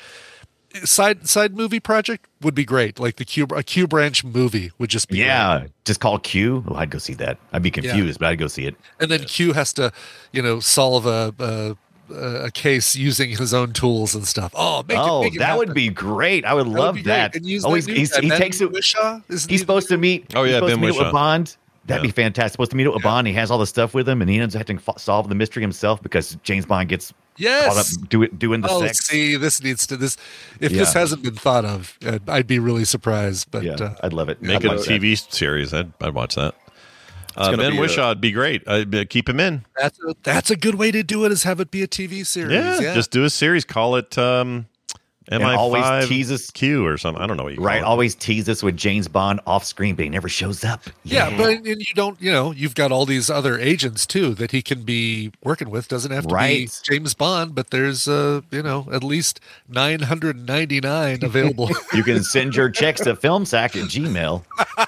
Speaker 6: eh, side side movie project would be great. Like the Q a Q branch movie would just be great.
Speaker 5: yeah, just call Q. Oh, I'd go see that. I'd be confused, but I'd go see it.
Speaker 6: And then Q has to, you know, solve a a, a case using his own tools and stuff. Oh, make it-
Speaker 5: oh,
Speaker 6: make it
Speaker 5: that would
Speaker 6: happen.
Speaker 5: be great. I would
Speaker 6: That would
Speaker 5: love
Speaker 6: be great.
Speaker 5: that.
Speaker 6: And uh, use
Speaker 5: Oh,
Speaker 6: that
Speaker 5: he's,
Speaker 6: new
Speaker 5: he's,
Speaker 6: guy,
Speaker 5: he
Speaker 6: Ben
Speaker 5: takes it.
Speaker 6: Whishaw, isn't
Speaker 5: He's
Speaker 6: he?
Speaker 5: supposed to meet.
Speaker 4: Oh,
Speaker 5: he's
Speaker 4: yeah,
Speaker 5: supposed
Speaker 4: Ben
Speaker 5: to meet
Speaker 4: Whishaw.
Speaker 5: with Bond. That'd
Speaker 4: Yeah.
Speaker 5: be fantastic. Supposed to meet up with Bond. He has all the stuff with him, and he ends up having to fo- solve the mystery himself because James Bond gets caught
Speaker 6: Yes.
Speaker 5: up do it, doing the
Speaker 6: Oh,
Speaker 5: sex.
Speaker 6: see, this needs to this. If this
Speaker 5: Yeah.
Speaker 6: hasn't been thought of, uh, I'd be really surprised. But
Speaker 5: yeah,
Speaker 6: uh,
Speaker 5: I'd love it.
Speaker 4: Make
Speaker 5: I'd
Speaker 4: it a
Speaker 5: love that.
Speaker 4: TV series. I'd, I'd watch that. Uh,
Speaker 1: gonna
Speaker 4: ben
Speaker 1: be a-
Speaker 4: Wishaw'd be great. I'd be- keep him in.
Speaker 6: that's a, that's a good way to do it. Is have it be a TV series?
Speaker 4: Yeah, Just do a series. Call it um,
Speaker 5: And
Speaker 4: MI5
Speaker 5: always teases
Speaker 4: Q or something. I don't know what you call
Speaker 5: Right,
Speaker 4: it.
Speaker 5: always tease us with James Bond off screen, but he never shows up.
Speaker 6: Yeah, but and you don't, you know, you've got all these other agents too that he can be working with. Doesn't have to
Speaker 5: Right.
Speaker 6: be James Bond, but there's uh, you know, at least 999 available.
Speaker 5: you can send your checks to filmsack at gmail.com.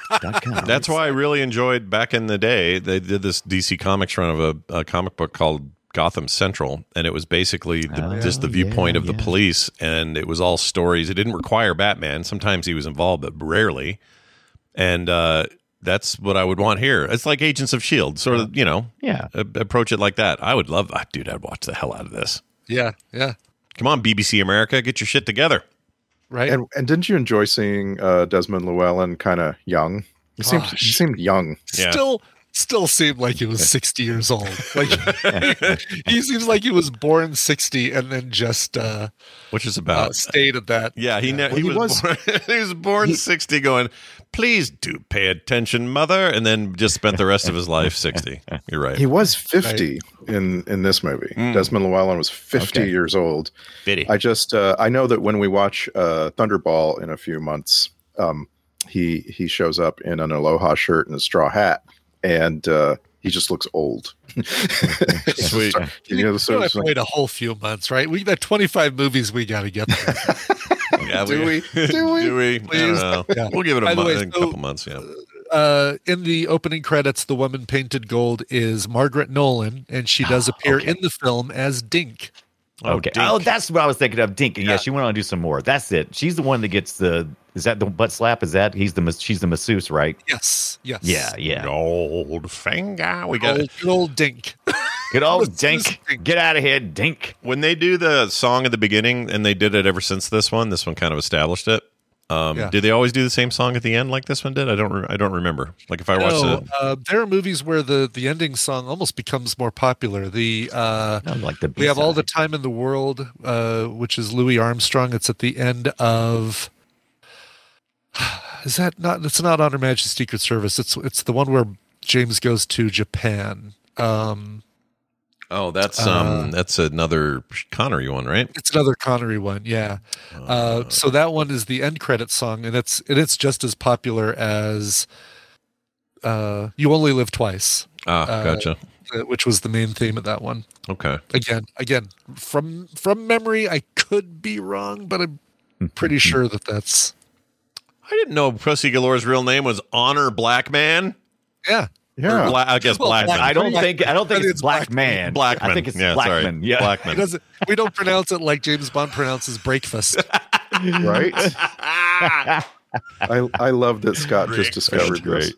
Speaker 4: That's why I really enjoyed back in the day. They did this DC Comics run of a, a comic book called Gotham Central, and it was basically the,
Speaker 5: Oh,
Speaker 4: just the
Speaker 5: yeah,
Speaker 4: viewpoint of the
Speaker 5: yeah.
Speaker 4: police, and it was all stories. It didn't require Batman. Sometimes he was involved, but rarely. And uh, that's what I would want here. It's like Agents of Shield, E sort of. You know,
Speaker 5: Yeah.
Speaker 4: a- approach it like that. I would love, ah, dude. I'd watch the hell out of this.
Speaker 6: yeah, yeah,
Speaker 4: Come on, BBC America, get your shit together.
Speaker 6: right.
Speaker 1: And and didn't you enjoy seeing uh, Desmond Llewellyn kind of young? He seemed he
Speaker 6: Gosh.
Speaker 1: seemed young.
Speaker 4: Yeah.
Speaker 6: Still still seemed like he was 60 years old. Like he seems like he was born 60 and then just uh,
Speaker 4: Which is
Speaker 6: uh
Speaker 4: about
Speaker 6: stayed at that.
Speaker 4: Yeah, he ne-
Speaker 1: Well, he
Speaker 4: he, was,
Speaker 1: was-
Speaker 4: born, he was born sixty, going. Please do pay attention, mother, and then just spent the rest of his life sixty. You're right.
Speaker 1: He was fifty in in this movie. Desmond Llewellyn was fifty
Speaker 5: Okay.
Speaker 1: years old.
Speaker 4: Fitty.
Speaker 1: I just uh, I know that when we watch uh, Thunderball in a few months, um, he he shows up in an Aloha shirt and a straw hat, and uh, he just looks old.
Speaker 4: Sweet.
Speaker 1: You know,
Speaker 6: So
Speaker 1: so
Speaker 6: I
Speaker 1: it's like,
Speaker 6: played a whole few months, right? We got 25 movies we got to get. through.
Speaker 4: Yeah,
Speaker 1: do we? Do we?
Speaker 4: do we? I don't
Speaker 6: Please.
Speaker 4: know.
Speaker 6: Yeah.
Speaker 4: We'll give it a,
Speaker 6: By the
Speaker 4: month,
Speaker 6: way,
Speaker 4: a
Speaker 6: so-
Speaker 4: couple months. Yeah.
Speaker 6: uh, in the opening credits, the woman painted gold is Margaret Nolan, and she does appear in the film as Dink.
Speaker 5: Okay.
Speaker 4: Dink.
Speaker 5: Oh, that's what I was thinking of. Dink. Yeah, she went on to do some more. That's it. She's the one that gets the. Is that the butt slap? Is that he's the mas- she's the masseuse, right?
Speaker 6: Yes, yes,
Speaker 5: Yeah, yeah.
Speaker 4: Gold finger. We got
Speaker 6: Old, good old Dink.
Speaker 5: Good old
Speaker 6: Masseuse
Speaker 5: Dink.
Speaker 6: Dink.
Speaker 5: Get out of here, Dink.
Speaker 4: when they do the song at the beginning, and they did it ever since this one. This one kind of established it. Um,
Speaker 6: Yeah.
Speaker 4: Did they always do the same song at the end like this one did? I don't. Re- I don't remember. Like if I watched
Speaker 6: No,
Speaker 4: it,
Speaker 6: uh, there are movies where the the ending song almost becomes more popular. The uh,
Speaker 5: I like the.
Speaker 6: we have all the
Speaker 5: B-side.
Speaker 6: time in the world, uh, which is Louis Armstrong. It's at the end of. Is that not? It's not Honor Majesty's Secret Service. It's it's the one where James goes to Japan. Um,
Speaker 4: oh, that's um, that's another Connery one, right?
Speaker 6: It's another Connery one, yeah. Uh, so that one is the end credit song, and it's and it's just as popular as uh, "You Only Live Twice,"
Speaker 4: Ah,
Speaker 6: Uh,
Speaker 4: gotcha.
Speaker 6: uh, which was the main theme of that one.
Speaker 4: Okay.
Speaker 6: Again, again, from from memory, I could be wrong, but I'm pretty sure that that's
Speaker 4: I didn't know Pussy Galore's real name was Honor Blackman.
Speaker 6: yeah.
Speaker 4: Or
Speaker 1: yeah.
Speaker 4: Bla- I guess
Speaker 6: Well,
Speaker 4: Blackman.
Speaker 5: I don't
Speaker 6: Black-
Speaker 5: think. I don't
Speaker 6: I
Speaker 5: think
Speaker 6: think
Speaker 5: it's,
Speaker 6: it's
Speaker 5: Black
Speaker 6: Black-
Speaker 5: Man.
Speaker 4: Blackman.
Speaker 5: I think it's
Speaker 4: yeah, sorry.
Speaker 5: Blackman. Yeah.
Speaker 6: It
Speaker 4: Blackman.
Speaker 6: doesn't. We don't pronounce it like James Bond pronounces breakfast.
Speaker 1: right? I I love that Scott just discovered this.
Speaker 4: great.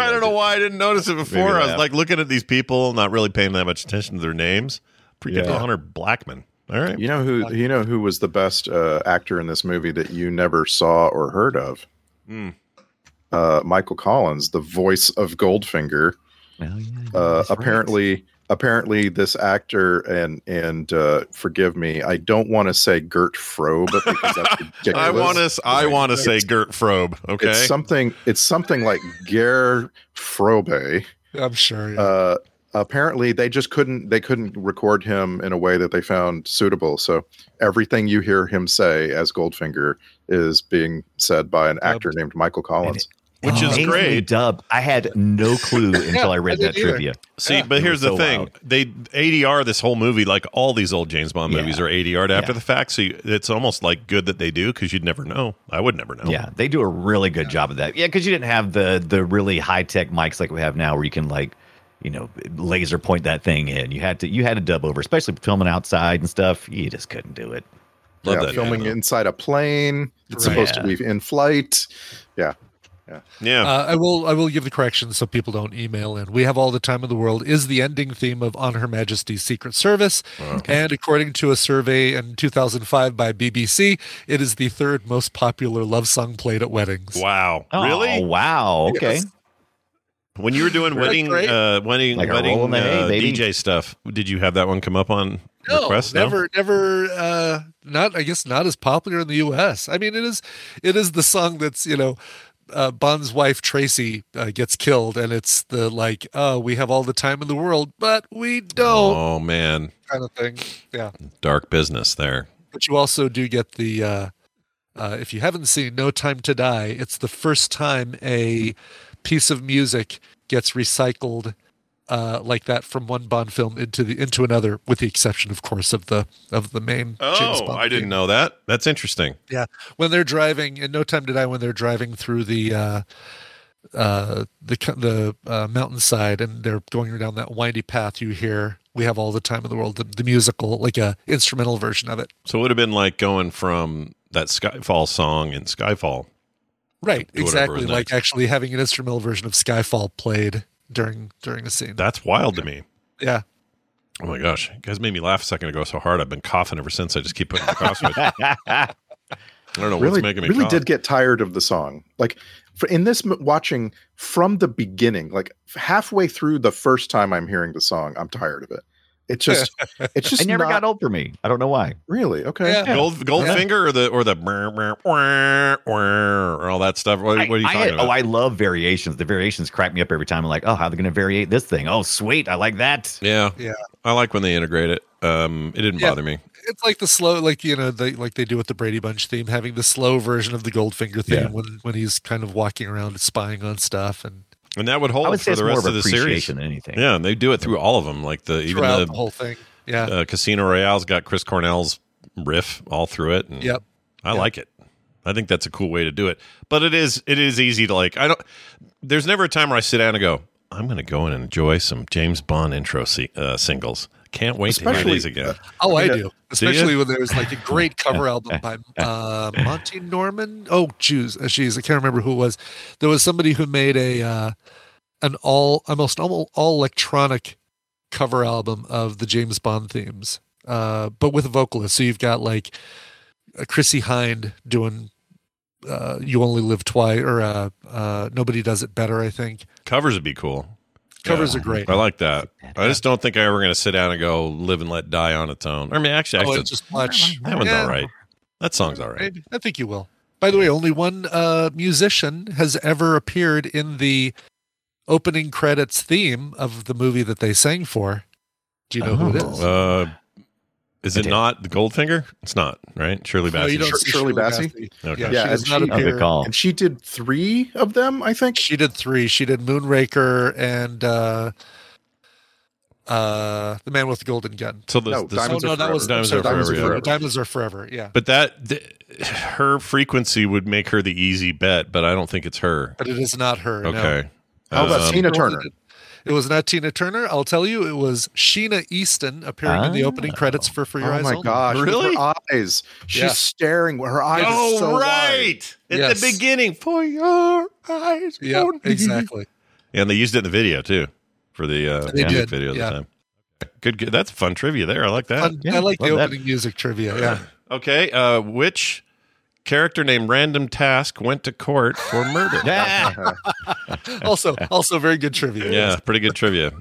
Speaker 4: I don't know why I didn't notice it before. I was like looking at these people, not really paying that much attention to their names. Freaking
Speaker 1: Yeah.
Speaker 4: Honor Blackman. All right.
Speaker 1: You know who you know who was the best uh, actor in this movie that you never saw or heard of?
Speaker 4: Hmm.
Speaker 1: Uh, Michael Collins, the voice of Goldfinger.
Speaker 5: Well, yeah,
Speaker 1: Uh,
Speaker 5: Oh, that's right.
Speaker 1: apparently, apparently, this actor and and uh, forgive me, I don't want to say Gert Frobe because that's ridiculous.
Speaker 4: I want to. I want to say Gert Frobe. Okay.
Speaker 1: It's something. It's something like Ger Frobe.
Speaker 6: I'm sure. yeah.
Speaker 1: uh, apparently they just couldn't they couldn't record him in a way that they found suitable so everything you hear him say as goldfinger is being said by an actor named michael collins
Speaker 4: Which is
Speaker 5: Amazingly
Speaker 4: great.
Speaker 5: Dubbed. Oh, I had no clue until I read
Speaker 6: I
Speaker 5: that
Speaker 6: didn't either.
Speaker 5: trivia.
Speaker 4: See,
Speaker 6: Yeah.
Speaker 4: but
Speaker 5: It
Speaker 4: here's
Speaker 5: was
Speaker 4: the
Speaker 5: so
Speaker 4: thing:
Speaker 5: wild.
Speaker 4: they ADR this whole movie, like all these old James Bond movies,
Speaker 5: Yeah.
Speaker 4: are ADR'd after
Speaker 5: Yeah.
Speaker 4: the fact. So you, it's almost like good that they do because you'd never know. I would never know.
Speaker 5: Yeah, they do a really good job of that. Yeah, because you didn't have the the really high tech mics like we have now, where you can like, you know, laser point that thing in. You had to you had to dub over, especially filming outside and stuff. You just couldn't do it.
Speaker 4: love
Speaker 1: yeah,
Speaker 4: that.
Speaker 1: filming
Speaker 4: yeah,
Speaker 1: inside a plane it's
Speaker 6: Right.
Speaker 1: supposed to be in flight yeah
Speaker 4: yeah.
Speaker 6: Uh, I will. I will give the correction so people don't email in. We have all the time in the world is the ending theme of On Her Majesty's Secret Service, and according to a survey in 2005 by BBC, it is the third most popular love song played at weddings.
Speaker 4: Wow.
Speaker 5: Oh,
Speaker 4: really?
Speaker 5: Wow. Okay.
Speaker 6: Yes.
Speaker 4: When you were doing wedding,
Speaker 6: great.
Speaker 4: uh, wedding,
Speaker 5: Like a roll
Speaker 4: wedding
Speaker 5: in the hay,
Speaker 4: uh,
Speaker 5: baby.
Speaker 4: DJ stuff, did you have that one come up on
Speaker 6: No,
Speaker 4: request?
Speaker 6: never, never. Uh, not. I guess not as popular in the U.S. I mean, it is. It is the song that's you know. Uh, Bond's wife Tracy uh, gets killed, and it's the like, oh, we have all the time in the world, but we don't
Speaker 4: Oh man,
Speaker 6: kind of thing. Yeah,
Speaker 4: dark business there.
Speaker 6: but you also do get the uh, uh, if you haven't seen No Time to Die, it's the first time a piece of music gets recycled uh, like that from one Bond film into the into another, with the exception, of course, of the of the main. James
Speaker 4: Oh,
Speaker 6: Bond
Speaker 4: I didn't
Speaker 6: theme.
Speaker 4: know that. That's interesting.
Speaker 6: Yeah, when they're driving in No Time to Die, when they're driving through the uh, uh, the co- the uh, mountainside and they're going down that windy path, you hear "We Have All the Time in the World," the, the musical, like a instrumental version of it.
Speaker 4: So it would have been like going from that Skyfall song in Skyfall.
Speaker 6: Right,
Speaker 4: Do whatever
Speaker 6: exactly.
Speaker 4: was
Speaker 6: Like
Speaker 4: next.
Speaker 6: actually having an instrumental version of Skyfall played during during a scene.
Speaker 4: That's wild to me.
Speaker 6: yeah,
Speaker 4: Oh my gosh, you guys made me laugh a second ago so hard. I've been coughing ever since. I just keep putting the cough switch. I don't know
Speaker 1: really,
Speaker 4: what's making me
Speaker 1: really
Speaker 4: cough.
Speaker 1: did get tired of the song. Like for, in this m- watching from the beginning, like halfway through the first time I'm hearing the song, I'm tired of it. It just, it's just
Speaker 5: It never
Speaker 1: not
Speaker 5: got old for me. I don't know why.
Speaker 1: really okay.
Speaker 6: Yeah.
Speaker 4: Gold Goldfinger or the or the brr, brr, brr, brr, or all that stuff. What, what are you
Speaker 5: I- I
Speaker 4: talking
Speaker 5: had-
Speaker 4: about?
Speaker 5: Oh, I love variations. The variations crack me up every time. I'm like, oh, how are they going to variate this thing? Oh, sweet. I like that.
Speaker 4: yeah,
Speaker 6: Yeah.
Speaker 4: I like when they integrate it. Um, it didn't
Speaker 6: Yeah.
Speaker 4: bother me.
Speaker 6: it's like the slow, like you know, they like they do with the Brady Bunch theme, having the slow version of the Goldfinger theme
Speaker 4: Yeah.
Speaker 6: when when he's kind of walking around spying on stuff and
Speaker 4: And that would hold
Speaker 5: I would say
Speaker 4: for
Speaker 5: it's
Speaker 4: the
Speaker 5: more
Speaker 4: rest
Speaker 5: of
Speaker 4: of the series.
Speaker 5: appreciation than anything.
Speaker 4: Yeah, and they do it through all of them. Like the even
Speaker 6: throughout the,
Speaker 4: the
Speaker 6: whole thing. Yeah,
Speaker 4: uh, Casino Royale's got Chris Cornell's riff all through it. And
Speaker 6: Yep.
Speaker 4: I
Speaker 6: Yep.
Speaker 4: like it. I think that's a cool way to do it. But it is it is easy to like. I don't. There's never a time where I sit down and go, I'm going to go and enjoy some James Bond intro se- uh, singles. Can't wait to hear
Speaker 1: Especially-
Speaker 4: these again.
Speaker 6: Oh, I
Speaker 1: Yeah.
Speaker 4: uh,
Speaker 6: do. Especially when there was like a great cover album by uh, Monty Norman. Oh, jeez, uh, jeez, I can't remember who it was. There was somebody who made a uh, an all almost all, all electronic cover album of the James Bond themes, uh, but with vocalists. So you've got like uh, Chrissy Hind doing uh, "You Only Live Twice" or uh, uh, "Nobody Does It Better." I think
Speaker 4: Covers would be cool.
Speaker 6: covers
Speaker 4: Yeah.
Speaker 6: are great.
Speaker 4: I like that. I just don't think I'm ever going to sit down and go live and let die on its own. I mean, actually,
Speaker 6: Oh,
Speaker 4: I
Speaker 6: and
Speaker 4: could-
Speaker 6: just watch
Speaker 4: that one's
Speaker 6: Yeah.
Speaker 4: all right. That song's all right.
Speaker 6: Maybe. I think you will. By the way, only one uh, musician has ever appeared in the opening credits theme of the movie that they sang for. Do you know who it is?
Speaker 4: Uh, is
Speaker 5: I
Speaker 4: it
Speaker 5: did.
Speaker 4: not the Goldfinger? It's not right. Shirley
Speaker 6: No, you
Speaker 4: Bassey.
Speaker 6: don't
Speaker 1: Shir-
Speaker 6: see
Speaker 1: Shirley Bassey?
Speaker 4: Okay.
Speaker 6: Yeah,
Speaker 1: Yeah,
Speaker 6: she
Speaker 1: and
Speaker 6: does not
Speaker 1: she-
Speaker 5: Oh, good
Speaker 6: appear.
Speaker 5: call.
Speaker 1: And she did three of them, I think.
Speaker 6: She did three. She did Moonraker and uh, uh, The Man with the Golden Gun.
Speaker 4: So the,
Speaker 1: No,
Speaker 4: the-
Speaker 1: Diamonds
Speaker 6: oh,
Speaker 1: Are
Speaker 6: no, that was
Speaker 4: Forever.
Speaker 6: I'm sorry,
Speaker 4: Diamonds Are Forever, yeah.
Speaker 6: Diamonds Are Forever. Yeah.
Speaker 4: But that th- her frequency would make her the easy bet, but I don't think it's her.
Speaker 6: But it is not her. no.
Speaker 4: Okay.
Speaker 1: How about
Speaker 4: Um,
Speaker 1: Tina Turner?
Speaker 6: It was not Tina Turner. I'll tell you, it was Sheena Easton appearing in the
Speaker 4: Ah.
Speaker 6: opening credits for For Your
Speaker 1: Oh
Speaker 6: Eyes
Speaker 1: my
Speaker 6: Only.
Speaker 1: gosh! with
Speaker 4: Really?
Speaker 1: Her eyes. She's
Speaker 6: Yeah.
Speaker 1: staring. Her eyes.
Speaker 4: Oh,
Speaker 1: are so wide.
Speaker 4: right. At
Speaker 6: Yes.
Speaker 4: the beginning, for your eyes.
Speaker 6: Yeah,
Speaker 4: only.
Speaker 6: exactly.
Speaker 4: And they used it in the video too for the uh,
Speaker 6: They
Speaker 4: music
Speaker 6: did,
Speaker 4: video at
Speaker 6: yeah.
Speaker 4: the time. Good, good. That's fun trivia there. I like that.
Speaker 6: Fun-
Speaker 5: yeah,
Speaker 6: I like the
Speaker 5: love that.
Speaker 6: opening music trivia. Yeah.
Speaker 4: Okay. Uh, which character named Random Task went to court for murder?
Speaker 5: Yeah.
Speaker 6: also, also very good trivia.
Speaker 4: Yeah, pretty good trivia.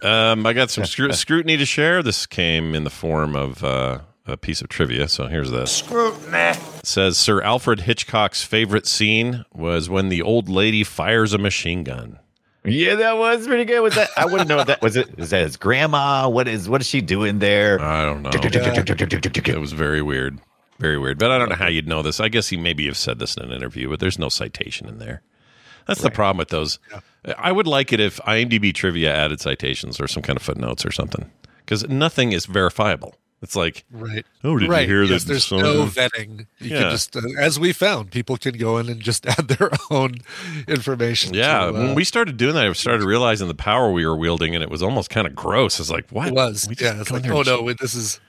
Speaker 4: Um, I got some scru- scrutiny to share. This came in the form of uh, a piece of trivia. So here's this. Scrutiny says Sir Alfred Hitchcock's favorite scene was when the old lady fires a machine gun.
Speaker 5: Yeah, that was pretty good. Was that? I wouldn't know what that was. It is that his grandma? What is what is she doing there?
Speaker 4: I don't know. It was very weird, very weird. But I don't know how you'd know this. I guess he maybe have said this in an interview, but there's no citation in there. That's the problem with those. I would like it if IMDb trivia added citations or some kind of footnotes or something, because nothing is verifiable. It's like
Speaker 6: Right.
Speaker 4: Oh, did
Speaker 6: right.
Speaker 4: you hear
Speaker 6: yes,
Speaker 4: that?
Speaker 6: There's
Speaker 4: song?
Speaker 6: no vetting. You
Speaker 4: Yeah.
Speaker 6: can just, uh, as we found, people can go in and just add their own information.
Speaker 4: yeah,
Speaker 6: to, uh,
Speaker 4: when we started doing that, I started realizing the power we were wielding, and it was almost kind of gross. It's like, what?
Speaker 6: it was.
Speaker 4: We just
Speaker 6: Yeah. It's
Speaker 4: go in
Speaker 6: like,
Speaker 4: there
Speaker 6: oh
Speaker 4: and
Speaker 6: no, this is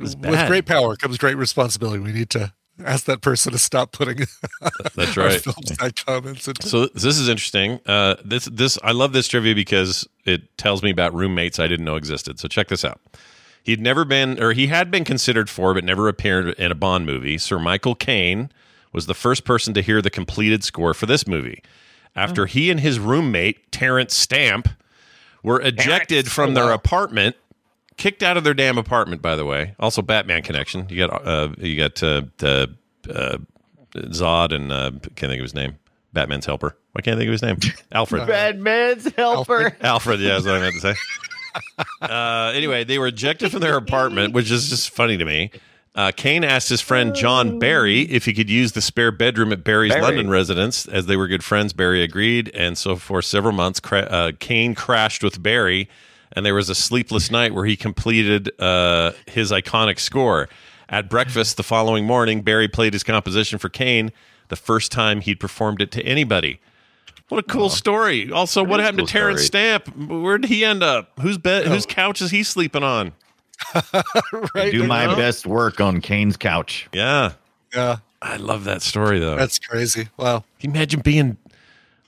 Speaker 6: with
Speaker 4: bad.
Speaker 6: great power comes great responsibility. We need to ask that person to stop putting
Speaker 4: That's
Speaker 6: our
Speaker 4: right.
Speaker 6: films and comments. And,
Speaker 4: So this is interesting. Uh, this this I love this trivia because it tells me about roommates I didn't know existed. So check this out. He'd never been, or he had been considered for, but never appeared in a Bond movie. Sir Michael Caine was the first person to hear the completed score for this movie. After he and his roommate Terrence Stamp were ejected from their apartment, kicked out of their damn apartment. By the way, also Batman connection. You got uh, you got uh, uh, uh, Zod and uh, can't think of his name. Batman's helper. I can't I think of his name. Alfred.
Speaker 5: Batman's helper.
Speaker 4: Alfred, yeah, that's what I meant to say. Uh, anyway, they were ejected from their apartment, which is just funny to me. Uh, Kane asked his friend John Barry if he could use the spare bedroom at Barry's
Speaker 5: Barry.
Speaker 4: London residence. As they were good friends, Barry agreed. And so, for several months, cra- uh, Kane crashed with Barry, and there was a sleepless night where he completed uh, his iconic score. At breakfast the following morning, Barry played his composition for Kane, the first time he'd performed it to anybody. What a cool story! Also, what
Speaker 5: is a
Speaker 4: happened
Speaker 5: cool
Speaker 4: to Terrence
Speaker 5: story. Oh.
Speaker 4: Stamp? Where did he end up? Whose bed? Whose couch is he sleeping on?
Speaker 6: right?
Speaker 5: Do my
Speaker 4: know.
Speaker 5: best work on Kane's couch.
Speaker 4: Yeah,
Speaker 6: Yeah,
Speaker 4: I love that story though.
Speaker 6: that's crazy. Wow.
Speaker 4: Can you imagine being,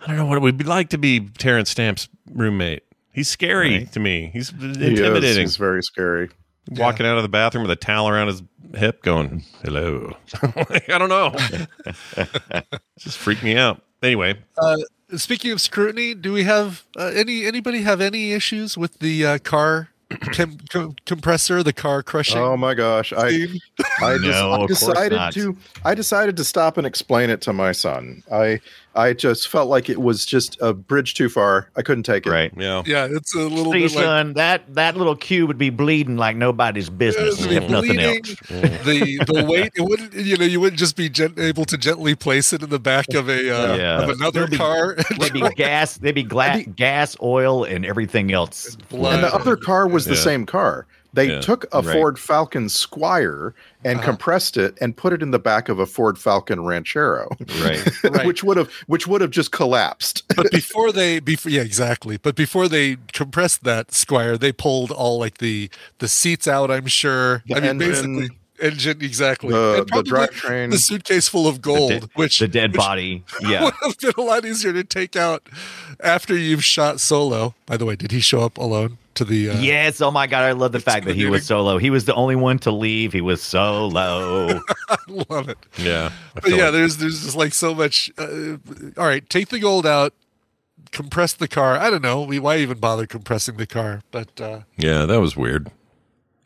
Speaker 4: I don't know what it would be like to be Terrence Stamp's roommate. He's scary to me. He's
Speaker 1: Yes,
Speaker 4: intimidating.
Speaker 1: he's very scary.
Speaker 4: Walking out of the bathroom with a towel around his hip going, hello. Like, I don't know. Just freaked me out. Anyway,
Speaker 6: Uh, Speaking of scrutiny, do we have uh, any anybody have any issues with the uh, car com- com- compressor, the car crushing?
Speaker 1: Oh my gosh! I
Speaker 6: scene?
Speaker 1: I,
Speaker 5: No,
Speaker 1: just,
Speaker 5: of
Speaker 1: I
Speaker 5: course
Speaker 1: decided
Speaker 5: not.
Speaker 1: to I decided to stop and explain it to my son. I I just felt like it was just a bridge too far. I couldn't take it.
Speaker 5: Right.
Speaker 4: yeah.
Speaker 6: yeah, it's a little
Speaker 5: See,
Speaker 6: bit like uh,
Speaker 5: son, that, that little cube would be bleeding like nobody's business,
Speaker 6: It'd be
Speaker 5: if nothing
Speaker 6: bleeding.
Speaker 5: else.
Speaker 6: the the weight it wouldn't you know you wouldn't just be gent- able to gently place it in the back of a uh,
Speaker 5: Yeah.
Speaker 6: of another
Speaker 5: There'd be-
Speaker 6: car.
Speaker 5: They'd be gas, they'd be gla- gas, oil, and everything else.
Speaker 6: Blood.
Speaker 1: And the other car was the
Speaker 4: Yeah.
Speaker 1: same car. They
Speaker 4: Yeah.
Speaker 1: took a
Speaker 5: Right.
Speaker 1: Ford Falcon Squire
Speaker 6: Uh-huh.
Speaker 1: and compressed it and put it in the back of a Ford Falcon Ranchero,
Speaker 5: Right.
Speaker 6: Right.
Speaker 1: which would have which would have just collapsed.
Speaker 6: but before they before yeah exactly but before they compressed that squire they pulled all like the the seats out i'm sure
Speaker 1: The
Speaker 6: i mean
Speaker 1: engine,
Speaker 6: basically engine exactly
Speaker 1: the-
Speaker 6: And
Speaker 1: the
Speaker 6: probably
Speaker 1: drivetrain.
Speaker 6: the suitcase full of gold which
Speaker 5: The dead
Speaker 6: which
Speaker 5: body. Yeah.
Speaker 6: would have been a lot easier to take out after you've shot solo by the way did he show up alone to the uh,
Speaker 5: Yes. Oh my God. I love the fact that he was solo. He was the only one to leave. He was solo.
Speaker 6: love it
Speaker 4: Yeah. I
Speaker 6: but
Speaker 4: feel
Speaker 6: yeah,
Speaker 4: like-
Speaker 6: there's there's just like so much. Uh, all right, take the gold out, compress the car. I don't know. We, why even bother compressing the car? But uh,
Speaker 4: yeah, that was weird.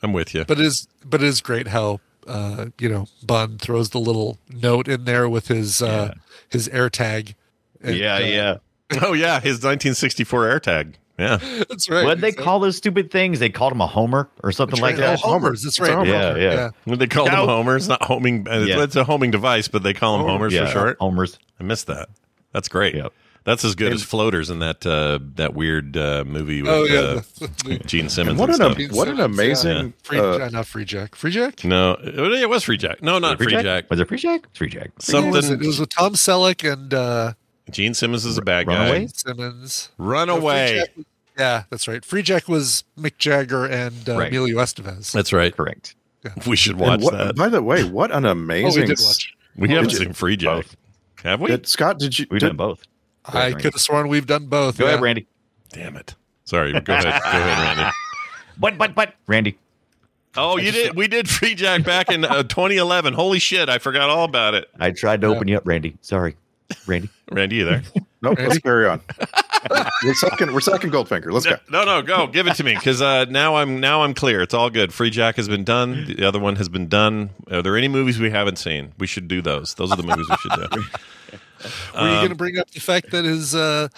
Speaker 4: I'm with you.
Speaker 6: but it is but it is great how uh, you know Bond throws the little note in there with his uh, his air tag. And,
Speaker 5: yeah.
Speaker 6: uh,
Speaker 5: Yeah.
Speaker 4: oh, yeah. His 1964 AirTag. Yeah.
Speaker 6: that's right.
Speaker 5: What'd they
Speaker 6: exactly.
Speaker 5: call those stupid things? They called him a homer or something like
Speaker 6: Oh,
Speaker 5: that.
Speaker 6: homers. That's right.
Speaker 5: Homer. Yeah, yeah.
Speaker 4: What they call
Speaker 5: Now-
Speaker 4: them homers, not homing. uh,
Speaker 5: Yeah.
Speaker 4: It's a homing device, but they call them homers
Speaker 5: yeah.
Speaker 4: for short.
Speaker 5: Homers.
Speaker 4: I missed that. That's great.
Speaker 5: Yep.
Speaker 4: That's as good as floaters in that uh, that weird uh, movie with
Speaker 6: Oh yeah.
Speaker 4: uh, Gene
Speaker 1: And
Speaker 4: Simmons.
Speaker 1: what
Speaker 4: and
Speaker 1: an
Speaker 4: stuff.
Speaker 1: am- what an amazing
Speaker 6: Free,
Speaker 1: uh,
Speaker 6: uh, not free jack. Free jack.
Speaker 4: no, uh, it it was Free Jack. No, not Free, Jack.
Speaker 5: Was it free jack? Free jack.
Speaker 6: Who was
Speaker 4: Something.
Speaker 6: it? It was with Tom Selleck and uh,
Speaker 4: Gene Simmons is a bad guy.
Speaker 5: Runaways?
Speaker 6: Simmons.
Speaker 4: Run
Speaker 6: No, Free
Speaker 4: away.
Speaker 6: Jack- Yeah, that's right. Free Jack was Mick Jagger and uh,
Speaker 5: Right.
Speaker 6: Emilio Estevez.
Speaker 4: That's right.
Speaker 5: Correct.
Speaker 4: We should
Speaker 1: and
Speaker 4: watch
Speaker 1: what-
Speaker 4: that.
Speaker 1: uh, By the way, what an amazing
Speaker 6: Oh, did watch
Speaker 4: we
Speaker 1: did
Speaker 4: haven't
Speaker 1: you- Oh.
Speaker 4: seen Free Jack,
Speaker 5: Both.
Speaker 4: have we?
Speaker 1: did, Scott, did you
Speaker 5: We've
Speaker 1: did-
Speaker 5: done both.
Speaker 6: I
Speaker 5: Randy.
Speaker 6: could have sworn we've done both.
Speaker 5: Go
Speaker 6: yeah.
Speaker 5: ahead, Randy.
Speaker 4: Damn it. Sorry. Go ahead. Go ahead, Randy.
Speaker 5: But but but Randy.
Speaker 4: Oh, you did. We did Free Jack back in uh, 2011. Holy shit! I forgot all about it.
Speaker 5: I tried to open you up, Randy. Sorry. Randy.
Speaker 4: Randy, you there?
Speaker 1: No, let's carry on. we're second. We're second Goldfinger. Let's go.
Speaker 4: No, no, go give it to me because uh, now I'm now I'm clear. It's all good. Free Jack has been done. The other one has been done. Are there any movies we haven't seen? We should do those. Those are the movies we should do.
Speaker 6: Were you
Speaker 5: Um,
Speaker 6: going to bring up the fact that his uh,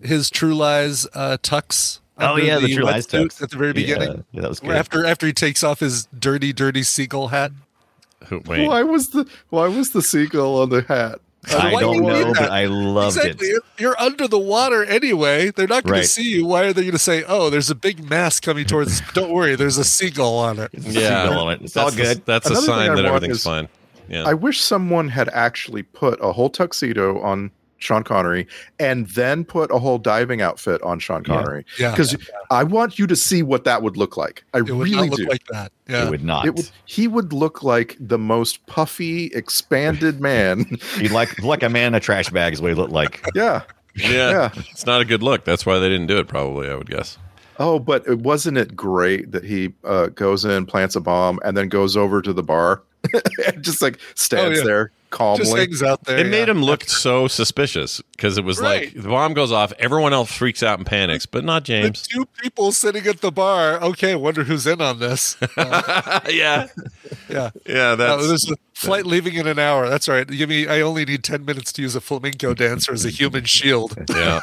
Speaker 6: his True Lies uh, tucks?
Speaker 5: Oh
Speaker 6: under
Speaker 5: yeah, the true lies
Speaker 6: wetsuit
Speaker 5: tux.
Speaker 6: at the very beginning.
Speaker 5: Yeah, yeah, that was
Speaker 6: Where
Speaker 5: good.
Speaker 6: After after he takes off his dirty, dirty seagull hat.
Speaker 4: Who- Wait,
Speaker 1: Why was the Why was the seagull on the hat?
Speaker 5: I
Speaker 6: Why do
Speaker 5: don't
Speaker 6: you need
Speaker 5: know,
Speaker 6: that?
Speaker 5: but I loved
Speaker 6: exactly.
Speaker 5: it.
Speaker 6: You're, you're under the water anyway. They're not going
Speaker 5: Right.
Speaker 6: to see you. Why are they going to say, "Oh, there's a big mass coming towards"? us. Don't worry, there's a seagull on it.
Speaker 4: yeah,
Speaker 5: Seagull on it. It's all
Speaker 4: that's
Speaker 5: good.
Speaker 4: A, that's
Speaker 1: Another
Speaker 4: a
Speaker 1: thing I
Speaker 4: sign that
Speaker 1: want
Speaker 4: everything's
Speaker 1: is-
Speaker 4: fine. Yeah,
Speaker 1: I wish someone had actually put a whole tuxedo on Sean Connery and then put a whole diving outfit on Sean
Speaker 5: Yeah.
Speaker 1: Connery.
Speaker 6: Yeah.
Speaker 1: Because I want you to see what that would look like. I
Speaker 6: It would
Speaker 1: really
Speaker 6: not look
Speaker 1: do.
Speaker 6: like that.
Speaker 5: It
Speaker 6: Yeah.
Speaker 5: would not.
Speaker 1: it would, he would look like the most puffy, expanded man.
Speaker 5: You'd like like a man in a trash bag is what he looked like.
Speaker 1: yeah.
Speaker 4: yeah,
Speaker 1: yeah.
Speaker 4: It's not a good look. That's why they didn't do it. Probably, I would guess.
Speaker 1: Oh, but it- wasn't it great that he uh, goes in, plants a bomb, and then goes over to the bar, and just like stands
Speaker 6: yeah.
Speaker 1: there
Speaker 6: Just
Speaker 1: calmly.
Speaker 6: hangs out there.
Speaker 4: It made
Speaker 6: yeah.
Speaker 4: him look so suspicious because it was like
Speaker 6: Right.
Speaker 4: the bomb goes off, everyone else freaks out and panics, but not
Speaker 6: The
Speaker 4: James.
Speaker 6: two people sitting at the bar. Okay, wonder who's in on this. Uh,
Speaker 4: yeah,
Speaker 6: yeah.
Speaker 4: yeah,
Speaker 6: No,
Speaker 4: that's
Speaker 6: there's a flight leaving in an hour. That's all right. Give me. I only need ten minutes to use a flamenco dancer as a human shield.
Speaker 4: yeah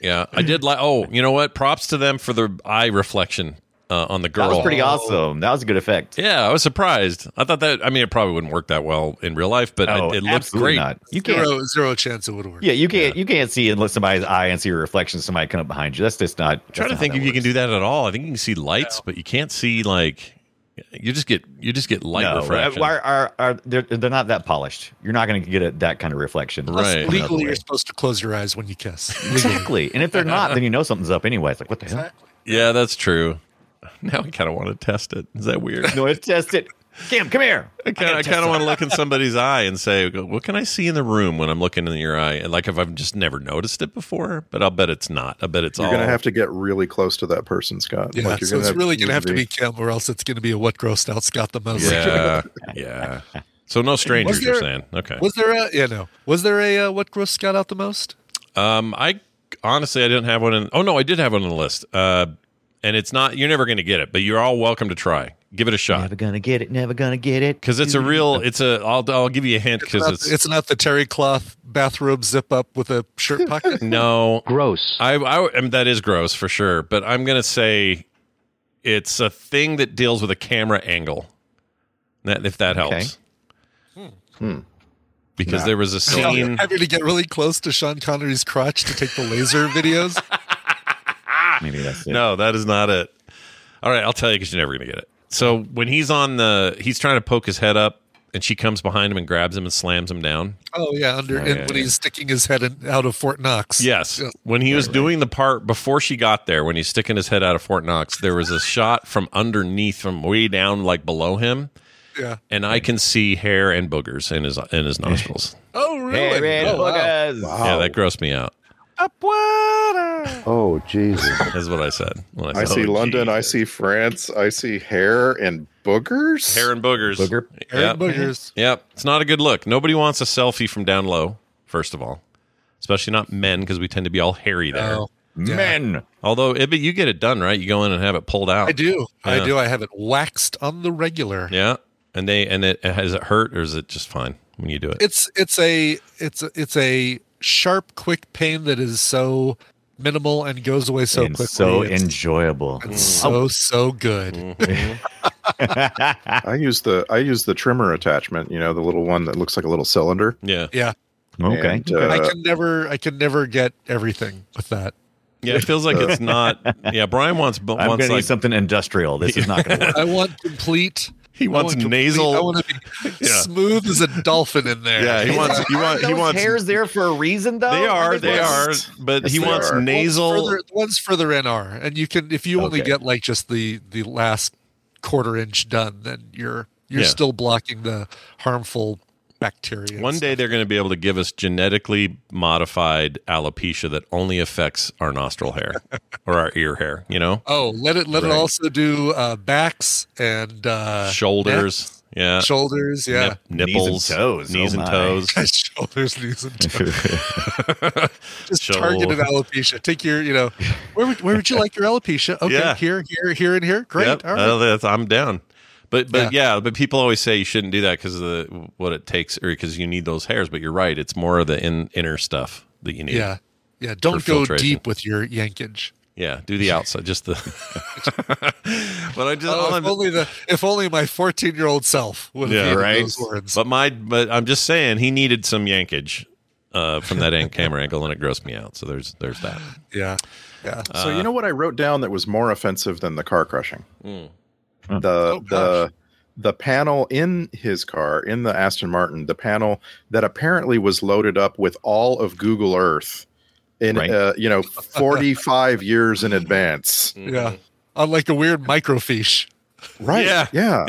Speaker 4: yeah i did like oh you know what props to them for the eye reflection uh, on the girl.
Speaker 5: That was pretty awesome. That was a good effect.
Speaker 4: Yeah, I was surprised. I thought that. I mean, it probably wouldn't work that well in real life, but
Speaker 5: No,
Speaker 4: it, it looked
Speaker 5: Oh, absolutely
Speaker 4: great.
Speaker 5: not. You can't.
Speaker 6: Zero, zero chance it would work.
Speaker 5: Yeah, you can't. You can't see and look somebody's eye and see your reflection. Somebody come up behind you. That's just not.
Speaker 4: I'm trying to think if you can do that at all. I think you can see lights, but you can't see like you just get you just get light
Speaker 5: no,
Speaker 4: refraction.
Speaker 5: Are, are, are, they're, they're not that polished. You're not going to get a, that kind of reflection.
Speaker 4: Right. Plus,
Speaker 5: another
Speaker 6: Legally,
Speaker 5: way.
Speaker 6: you're supposed to close your eyes when you kiss.
Speaker 5: Exactly. And if they're not, then you know something's up anyway. It's like, what the hell?
Speaker 6: Exactly.
Speaker 4: yeah, that's true. Now I kind of want to test it. Is that weird?
Speaker 5: No, let's test it. Kim, come here.
Speaker 4: I kind of, I kind of want to look in somebody's eye and say, "What can I see in the room when I'm looking in your eye?" And like if I've just never noticed it before, but I'll bet it's not. I bet it's
Speaker 1: You're
Speaker 4: all.
Speaker 1: going to have to get really close to that person, Scott.
Speaker 6: Yeah,
Speaker 1: Uh, Like, you're
Speaker 6: so it's
Speaker 1: have-
Speaker 6: really
Speaker 1: need
Speaker 6: going to have to be Kim, or else it's going to be a what grossed out Scott the most.
Speaker 4: Yeah, yeah. So no strangers,
Speaker 6: Was there-
Speaker 4: you're saying? Okay.
Speaker 6: Was there a yeah no? Was there a uh, what grossed Scott out the most?
Speaker 4: Um, I honestly, I didn't have one. In, oh no, I did have one on the list. Uh, and it's not. You're never going to get it, but you're all welcome to try. Give it a shot
Speaker 5: Never going to get it. Never going to get it.
Speaker 4: because Uh, it's
Speaker 6: Mm-hmm.
Speaker 4: a real. It's a. I'll I'll give you a hint because
Speaker 6: Not-
Speaker 4: it's,
Speaker 6: it's not the terry cloth bathrobe zip up with a shirt pocket.
Speaker 4: no.
Speaker 8: Gross.
Speaker 4: I I, I mean, that is gross for sure. But I'm going to say it's a thing that deals with a camera angle. That if that helps.
Speaker 5: Okay.
Speaker 4: Because there was a scene.
Speaker 6: Having to get really close to Sean Connery's crotch to take the laser videos.
Speaker 5: Maybe that's it.
Speaker 4: No, that is not it. All right, I'll tell you because you're never going to get it. So when he's on the, he's trying to poke his head up, and she comes behind him and grabs him and slams him down.
Speaker 6: Oh yeah, under and when he's sticking his head in, out of Fort Knox.
Speaker 4: Yes,
Speaker 6: Yeah.
Speaker 4: when he was doing the part before she got there, when he's sticking his head out of Fort Knox, there was a shot from underneath, from way down, like below him,
Speaker 6: Yeah.
Speaker 4: and I can see hair and boogers in his in his nostrils.
Speaker 6: Oh really?
Speaker 5: Hey, Red
Speaker 6: oh, wow.
Speaker 5: Boogers.
Speaker 4: Yeah, that grossed me out.
Speaker 1: Oh, Jesus.
Speaker 4: Is what I said. When
Speaker 1: I
Speaker 4: said,
Speaker 1: see
Speaker 4: "Oh,
Speaker 1: London. I
Speaker 4: Jesus."
Speaker 1: see France. I see hair and boogers.
Speaker 4: hair and boogers.
Speaker 5: Booger.
Speaker 4: Yep.
Speaker 6: Aaron Boogers.
Speaker 4: Yep. It's not a good look. Nobody wants a selfie from down low, first of all, especially not men because we tend to be all hairy there.
Speaker 6: Oh,
Speaker 5: Men.
Speaker 4: Although, Ibby, you get it done, right? You go in and have it pulled out.
Speaker 6: I do.
Speaker 4: Yeah.
Speaker 6: I do. I have it waxed on the regular.
Speaker 4: Yeah. And they, and it, has it hurt or is it just fine when you do it?
Speaker 6: It's it's a it's a, it's a sharp, quick pain that is so minimal and goes away so
Speaker 5: and
Speaker 6: quickly.
Speaker 5: so
Speaker 6: It's-
Speaker 5: enjoyable.
Speaker 6: it's so so good.
Speaker 1: I use the I use the trimmer attachment. You know, the little one that looks like a little cylinder.
Speaker 4: yeah.
Speaker 6: Yeah,
Speaker 5: Okay.
Speaker 1: And, uh,
Speaker 6: I can never I can never get everything with that.
Speaker 4: Yeah. It feels like it's not. Yeah. Brian wants, bu-
Speaker 5: I'm going
Speaker 4: wants
Speaker 5: to need
Speaker 4: like,
Speaker 5: something industrial. This is not going to work.
Speaker 6: I want complete.
Speaker 4: He
Speaker 6: I
Speaker 4: wants
Speaker 6: want complete-
Speaker 4: nasal-
Speaker 6: I want to be
Speaker 4: Yeah.
Speaker 6: smooth as a dolphin in there.
Speaker 4: yeah. He wants, you want, he
Speaker 5: Those
Speaker 4: wants,
Speaker 5: hairs there for a reason, though.
Speaker 6: Oh,
Speaker 4: they are, they are,
Speaker 5: Otherwise-
Speaker 4: but
Speaker 1: Yes,
Speaker 4: he
Speaker 1: they
Speaker 4: wants
Speaker 1: are.
Speaker 4: nasal.
Speaker 6: Further, one's further in are, and you can if you only
Speaker 5: Okay.
Speaker 6: get like just the the last quarter inch done, then you're you're
Speaker 4: Yeah.
Speaker 6: still blocking the harmful bacteria.
Speaker 4: One day they're going to be able to give us genetically modified alopecia that only affects our nostril hair or our ear hair, you know?
Speaker 6: Oh, let it let it
Speaker 4: Right.
Speaker 6: also do uh, backs and uh,
Speaker 4: Shoulders. Yeah.
Speaker 6: neck, shoulders, yeah,
Speaker 4: Nip- nipples,
Speaker 5: Knees and toes.
Speaker 4: knees
Speaker 5: Oh
Speaker 4: and
Speaker 5: my.
Speaker 4: toes.
Speaker 6: shoulders, knees, and toes. Just
Speaker 4: Shoulder.
Speaker 6: targeted alopecia. Take your, you know, where would where would you like your alopecia? Okay,
Speaker 4: Yeah.
Speaker 6: here, here, here, and here. Great.
Speaker 4: Yep.
Speaker 6: All right.
Speaker 4: Uh, that's- I'm down. But but yeah. but people always say you shouldn't do that because of the what it takes or because you need those hairs. But you're right, it's more of the in, inner stuff that you need.
Speaker 6: yeah, yeah. Don't
Speaker 4: For
Speaker 6: go
Speaker 4: filtration.
Speaker 6: deep with your yankage.
Speaker 4: yeah. Do the outside, just the. but I just all
Speaker 6: Oh,
Speaker 4: I'm-
Speaker 6: if only the if only my fourteen year old self would have
Speaker 4: Yeah,
Speaker 6: hated
Speaker 4: right.
Speaker 6: those words.
Speaker 4: But my, but I'm just saying he needed some yankage uh, from that an- camera angle, and it grossed me out. So there's there's that.
Speaker 6: yeah, yeah.
Speaker 1: So you know what I wrote down that was more offensive than the car crushing.
Speaker 4: Hmm.
Speaker 5: uh,
Speaker 1: The the the panel in his car in the Aston Martin, the panel that apparently was loaded up with all of Google Earth in
Speaker 5: Right.
Speaker 1: uh, you know 45 years in advance.
Speaker 6: yeah. On like a weird microfiche.
Speaker 1: Right.
Speaker 4: Yeah.
Speaker 1: Yeah.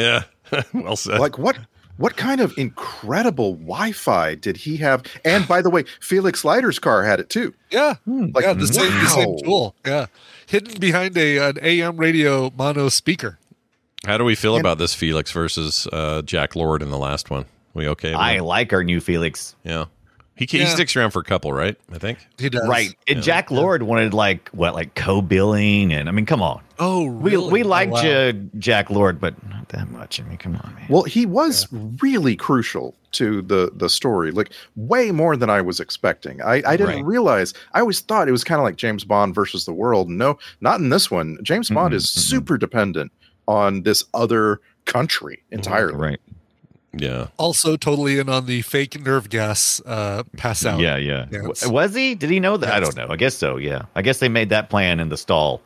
Speaker 4: Yeah, well said.
Speaker 1: Like what what kind of incredible Wi-Fi did he have? And by the way, Felix Leiter's car had it too.
Speaker 6: Yeah,
Speaker 5: Hmm.
Speaker 1: Like,
Speaker 6: yeah. The same, the same
Speaker 1: wow.
Speaker 6: tool. Yeah, hidden behind a an AM radio mono speaker.
Speaker 4: How do we feel about this Felix versus uh, Jack Lord in the last one? We okay? with
Speaker 5: I
Speaker 4: it?
Speaker 5: like our new Felix.
Speaker 4: yeah. He, he
Speaker 6: Yeah.
Speaker 4: sticks around for a couple, right? I think.
Speaker 6: He does
Speaker 5: Right. And Jack Lord wanted like what, like co-billing, and I mean, come on.
Speaker 6: Oh,
Speaker 5: We
Speaker 6: really?
Speaker 5: we liked
Speaker 6: Oh, wow.
Speaker 5: you, Jack Lord, but not that much. I mean, come on, man.
Speaker 1: Well, he was really crucial to the the story like way more than I was expecting. I, I didn't
Speaker 4: Right.
Speaker 1: realize. I always thought it was kind of like James Bond versus the world. No, not in this one. James Bond is super dependent on this other country entirely.
Speaker 5: Right.
Speaker 4: Yeah.
Speaker 6: Also, totally in on the fake nerve gas uh, pass out.
Speaker 5: Yeah, yeah. W-
Speaker 6: Yes.
Speaker 5: Was he? Did he know that? I
Speaker 6: Yes.
Speaker 5: don't know. I guess so. Yeah. I guess they made that plan in the stall.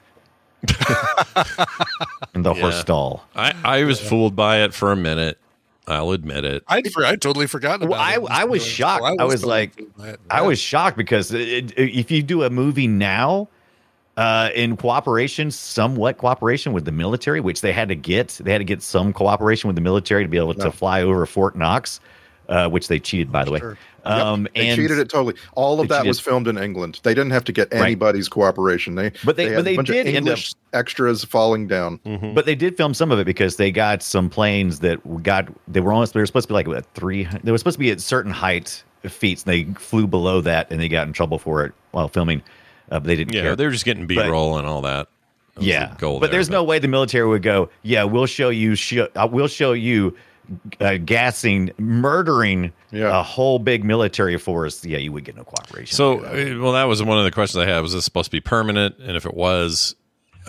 Speaker 5: in the horse
Speaker 4: Yeah.
Speaker 5: stall.
Speaker 4: I, I was fooled by it for a minute. I'll admit it.
Speaker 6: I'd, for, I'd totally forgotten
Speaker 5: Well,
Speaker 6: about
Speaker 5: I,
Speaker 6: it.
Speaker 5: I was
Speaker 6: Oh,
Speaker 5: shocked. I was,
Speaker 6: totally
Speaker 5: like,
Speaker 6: fooled by it.
Speaker 5: I
Speaker 6: Yeah.
Speaker 5: was shocked because it, it, if you do a movie now, uh, in cooperation, somewhat cooperation with the military, which they had to get, they had to get some cooperation with the military to be able to fly over Fort Knox, uh, which they cheated, by the way. Um,
Speaker 1: They
Speaker 5: and
Speaker 1: cheated it totally. All of
Speaker 5: They
Speaker 1: that
Speaker 5: cheated.
Speaker 1: was filmed in England. They didn't have to get
Speaker 5: Right.
Speaker 1: anybody's cooperation. They
Speaker 5: But they-
Speaker 1: had
Speaker 5: but they
Speaker 1: a bunch
Speaker 5: did
Speaker 1: of
Speaker 5: end up- Mm.
Speaker 1: English extras falling down.
Speaker 5: But they did film some of it because they got some planes that got they were almost they were supposed to be like at three they were supposed to be at certain height feet and they flew below that and they got in trouble for it while filming. Uh, but they didn't
Speaker 4: Yeah,
Speaker 5: care.
Speaker 4: they were just getting B roll and all that. That was
Speaker 5: yeah,
Speaker 4: the goal
Speaker 5: but
Speaker 4: there,
Speaker 5: there's no way the military would go. Yeah, we'll show you. Sh- uh, we'll show you uh, gassing, murdering
Speaker 1: Yeah.
Speaker 5: a whole big military force. Yeah, you would get no cooperation.
Speaker 4: So, uh, well, that was one of the questions I had. Was this supposed to be permanent? And if it was,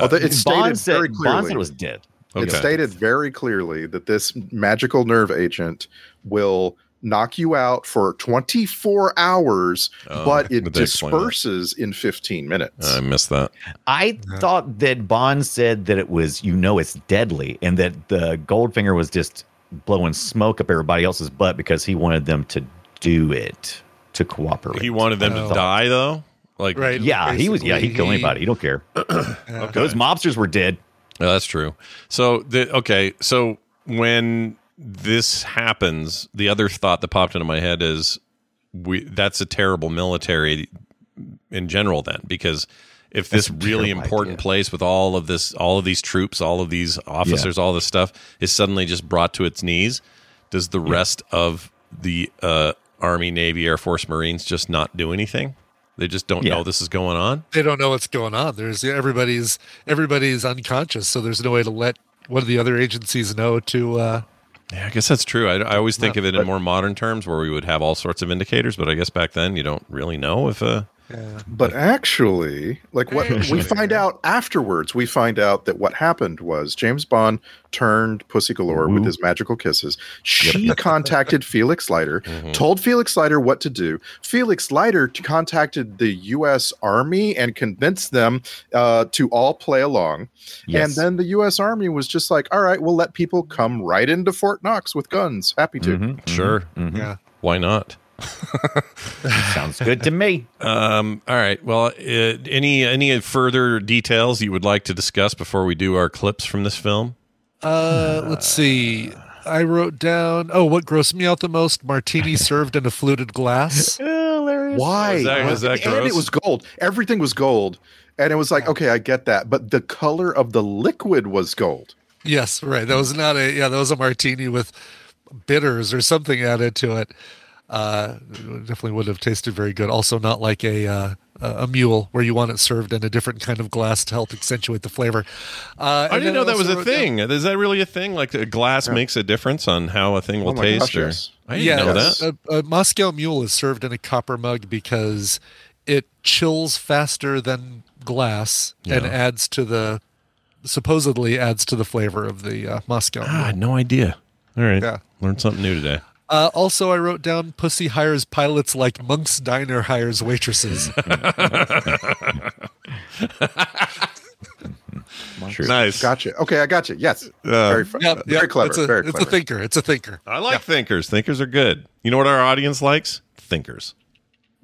Speaker 1: Although it stated
Speaker 5: Bond said,
Speaker 1: very clearly.
Speaker 5: Bond said it was dead.
Speaker 4: okay.
Speaker 1: It stated very clearly that this magical nerve agent will knock you out for 24 hours,
Speaker 4: Oh,
Speaker 1: but it
Speaker 4: but they explained that.
Speaker 1: disperses in 15 minutes.
Speaker 4: I missed that.
Speaker 5: I thought that Bond said that it was, you know, it's deadly, and that the Goldfinger was just blowing smoke up everybody else's butt because he wanted them to do it to cooperate.
Speaker 4: He wanted them to
Speaker 6: Oh.
Speaker 4: die, though. Like,
Speaker 6: Right.
Speaker 5: yeah, he was. Yeah, he'd kill
Speaker 6: Basically,
Speaker 5: anybody. He don't care.
Speaker 6: Yeah.
Speaker 5: Those mobsters were dead.
Speaker 4: Yeah, that's true. So, the, okay. So, when this happens, the other thought that popped into my head is we that's a terrible military in general, then, because if
Speaker 5: That's
Speaker 4: this
Speaker 5: a
Speaker 4: really
Speaker 5: terrible
Speaker 4: important
Speaker 5: idea.
Speaker 4: place with all of this, all of these troops, all of these officers, all this stuff is suddenly just brought to its knees, does the rest of the uh, Army, Navy, Air Force, Marines just not do anything? They just don't
Speaker 5: Yeah.
Speaker 4: know this is going on.
Speaker 6: they don't know what's going on. There's everybody's everybody's unconscious, so there's no way to let one of the other agencies know to. Uh,
Speaker 4: Yeah, I guess that's true. I, I always think of it in more modern terms where we would have all sorts of indicators, but I guess back then you don't really know if uh
Speaker 1: But actually, like what we find out afterwards, we find out that what happened was James Bond turned Pussy Galore with his magical kisses. She contacted Felix Leiter, told Felix Leiter what to do. Felix Leiter t- contacted the U.S. Army and convinced them uh, to all play along. And
Speaker 5: Yes.
Speaker 1: then the U.S. Army was just like, all right, we'll let people come right into Fort Knox with guns. Happy to.
Speaker 5: Mhm.
Speaker 4: sure,
Speaker 6: Yeah,
Speaker 4: why not?
Speaker 5: Sounds good to me.
Speaker 4: Um, all right. Well, uh, any any further details you would like to discuss before we do our clips from this film?
Speaker 6: Uh, let's see. I wrote down. Oh, what grossed me out the most? Martini served in a fluted glass.
Speaker 1: Why?
Speaker 4: Was that- was that
Speaker 1: and
Speaker 4: gross?
Speaker 1: it was gold. Everything was gold. And it was like, okay, I get that. But the color of the liquid was gold.
Speaker 6: Yes, right. That was not a. Yeah, that was a martini with bitters or something added to it. Uh, it definitely would have tasted very good. Also, not like a uh, a mule where you want it served in a different kind of glass to help accentuate the flavor. Uh,
Speaker 4: I
Speaker 6: and
Speaker 4: didn't
Speaker 6: then
Speaker 4: know that
Speaker 6: also
Speaker 4: was a
Speaker 6: wrote down-
Speaker 4: thing. Is that really a thing? Like a glass makes a difference on how a thing will
Speaker 1: Oh my
Speaker 4: taste?
Speaker 1: gosh,
Speaker 4: or-
Speaker 1: yes.
Speaker 4: I didn't
Speaker 6: yeah,
Speaker 4: know
Speaker 1: Yes. Uh,
Speaker 4: that.
Speaker 6: A, a Moscow Mule is served in a copper mug because it chills faster than glass and
Speaker 4: Yeah.
Speaker 6: adds to the supposedly adds to the flavor of the uh, Moscow
Speaker 4: Ah, I
Speaker 6: Mule.
Speaker 4: had no idea. All right.
Speaker 6: Yeah.
Speaker 4: Learned something new today.
Speaker 6: Uh, also, I wrote down pussy hires pilots like Monk's Diner hires waitresses.
Speaker 5: True.
Speaker 4: Nice.
Speaker 1: Gotcha. Okay, I gotcha. Yes. very, fu-
Speaker 6: Yep,
Speaker 1: very
Speaker 6: yep,
Speaker 1: clever.
Speaker 6: It's a,
Speaker 1: very
Speaker 6: it's
Speaker 1: clever.
Speaker 6: a thinker. It's a thinker.
Speaker 4: I like thinkers. Thinkers are good. You know what our audience likes? Thinkers.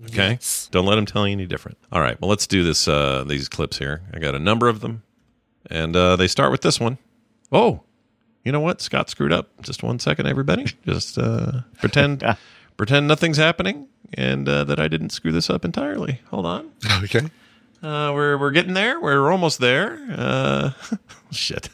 Speaker 4: Okay.
Speaker 6: Yes.
Speaker 4: Don't let them tell you any different. All right. Well, let's do this. Uh, these clips here. I got a number of them, and uh, they start with this one. Oh, you know what? Scott screwed up. Just one second, everybody. Just uh, pretend, pretend nothing's happening, and uh, that I didn't screw this up entirely. Hold on.
Speaker 6: Okay.
Speaker 4: Uh, we're we're getting there. We're almost there. Uh, shit.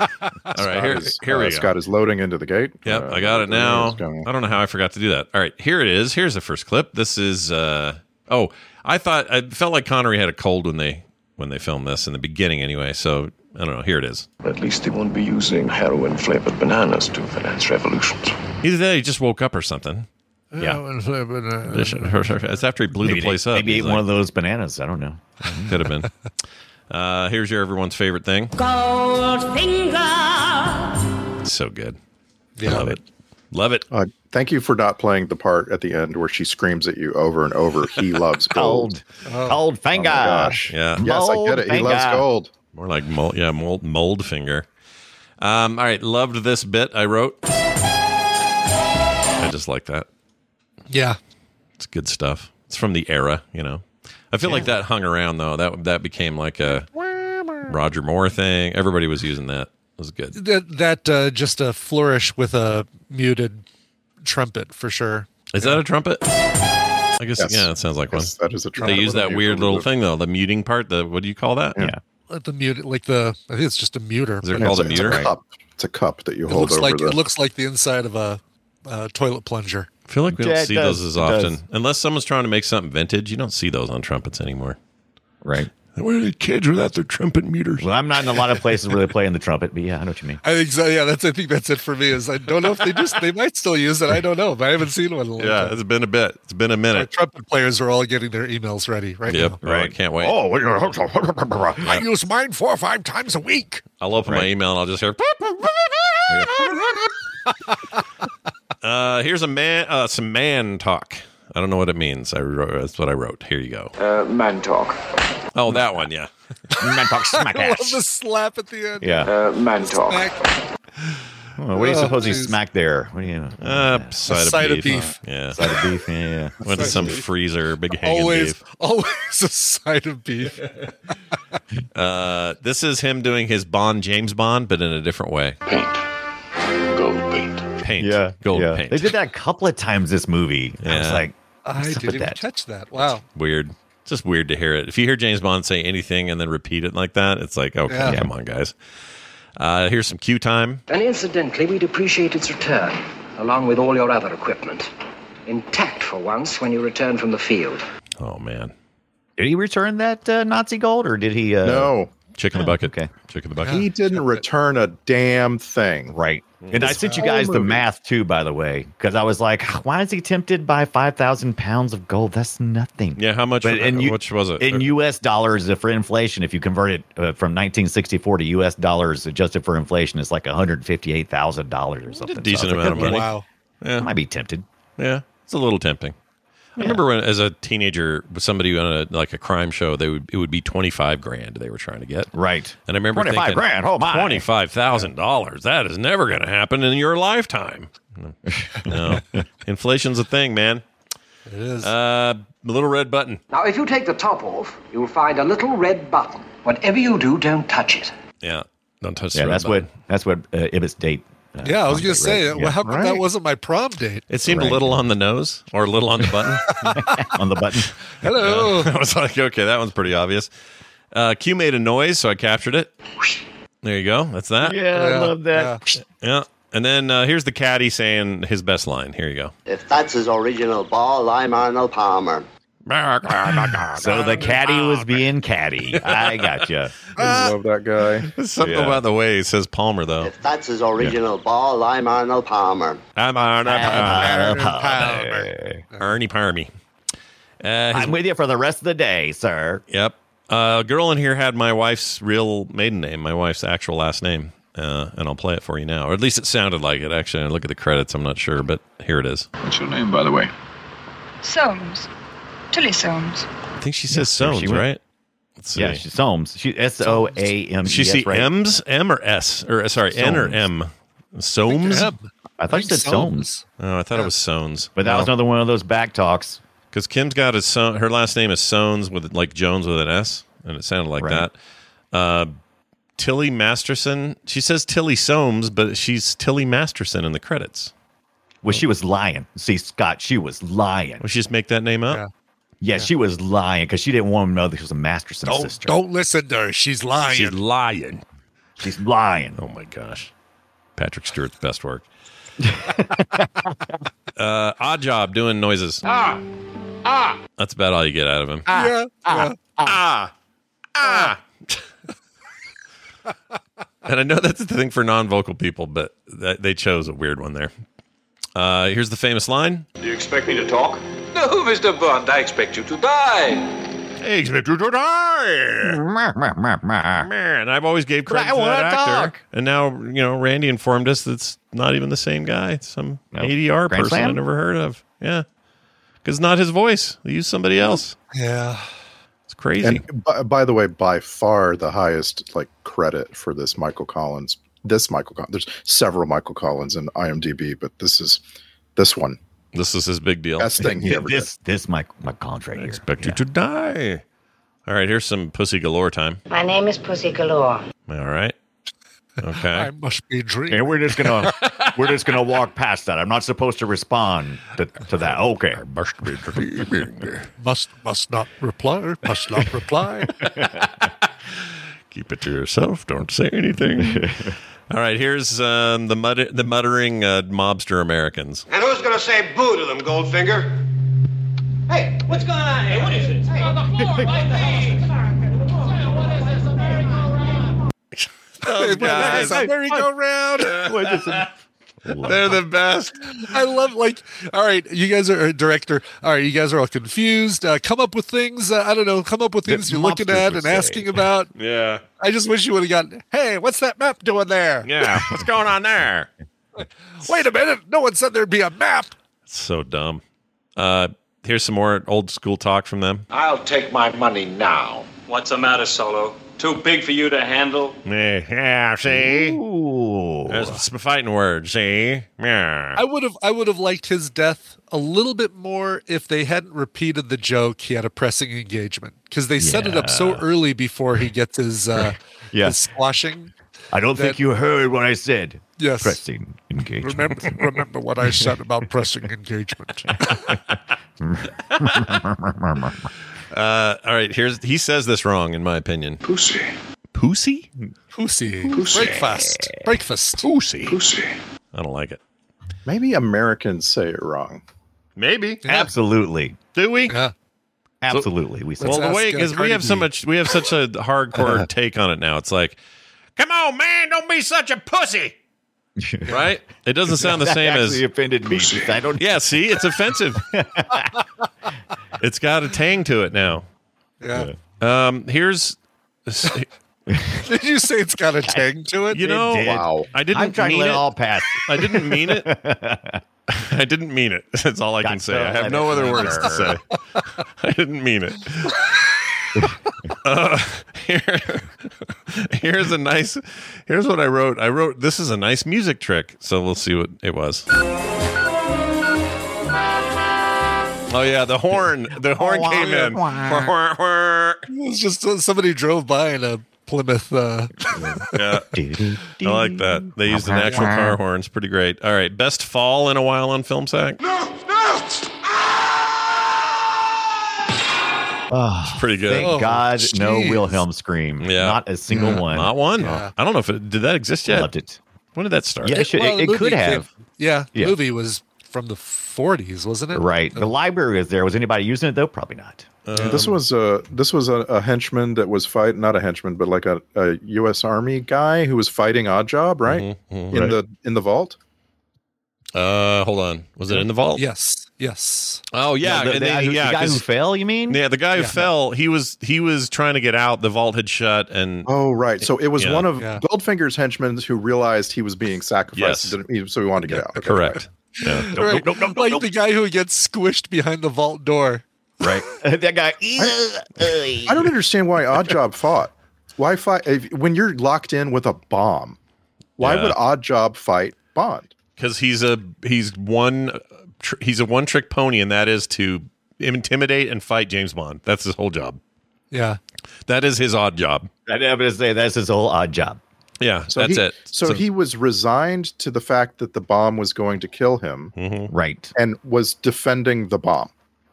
Speaker 4: All right. Here,
Speaker 1: Is-
Speaker 4: here we
Speaker 1: uh,
Speaker 4: go.
Speaker 1: Scott is loading into the gate.
Speaker 4: Yep,
Speaker 1: Uh,
Speaker 4: I got it now.
Speaker 1: it's going.
Speaker 4: I don't know how I forgot to do that. All right, here it is. Here's the first clip. This is uh oh, I thought I felt like Connery had a cold when they when they filmed this in the beginning anyway. So I don't know. Here it is.
Speaker 9: At least they won't be using heroin flavored bananas to finance revolutions.
Speaker 4: Either that, or he just woke up or something.
Speaker 5: Yeah.
Speaker 4: It's after he blew
Speaker 5: Maybe
Speaker 4: the place
Speaker 5: they-
Speaker 4: up.
Speaker 5: Maybe
Speaker 4: He's
Speaker 5: ate one
Speaker 4: like,
Speaker 5: of those bananas. I don't know.
Speaker 4: Could have been. Uh, here's your everyone's favorite thing. So good.
Speaker 6: Yeah.
Speaker 4: Love it. Love it.
Speaker 1: Uh, thank you for not playing the part at the end where she screams at you over and over. He loves gold.
Speaker 5: Cold, cold
Speaker 1: Oh my
Speaker 5: finger.
Speaker 1: gosh.
Speaker 4: Yeah.
Speaker 1: Yes, I get it. He
Speaker 5: Gold
Speaker 1: loves
Speaker 5: finger.
Speaker 1: gold.
Speaker 4: More like mold. Yeah, mold, mold finger. Um, all right. Loved this bit I wrote. I just like that.
Speaker 6: Yeah.
Speaker 4: It's good stuff. It's from the era, you know. I feel like that hung around though. That that became like a Roger Moore thing. Everybody was using that. It was good.
Speaker 6: That, that uh, just a flourish with a muted trumpet for sure.
Speaker 4: Is that a trumpet? I guess
Speaker 1: Yes.
Speaker 4: yeah, it sounds like
Speaker 1: Yes,
Speaker 4: one.
Speaker 1: that is a
Speaker 4: They
Speaker 1: trumpet.
Speaker 4: use
Speaker 1: What
Speaker 4: that
Speaker 1: do you
Speaker 4: weird
Speaker 1: call
Speaker 4: little
Speaker 1: it?
Speaker 4: thing though, the muting part. The what do you call that?
Speaker 5: Yeah.
Speaker 6: Let the mute like the I think it's just a muter.
Speaker 4: Is it
Speaker 1: Yeah,
Speaker 4: called a
Speaker 1: it's
Speaker 4: muter?
Speaker 1: It's a cup. It's a cup that you
Speaker 6: It
Speaker 1: hold
Speaker 6: looks
Speaker 1: over
Speaker 6: like
Speaker 1: the.
Speaker 6: it looks like the inside of a, a toilet plunger.
Speaker 4: I feel like we don't
Speaker 5: Yeah, it
Speaker 4: see
Speaker 5: does.
Speaker 4: those as
Speaker 5: It does.
Speaker 4: often, unless someone's trying to make something vintage. You don't see those on trumpets anymore.
Speaker 5: Right.
Speaker 4: Where are the kids without their trumpet muters?
Speaker 5: Well, I'm not in a lot of places where they play in the trumpet, but yeah, I know what you mean.
Speaker 6: I think so. Yeah, that's I think that's it for me. Is I don't know if they just they might still use it. I don't know. But I haven't seen one. In a long
Speaker 4: Yeah,
Speaker 6: time.
Speaker 4: it's been a bit. It's been a
Speaker 6: Our
Speaker 4: minute.
Speaker 6: trumpet players are all getting their emails ready right
Speaker 4: Yep.
Speaker 6: now.
Speaker 4: Right. I can't wait.
Speaker 5: Oh,
Speaker 6: I use mine four or five times a week.
Speaker 4: I'll open my
Speaker 5: Right.
Speaker 4: email and I'll just hear. uh, here's a man, uh, some man talk. I don't know what it means. I wrote, that's what I wrote. Here you go.
Speaker 9: Uh, man talk.
Speaker 4: Oh, that one. Yeah.
Speaker 5: man talk smack
Speaker 6: I love the
Speaker 5: ass.
Speaker 6: slap at the end.
Speaker 5: Yeah.
Speaker 9: Uh, man talk.
Speaker 6: Smack.
Speaker 5: Oh, what do you
Speaker 6: Oh,
Speaker 5: suppose he
Speaker 6: geez.
Speaker 5: smacked there? What do you?
Speaker 4: Uh, side, of,
Speaker 6: side
Speaker 4: beef.
Speaker 6: of beef.
Speaker 4: Yeah.
Speaker 5: Side of beef. Yeah, yeah. yeah.
Speaker 4: Went to some freezer, big hanging
Speaker 6: Always,
Speaker 4: beef.
Speaker 6: always a side of beef.
Speaker 4: Uh, this is him doing his Bond, James Bond, but in a different way.
Speaker 9: Paint. Gold paint.
Speaker 4: Paint. Gold
Speaker 5: yeah.
Speaker 4: paint.
Speaker 5: They did that a couple of times this movie. I was
Speaker 4: Yeah.
Speaker 5: like,
Speaker 6: I
Speaker 5: What's up
Speaker 6: didn't
Speaker 5: with
Speaker 6: even
Speaker 5: that?
Speaker 6: catch that. Wow.
Speaker 4: Weird. It's just weird to hear it. If you hear James Bond say anything and then repeat it like that, it's like, okay,
Speaker 6: Yeah.
Speaker 4: come on, guys. Uh, here's some cue time.
Speaker 7: And incidentally, we'd appreciate its return, along with all your other equipment. Intact for once when you return from the field.
Speaker 4: Oh, man.
Speaker 5: did he return that uh, Nazi gold or did he? Uh,
Speaker 1: no,
Speaker 4: Chick in the bucket.
Speaker 5: okay.
Speaker 4: Chick in the bucket.
Speaker 1: he didn't return a damn thing.
Speaker 5: Right.
Speaker 4: Mm.
Speaker 5: And I sent you
Speaker 1: whole
Speaker 5: guys the
Speaker 1: movie.
Speaker 5: math too, by the way, because I was like, why is he tempted by 5,000 pounds of gold? That's nothing.
Speaker 4: Yeah, how much?
Speaker 5: But in U-
Speaker 4: which was it?
Speaker 5: In U.S. dollars, uh, for inflation, if you convert it uh, from 1964 to U.S. dollars adjusted for inflation, it's like 158 thousand dollars or something. So I was
Speaker 4: decent
Speaker 5: like,
Speaker 4: amount of
Speaker 5: okay,
Speaker 4: money.
Speaker 6: Wow.
Speaker 5: I might be tempted.
Speaker 4: yeah, it's a little tempting. I remember when, as a teenager, with somebody on a like a crime show, they would it would be twenty five grand they were trying to get.
Speaker 5: Right.
Speaker 4: And I remember
Speaker 5: 25
Speaker 4: thinking,
Speaker 5: grand, oh my.
Speaker 4: twenty five thousand dollars. That is never going to happen in your lifetime. No, inflation's a thing, man.
Speaker 6: It is.
Speaker 4: Uh, little red button.
Speaker 7: Now, if you take the top off, you'll find a little red button. Whatever you do, don't touch it.
Speaker 4: Yeah, don't touch. the
Speaker 5: Yeah,
Speaker 4: red
Speaker 5: that's
Speaker 4: button.
Speaker 5: what that's what uh, Ibbitt's date. Uh,
Speaker 6: yeah, I was
Speaker 5: Conrad
Speaker 6: gonna say,
Speaker 5: read.
Speaker 6: well, how come that
Speaker 1: Right.
Speaker 6: wasn't my prom date?
Speaker 4: It seemed a little on the nose or a little on the button.
Speaker 5: on the button.
Speaker 6: Hello.
Speaker 4: I was like, okay, that one's pretty obvious. Uh, Q made a noise, so I captured it. There you go. That's that.
Speaker 5: yeah,
Speaker 6: Yeah,
Speaker 4: Yeah. And then uh, here's the caddy saying his best line. Here you go.
Speaker 7: If that's his original ball, I'm Arnold Palmer.
Speaker 5: So the caddy was being caddy. I gotcha.
Speaker 1: I love that guy.
Speaker 4: There's something
Speaker 5: Yeah.
Speaker 4: about the way he says Palmer, though.
Speaker 7: that's his original ball, I'm Arnold Palmer.
Speaker 4: I'm Arnie Palmer.
Speaker 6: Palmer.
Speaker 4: Ernie Parmy. Uh, his-
Speaker 5: I'm with you for the rest of the day, sir.
Speaker 4: yep. Uh, a girl in here had my wife's real maiden name, my wife's actual last name. Uh, and I'll play it for you now. Or at least it sounded like it. Actually, I look at the credits. I'm not sure, but here it is.
Speaker 9: What's your name, by the way?
Speaker 10: Soames. Tilly Soames.
Speaker 4: I think she says
Speaker 5: there
Speaker 4: Soames,
Speaker 5: she went.
Speaker 4: right? Let's see.
Speaker 5: Yeah, she's Soames. She S O A M.
Speaker 4: She see M's, M or S, or uh, sorry, N or
Speaker 5: Soames.
Speaker 4: M, Soames.
Speaker 6: Yep.
Speaker 5: I thought she said Soames,
Speaker 4: Oh, I thought it was Soanes,
Speaker 5: but that was another one of those back talks.
Speaker 4: because Kim's got his son. Her last name is Soanes with like Jones with an S, and it sounded like
Speaker 5: Right.
Speaker 4: that. Uh, Tilly Masterson. She says Tilly Soames, but she's Tilly Masterson in the credits.
Speaker 5: Well, she was lying. See, Scott, she was lying.
Speaker 4: Well, she just make that name up.
Speaker 6: Yeah.
Speaker 5: Yeah, she was lying because she didn't want to know that she was a Masterson
Speaker 6: Don't
Speaker 5: sister.
Speaker 6: don't listen to her. She's lying.
Speaker 4: She's lying.
Speaker 5: She's lying.
Speaker 4: Oh my gosh, Patrick Stewart's best work. uh, odd job doing noises. Ah, ah. That's about all you
Speaker 11: Ah.
Speaker 4: get out of him.
Speaker 6: yeah. yeah.
Speaker 4: and I know that's the thing for non-vocal people, but that, they chose a weird one there. Uh, here's the famous line.
Speaker 11: Do you expect me to talk? No, Mr. Bond, I expect you to die.
Speaker 4: I expect you to die. Man, I've always gave credit
Speaker 11: I
Speaker 4: to that
Speaker 11: wanna
Speaker 4: actor,
Speaker 11: talk.
Speaker 4: and now you know Randy informed us that's not even the same guy. It's Some ADR
Speaker 6: Grand
Speaker 4: person I
Speaker 6: slam.
Speaker 4: never heard of. Yeah, because not his voice. They use somebody else.
Speaker 6: Yeah.
Speaker 4: It's crazy.
Speaker 1: And by, by the way, by far the highest like credit for this Michael Collins. This Michael Collins. There's several Michael Collins in IMDb, but this is this one.
Speaker 4: This is his big deal.
Speaker 1: Best thing he ever
Speaker 5: this this Mike Mike Collins right
Speaker 4: I expect you to die. All right, here's some pussy galore time.
Speaker 12: My name is Pussy Galore.
Speaker 4: All right. Okay. I
Speaker 6: must be dreaming.
Speaker 5: And we're just gonna we're just gonna walk past that. I'm not supposed to respond to, to that. Okay. Must be dreaming.
Speaker 6: Must must not reply. Must not reply.
Speaker 4: Keep it to yourself. Don't say anything. All right, here's um, the mud- the muttering uh, mobster Americans.
Speaker 13: And who's gonna say boo to them, Goldfinger?
Speaker 14: Hey, what's going on here? what is this? on the floor, like
Speaker 4: Those Oh, guys. merry-go-round. They're the best.
Speaker 6: I love like, all right, you guys are a director. All right, you guys are all confused. Uh, come up with things. Uh, I don't know. Come up with
Speaker 4: That
Speaker 6: things you're looking
Speaker 4: mobsters
Speaker 6: at
Speaker 4: would
Speaker 6: and
Speaker 4: say.
Speaker 6: asking about.
Speaker 4: Yeah.
Speaker 6: I just wish you would have gotten. Hey, what's that map doing there?
Speaker 4: Yeah. What's going on there?
Speaker 6: Wait a minute. No one said there'd be a map.
Speaker 4: So dumb. Uh, here's some more old school talk from them.
Speaker 11: I'll take my money now. What's the matter, Solo? Too big for you to handle?
Speaker 4: Yeah, yeah see? There's some fighting words, see? Yeah.
Speaker 6: I would have I would have liked his death a little bit more if they hadn't repeated the joke. He had a pressing engagement because they set it up so
Speaker 5: Yeah.
Speaker 6: early before he gets his uh,
Speaker 5: Yeah.
Speaker 6: his squashing.
Speaker 5: I don't think
Speaker 6: That-
Speaker 5: you heard what I said.
Speaker 6: Yes.
Speaker 5: Pressing engagement.
Speaker 6: Remember, remember what I said about pressing engagement.
Speaker 4: Uh, all right, here's he says this wrong in my opinion.
Speaker 11: Pussy.
Speaker 4: Pussy?
Speaker 6: Pussy.
Speaker 11: Pussy.
Speaker 6: Breakfast. Breakfast.
Speaker 4: Pussy.
Speaker 11: Pussy.
Speaker 4: I don't like it.
Speaker 1: Maybe Americans say it wrong.
Speaker 4: Maybe.
Speaker 5: Absolutely.
Speaker 4: Do we?
Speaker 5: Absolutely. we say
Speaker 4: well,
Speaker 5: that.
Speaker 4: the way because we have so much, we have such a hardcore take on it now. It's like, come on, man, don't be such a pussy. right? It doesn't sound the
Speaker 5: That
Speaker 4: same as
Speaker 5: actually offended me. I don't.
Speaker 4: Yeah, see, it's offensive. it's got a tang to it now.
Speaker 6: Yeah.
Speaker 4: Um, here's
Speaker 6: Did you say it's got a tang to it?
Speaker 4: you know, I didn't mean it. Oh,
Speaker 5: pass.
Speaker 4: I didn't mean it. I didn't mean it. That's all I can say. I have no other words to say. I didn't mean it. Uh, here, here's a nice. Here's what I wrote. I wrote this is a nice music trick. So we'll see what it was. Oh yeah, the horn. The horn came in.
Speaker 6: It was just uh, somebody drove by in a Plymouth. Uh,
Speaker 4: Yeah, I like that. They used an actual car horn. It's pretty great. All right, best fall in a while on film sack.
Speaker 5: Oh,
Speaker 4: It's pretty good.
Speaker 5: Thank
Speaker 4: Oh,
Speaker 5: God, no
Speaker 4: jeez.
Speaker 5: Wilhelm scream.
Speaker 4: Yeah.
Speaker 5: Not a single
Speaker 4: Yeah.
Speaker 5: one.
Speaker 4: Not one.
Speaker 5: Yeah.
Speaker 4: I don't know if it did that exist yet.
Speaker 5: Loved it.
Speaker 4: When did that start?
Speaker 5: Yeah, it should-
Speaker 6: well,
Speaker 5: it
Speaker 6: the
Speaker 5: could
Speaker 6: movie came-
Speaker 5: have.
Speaker 6: yeah,
Speaker 5: Yeah.
Speaker 6: movie was from the 40s, wasn't it?
Speaker 5: Right. The library is there. Was anybody using it though? Probably not.
Speaker 1: this was a this was a, a henchman that was fight not a henchman but like a, a U.S. Army guy who was fighting Odd Job right
Speaker 4: mhm,
Speaker 1: in
Speaker 4: right.
Speaker 1: the in the vault.
Speaker 4: Uh, hold on. Was it in the vault?
Speaker 6: Yes. Yes.
Speaker 4: Oh yeah,
Speaker 5: No, the,
Speaker 4: and
Speaker 5: the-
Speaker 4: then-
Speaker 5: the
Speaker 4: yeah,
Speaker 5: guy who
Speaker 4: 'cause-
Speaker 5: fell. You mean?
Speaker 4: yeah, the guy who
Speaker 5: Yeah.
Speaker 4: fell. He was he was trying to get out. The vault had shut, and
Speaker 1: Oh right, so it was
Speaker 4: Yeah.
Speaker 1: one of
Speaker 6: Yeah.
Speaker 1: Goldfinger's henchmen who realized he was being sacrificed,
Speaker 4: Yes.
Speaker 1: and didn't- so he wanted to get out. Okay,
Speaker 4: correct. Yeah.
Speaker 6: Right. like the guy who gets squished behind the vault door.
Speaker 4: Right.
Speaker 5: that guy.
Speaker 1: fine. I don't understand why Odd Job fought. Why fight if, when you're locked in with a bomb? Why
Speaker 4: Yeah.
Speaker 1: would Odd Job fight Bond?
Speaker 4: because he's a he's one tr- he's a one trick pony, and that is to intimidate and fight James Bond. That's his whole job.
Speaker 6: Yeah.
Speaker 4: That is his odd job.
Speaker 5: I'd have to say that's his whole odd job.
Speaker 4: Yeah, that's
Speaker 1: he,
Speaker 4: it.
Speaker 1: So, he was resigned to the fact that the bomb was going to kill him,
Speaker 4: Mm-hmm.
Speaker 5: Right.
Speaker 1: and was defending the bomb.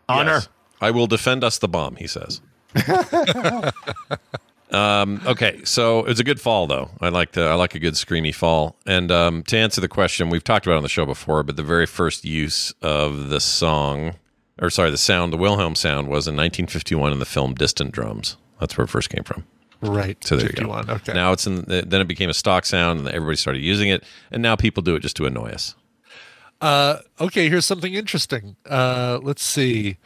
Speaker 4: honor. I will defend us the bomb. He says. um, okay, so it was a good fall though. I like to I like a good screamy fall. And um, to answer the question, we've talked about it on the show before, but the very first use of the song, or sorry, the sound, the Wilhelm sound, was in 1951 in the film Distant Drums. That's where it first came from.
Speaker 6: Right.
Speaker 4: So there you
Speaker 6: 51,
Speaker 4: go.
Speaker 6: okay.
Speaker 4: Now it's in. The, then it became a stock sound, and everybody started using it. And now people do it just to annoy us.
Speaker 6: Uh, okay, here's something interesting. Uh, let's see.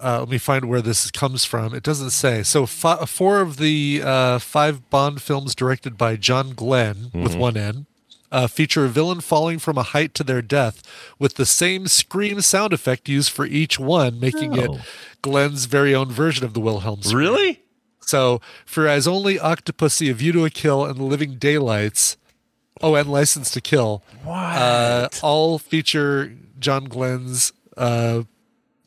Speaker 6: Uh, let me find where this comes from. It doesn't say. So fi- four of the uh, five Bond films directed by John Glenn, with
Speaker 4: Mm-hmm.
Speaker 12: Mhm.
Speaker 6: one N, uh, feature a villain falling from a height to their death, with the same scream sound effect used for each one, making it
Speaker 12: Oh.
Speaker 6: Glenn's very own version of the Wilhelm scream.
Speaker 4: Really?
Speaker 6: So for Eyes Only, Octopussy, A View to a Kill, and The Living Daylights. Oh, and License to Kill. Uh, all feature John Glenn's uh,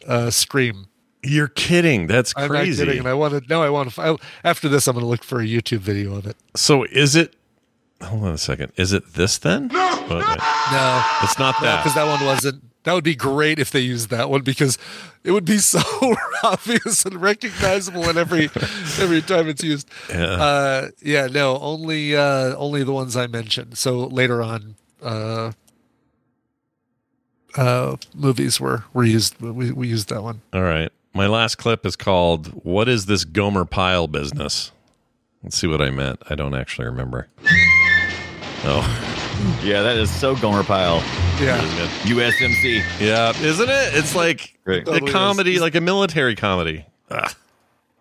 Speaker 6: uh, scream.
Speaker 4: You're kidding. That's
Speaker 6: I'm
Speaker 4: crazy.
Speaker 6: not kidding. And I want to. No, I want to. After this, I'm going to look for a YouTube video of it.
Speaker 4: So is it? Hold on a second. Is it this then? No.
Speaker 6: No,
Speaker 4: It's not that.
Speaker 6: because that one wasn't. That would be great if they used that one because it would be so obvious and recognizable in every every time it's used.
Speaker 4: Yeah.
Speaker 6: uh, yeah no, only uh, only the ones I mentioned. So later on, uh, uh, movies were were used. We we used that one.
Speaker 4: All right. My last clip is called "What Is This Gomer Pyle Business?" Let's see what I meant. I don't actually remember. Oh,
Speaker 5: yeah, that is so Gomer Pyle.
Speaker 6: Yeah.
Speaker 5: USMC.
Speaker 4: Yeah, isn't it? It's like
Speaker 5: Great.
Speaker 4: a comedy, like a military comedy. Ah.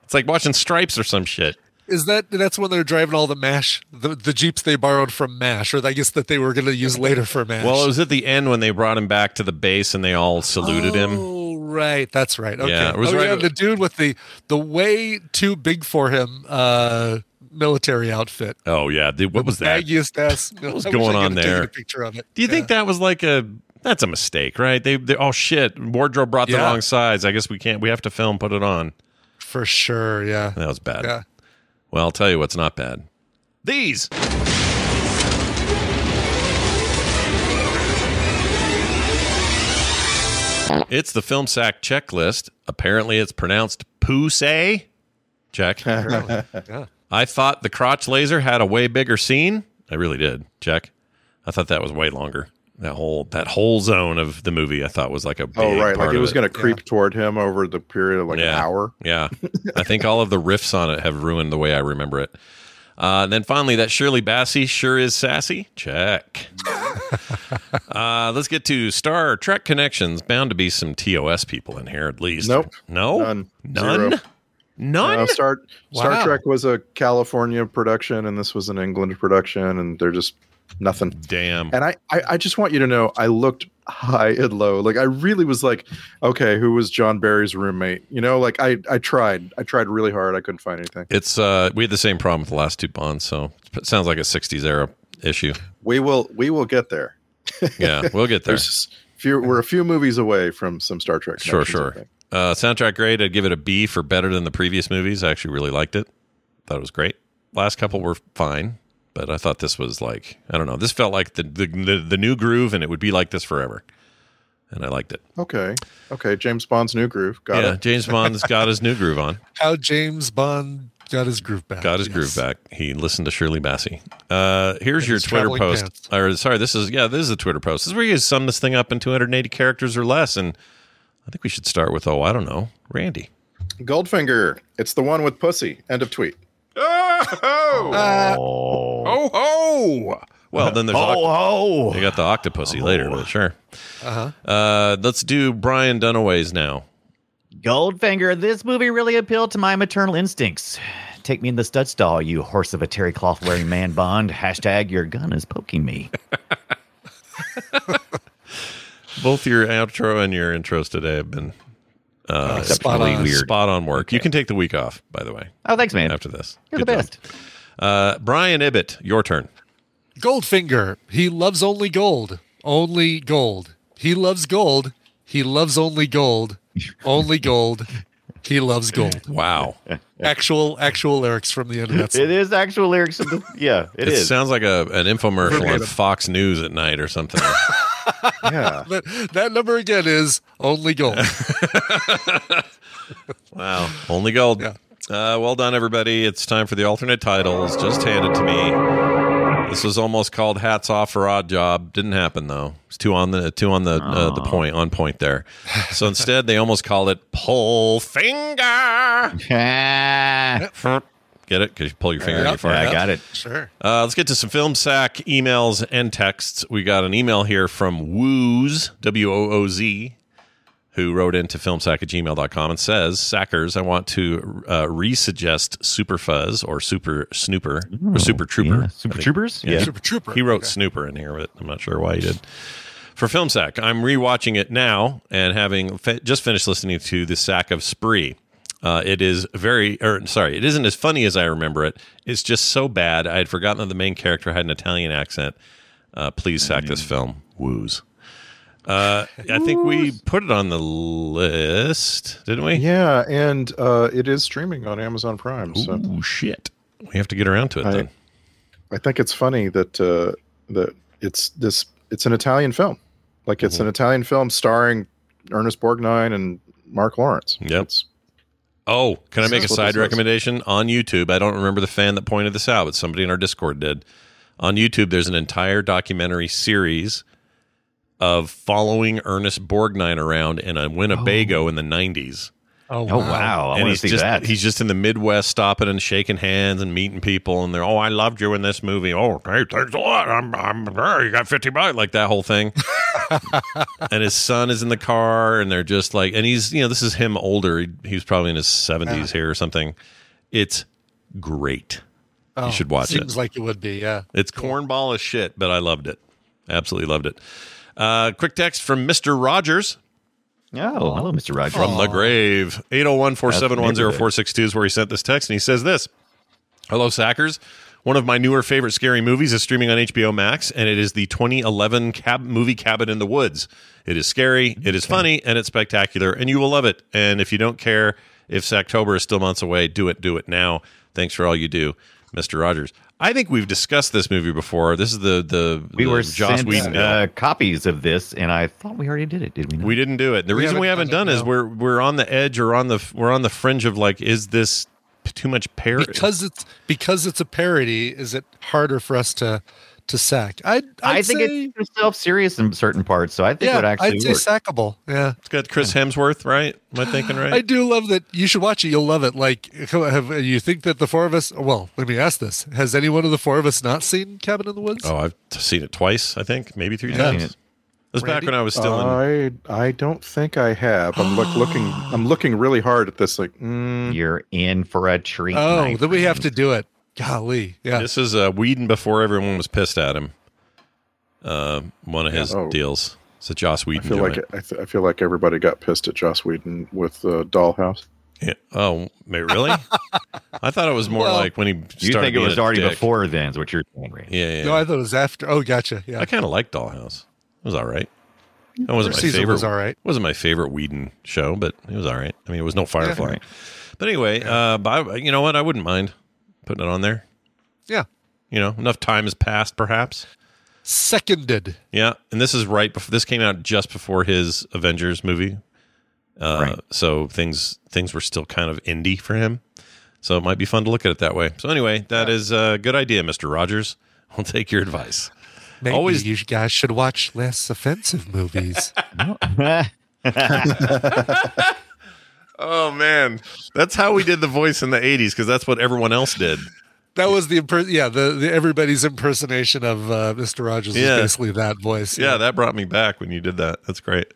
Speaker 4: It's like watching Stripes or some shit.
Speaker 6: Is that that's when they're driving all the Mash the, the jeeps they borrowed from Mash, or I guess that they were going to use later for Mash.
Speaker 4: Well, it was at the end when they brought him back to the base and they all saluted him.
Speaker 6: Oh, right. That's right. Okay.
Speaker 4: Yeah, it was
Speaker 6: oh, yeah,
Speaker 4: right-
Speaker 6: the dude with the the way too big for him uh military outfit.
Speaker 4: Oh yeah, Dude, what was that?
Speaker 6: Baggiest ass.
Speaker 4: What was
Speaker 6: I wish I
Speaker 4: going
Speaker 6: could
Speaker 4: on
Speaker 6: have taken
Speaker 4: there?
Speaker 6: a picture of it.
Speaker 4: Do you think that was like a? That's a mistake, right? They, they oh shit, wardrobe brought the
Speaker 6: Yeah.
Speaker 4: wrong size. I guess we can't. We have to film, put it on.
Speaker 6: For sure. Yeah.
Speaker 4: That was bad.
Speaker 6: Yeah.
Speaker 4: Well, I'll tell you what's not bad. These. It's the film sack checklist. Apparently, it's pronounced poo say. Check. I thought the crotch laser had a way bigger scene. I really did. Check. I thought that was way longer. That whole that whole zone of the movie, I thought was like a big
Speaker 1: Oh, right.
Speaker 4: part
Speaker 1: Like it
Speaker 4: of
Speaker 1: was going to creep toward him over the period of like an hour.
Speaker 4: yeah. I think all of the riffs on it have ruined the way I remember it. Uh, and then finally, that Shirley Bassey sure is sassy. Check. uh, let's get to Star Trek connections. Bound to be some TOS people in here, at least.
Speaker 1: Nope.
Speaker 4: No.
Speaker 1: None.
Speaker 4: None.
Speaker 1: Zero.
Speaker 4: None?
Speaker 1: No, Star,
Speaker 4: Wow.
Speaker 1: Star Trek was a California production and this was an England production, and they're just nothing.
Speaker 4: Damn.
Speaker 1: And I, I, I just want you to know I looked high and low. Like I really was like, okay, who was John Barry's roommate? You know, like I, I tried. I tried really hard. I couldn't find anything.
Speaker 4: It's uh, we had the same problem with the last two Bonds, so it sounds like a '60s era issue.
Speaker 1: We will we will get there.
Speaker 4: Yeah, we'll get there.
Speaker 1: There's few, we're a few movies away from some Star Trek.
Speaker 4: Sure,
Speaker 1: connections, I
Speaker 4: sure.
Speaker 1: think.
Speaker 4: Uh, soundtrack grade, I'd give it a B for better than the previous movies. I actually really liked it. Thought it was great. Last couple were fine, but I thought this was like I don't know. This felt like the the, the, the new groove, and it would be like this forever. And I liked it.
Speaker 1: Okay. Okay. James Bond's new groove. Got
Speaker 4: yeah,
Speaker 1: it.
Speaker 4: James Bond's got his new groove on.
Speaker 6: How James Bond got his groove back.
Speaker 4: Got his groove back. He listened to Shirley Bassey. Uh, here's
Speaker 6: And
Speaker 4: your
Speaker 6: his
Speaker 4: Twitter
Speaker 6: traveling
Speaker 4: post. Or sorry, this is yeah, this is a Twitter post. This is where you sum this thing up in 280 characters or less. And I think we should start with oh, I don't know, Randy.
Speaker 1: Goldfinger. It's the one with pussy. End of tweet.
Speaker 14: Oh!
Speaker 4: Oh.
Speaker 14: oh, ho!
Speaker 4: Well, then there's
Speaker 14: Oh,
Speaker 4: oh. You got the octopusy later, but sure.
Speaker 6: Uh-huh.
Speaker 4: Uh, let's do Brian Dunaway's now.
Speaker 5: Goldfinger, this movie really appealed to my maternal instincts. Take me in the stud stall, you horse of a terry cloth wearing man bond. Hashtag your gun is poking me.
Speaker 4: Both your outro and your intros today have been uh,
Speaker 5: Spot on.
Speaker 4: weird. Spot on work. You can take the week off, by the way.
Speaker 5: Oh, thanks, man.
Speaker 4: After this,
Speaker 5: You're the
Speaker 4: Good job.
Speaker 5: best.
Speaker 4: Uh, Brian Ibbett, your turn.
Speaker 6: Goldfinger. He loves only gold. Only gold. He loves gold. He loves only gold. Only gold. He loves gold.
Speaker 4: Wow.
Speaker 6: Actual actual lyrics from the end of that song.
Speaker 5: It is actual lyrics. Of the, yeah,
Speaker 4: It,
Speaker 5: is.
Speaker 4: sounds like a an infomercial on
Speaker 6: Verbatim.
Speaker 4: Fox News at night or something.
Speaker 1: Yeah.
Speaker 6: But that number again is only gold.
Speaker 4: wow. Oh, Only gold. Uh, well done, everybody. It's time for the alternate titles just handed to me. This was almost called "Hats Off for Odd Job." Didn't happen though. It's two on the two on the uh, the point on point there. So instead, they almost called it "Pull Finger." Get it? Because you pull your finger
Speaker 5: Yep.
Speaker 4: and you fart.
Speaker 5: Yeah, I got it.
Speaker 6: Sure.
Speaker 4: Uh, let's get to some film sack emails and texts. We got an email here from Wooz, W O O Z, who wrote into filmsack at gmail.com and says, Sackers, I want to uh, resuggest Super Fuzz or Super Snooper or Super Trooper. I
Speaker 5: Super
Speaker 4: think.
Speaker 5: Troopers?
Speaker 4: Yeah.
Speaker 5: Yeah.
Speaker 6: Super Trooper.
Speaker 4: He wrote
Speaker 6: Okay.
Speaker 4: Snooper in here, but I'm not sure why he did. For Film Sack, I'm rewatching it now and having fi- just finished listening to The Sack of Spree. Uh, it is very, or sorry, it isn't as funny as I remember it. It's just so bad. I had forgotten that the main character had an Italian accent. Uh, please sack
Speaker 6: Mm.
Speaker 4: this film. Woos. Uh, I think we put it on the list, didn't we?
Speaker 1: Yeah, and uh, it is streaming on Amazon Prime. So
Speaker 4: Ooh, shit. We have to get around to it
Speaker 1: I-
Speaker 4: then.
Speaker 1: I think it's funny that uh, that it's this it's an Italian film, like it's an Italian film starring Ernest Borgnine and Mark Lawrence.
Speaker 4: Yep. Oh, can I
Speaker 1: This
Speaker 4: make
Speaker 1: is
Speaker 4: a
Speaker 1: what
Speaker 4: side
Speaker 1: this is.
Speaker 4: recommendation on YouTube? I don't remember the fan that pointed this out, but somebody in our Discord did. On YouTube, there's an entire documentary series of following Ernest Borgnine around in a Winnebago in the 90s.
Speaker 6: Oh,
Speaker 5: Oh, wow. I want to
Speaker 4: he's
Speaker 5: see
Speaker 4: just
Speaker 5: that.
Speaker 4: he's just in the Midwest, stopping and shaking hands and meeting people, and they're oh, I loved you in this movie. Oh, hey, thanks a lot. I'm I'm there. You got fifty bucks, like that whole thing. and his son is in the car, and they're just like, and he's you know this is him older. He, he was probably in his
Speaker 6: Uh-huh.
Speaker 4: seventies here or something. It's great.
Speaker 6: Oh,
Speaker 4: you should watch
Speaker 6: seems
Speaker 4: it.
Speaker 6: like it would be, yeah.
Speaker 4: It's cornball as shit, but I loved it. Absolutely loved it. Uh, quick text from Mister Rogers
Speaker 5: Oh, hello, Mr. Rogers.
Speaker 4: from the grave. 801 471
Speaker 5: neighborhood.
Speaker 4: 0462 is where he sent this text. And he says this Hello, Sackers. One of my newer favorite scary movies is streaming on HBO Max, and it is the 2011 cab- movie Cabin in the Woods. It is scary, it is funny, and it's spectacular, and you will love it. And if you don't care if Sacktober is still months away, do it, do it now. Thanks for all you do, Mr. Rogers. I think we've discussed this movie before. This is the the
Speaker 5: we
Speaker 4: the
Speaker 5: were
Speaker 4: Joss
Speaker 5: sent
Speaker 4: Whedon deal.
Speaker 5: uh, copies of this, and I thought we already did it, did we not?
Speaker 4: We didn't do it. The reason we haven't done,
Speaker 6: haven't done it,
Speaker 4: is
Speaker 6: no.
Speaker 4: we're we're on the edge or on the we're on the fringe of like, is this p- too much parody?
Speaker 6: Because it's because it's a parody, is it harder for us to to sack? I
Speaker 5: I think
Speaker 6: say,
Speaker 5: it's self serious in certain parts, so I think it
Speaker 6: yeah,
Speaker 5: would actually
Speaker 6: I'd say
Speaker 5: work.
Speaker 6: sackable. Yeah.
Speaker 4: it's got Chris Hemsworth, right? Am I thinking right?
Speaker 6: I do love that. You should watch it. You'll love it. Like, have you think that the four of us? Well, let me ask this: Has any one of the four of us not seen Cabin in the Woods?
Speaker 4: oh, I've t- seen it twice. I think maybe three
Speaker 5: Yeah.
Speaker 4: times.
Speaker 5: Seen it.
Speaker 4: That's back
Speaker 6: Randy?
Speaker 4: when I was still in.
Speaker 1: I I don't think I have. I'm look, looking I'm looking really hard at this. Like, mm,
Speaker 5: You're in for a treat. my
Speaker 6: Oh, then we have to
Speaker 5: friend.
Speaker 6: do it. Golly, yeah.
Speaker 4: This is uh, Whedon before everyone was pissed at him. Uh, one of his
Speaker 1: Yeah. Oh.
Speaker 4: deals. It's a Joss
Speaker 1: I
Speaker 4: Whedon.
Speaker 1: feel like
Speaker 4: joint.
Speaker 1: I, th- I feel like everybody got pissed at Joss Whedon with uh, Dollhouse.
Speaker 4: Yeah. Oh, wait, really? I thought it was more
Speaker 6: Well-
Speaker 4: like when he. started
Speaker 5: You think it
Speaker 4: being
Speaker 5: was
Speaker 4: a
Speaker 5: already
Speaker 4: dick.
Speaker 5: before then, is what you're saying, Ray.
Speaker 4: Yeah. yeah,
Speaker 6: No,
Speaker 4: yeah.
Speaker 6: I thought it was after. Oh, gotcha.
Speaker 4: I,
Speaker 6: Yeah,
Speaker 4: kind of liked Dollhouse. It was all right. That wasn't
Speaker 6: First
Speaker 4: my
Speaker 6: season
Speaker 4: favorite.
Speaker 6: was all right.
Speaker 4: It wasn't my favorite Whedon show, but it was all right. I mean, it was no Firefly.
Speaker 5: right.
Speaker 4: But anyway, uh, but I, you know what? I wouldn't mind putting it on there.
Speaker 6: yeah.
Speaker 4: You know, enough time has passed, perhaps.
Speaker 6: Seconded.
Speaker 4: Yeah, and this is right before this came out just before his Avengers movie. Uh,
Speaker 5: Right.
Speaker 4: So things things were still kind of indie for him. So it might be fun to look at it that way. So anyway, that is a good idea, Mister Rogers. I'll take your advice.
Speaker 6: Maybe
Speaker 4: Always-
Speaker 6: Always, you guys should watch less offensive movies.
Speaker 4: Oh man, that's how we did the voice in the '80s because that's what everyone else did.
Speaker 6: that was the imper- yeah the, the everybody's impersonation of uh, Mr. Rogers
Speaker 4: Yeah.
Speaker 6: is basically that voice.
Speaker 4: Yeah, that brought me back when you did that. That's great.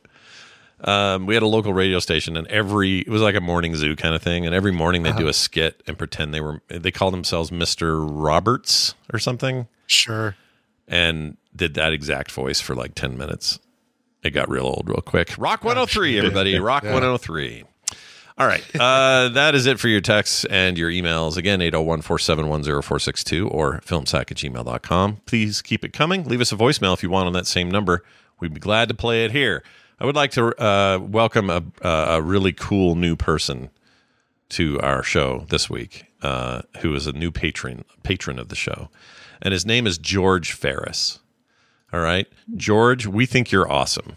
Speaker 4: Um, we had a local radio station, and every it was like a morning zoo kind of thing. And every morning they do a skit and pretend they were they call themselves Mister Roberts or something,
Speaker 6: sure.
Speaker 4: and did that exact voice for like ten minutes. It got real old real quick. Rock one hundred three, everybody. Rock one hundred three. All right. Uh, that is it for your texts and your emails. Again, 801 471 0462 or filmsack at gmail.com. Please keep it coming. Leave us a voicemail if you want on that same number. We'd be glad to play it here. I would like to uh, welcome a, uh, a really cool new person to our show this week, uh, who is a new patron patron of the show. And his name is George Ferris. All right. George, we think you're awesome.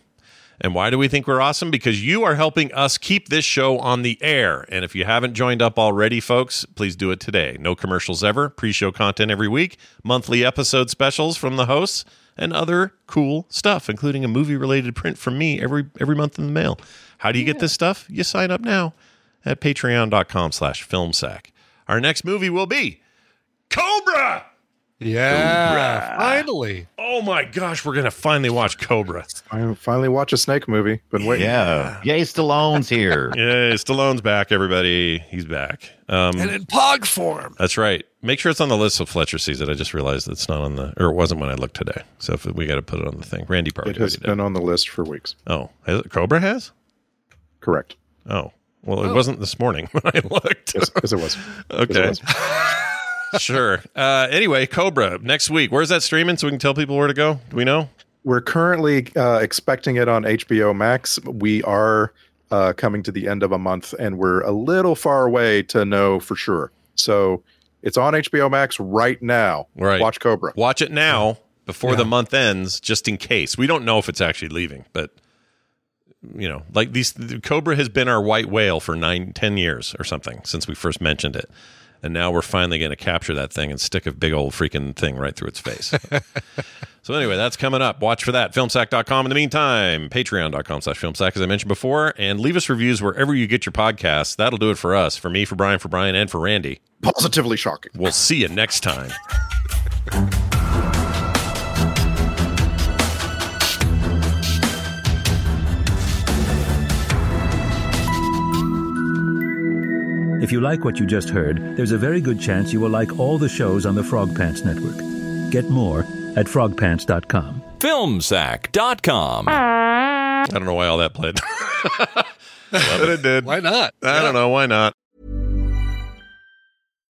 Speaker 4: And why do we think we're awesome? Because you are helping us keep this show on the air. And if you haven't joined up already, folks, please do it today. No commercials ever, pre show content every week, monthly episode specials from the hosts, and other cool stuff, including a movie related print from me every, every month in the mail. How do you get this stuff? You sign up now at patreon.com slash filmsack. Our next movie will be Cobra.
Speaker 6: Yeah,
Speaker 4: Cobra.
Speaker 6: finally.
Speaker 4: Oh my gosh, we're gonna finally watch Cobra.
Speaker 1: I finally watch a snake movie. Been waiting.
Speaker 5: Yeah. Yay, Stallone's here.
Speaker 4: Yay, Stallone's back, everybody. He's back. Um,
Speaker 6: And in pog form.
Speaker 4: That's right. Make sure it's on the list so Fletcher sees it. I just realized it's not on the, or it wasn't when I looked today. So if we got to put it on the thing. Randy probably
Speaker 1: It has
Speaker 4: already did.
Speaker 1: been on the list for weeks.
Speaker 4: Oh, has it- Cobra has?
Speaker 1: Correct.
Speaker 4: Oh, well, it
Speaker 1: Oh.
Speaker 4: wasn't this morning when I looked.
Speaker 1: Yes, yes, it was.
Speaker 4: okay.
Speaker 1: Yes, it
Speaker 4: sure. Uh, anyway, Cobra next week. Where's that streaming so we can tell people where to go? Do we know?
Speaker 1: We're currently uh, expecting it on HBO Max. We are uh, coming to the end of a month, and we're a little far away to know for sure. So it's on HBO Max right now.
Speaker 4: Right.
Speaker 1: Watch Cobra.
Speaker 4: Watch it now before
Speaker 1: Yeah.
Speaker 4: the month ends, just in case. We don't know if it's actually leaving, but you know, like these the Cobra has been our white whale for nine, ten years or something since we first mentioned it, and now we're finally going to capture that thing and stick a big old freaking thing right through its face. so anyway, that's coming up. Watch for that. Filmsack.com. In the meantime, patreon.com slash filmsack, as I mentioned before, and leave us reviews wherever you get your podcasts. That'll do it for us. For me, for Brian, for Brian, and for Randy.
Speaker 1: Positively shocking.
Speaker 4: We'll see you next time.
Speaker 12: If you like what you just heard, there's a very good chance you will like all the shows on the Frog Pants Network. Get more at frogpants.com.
Speaker 3: Filmsack.com.
Speaker 4: I don't know why all that played. but it did. Why not? I don't know. Why not?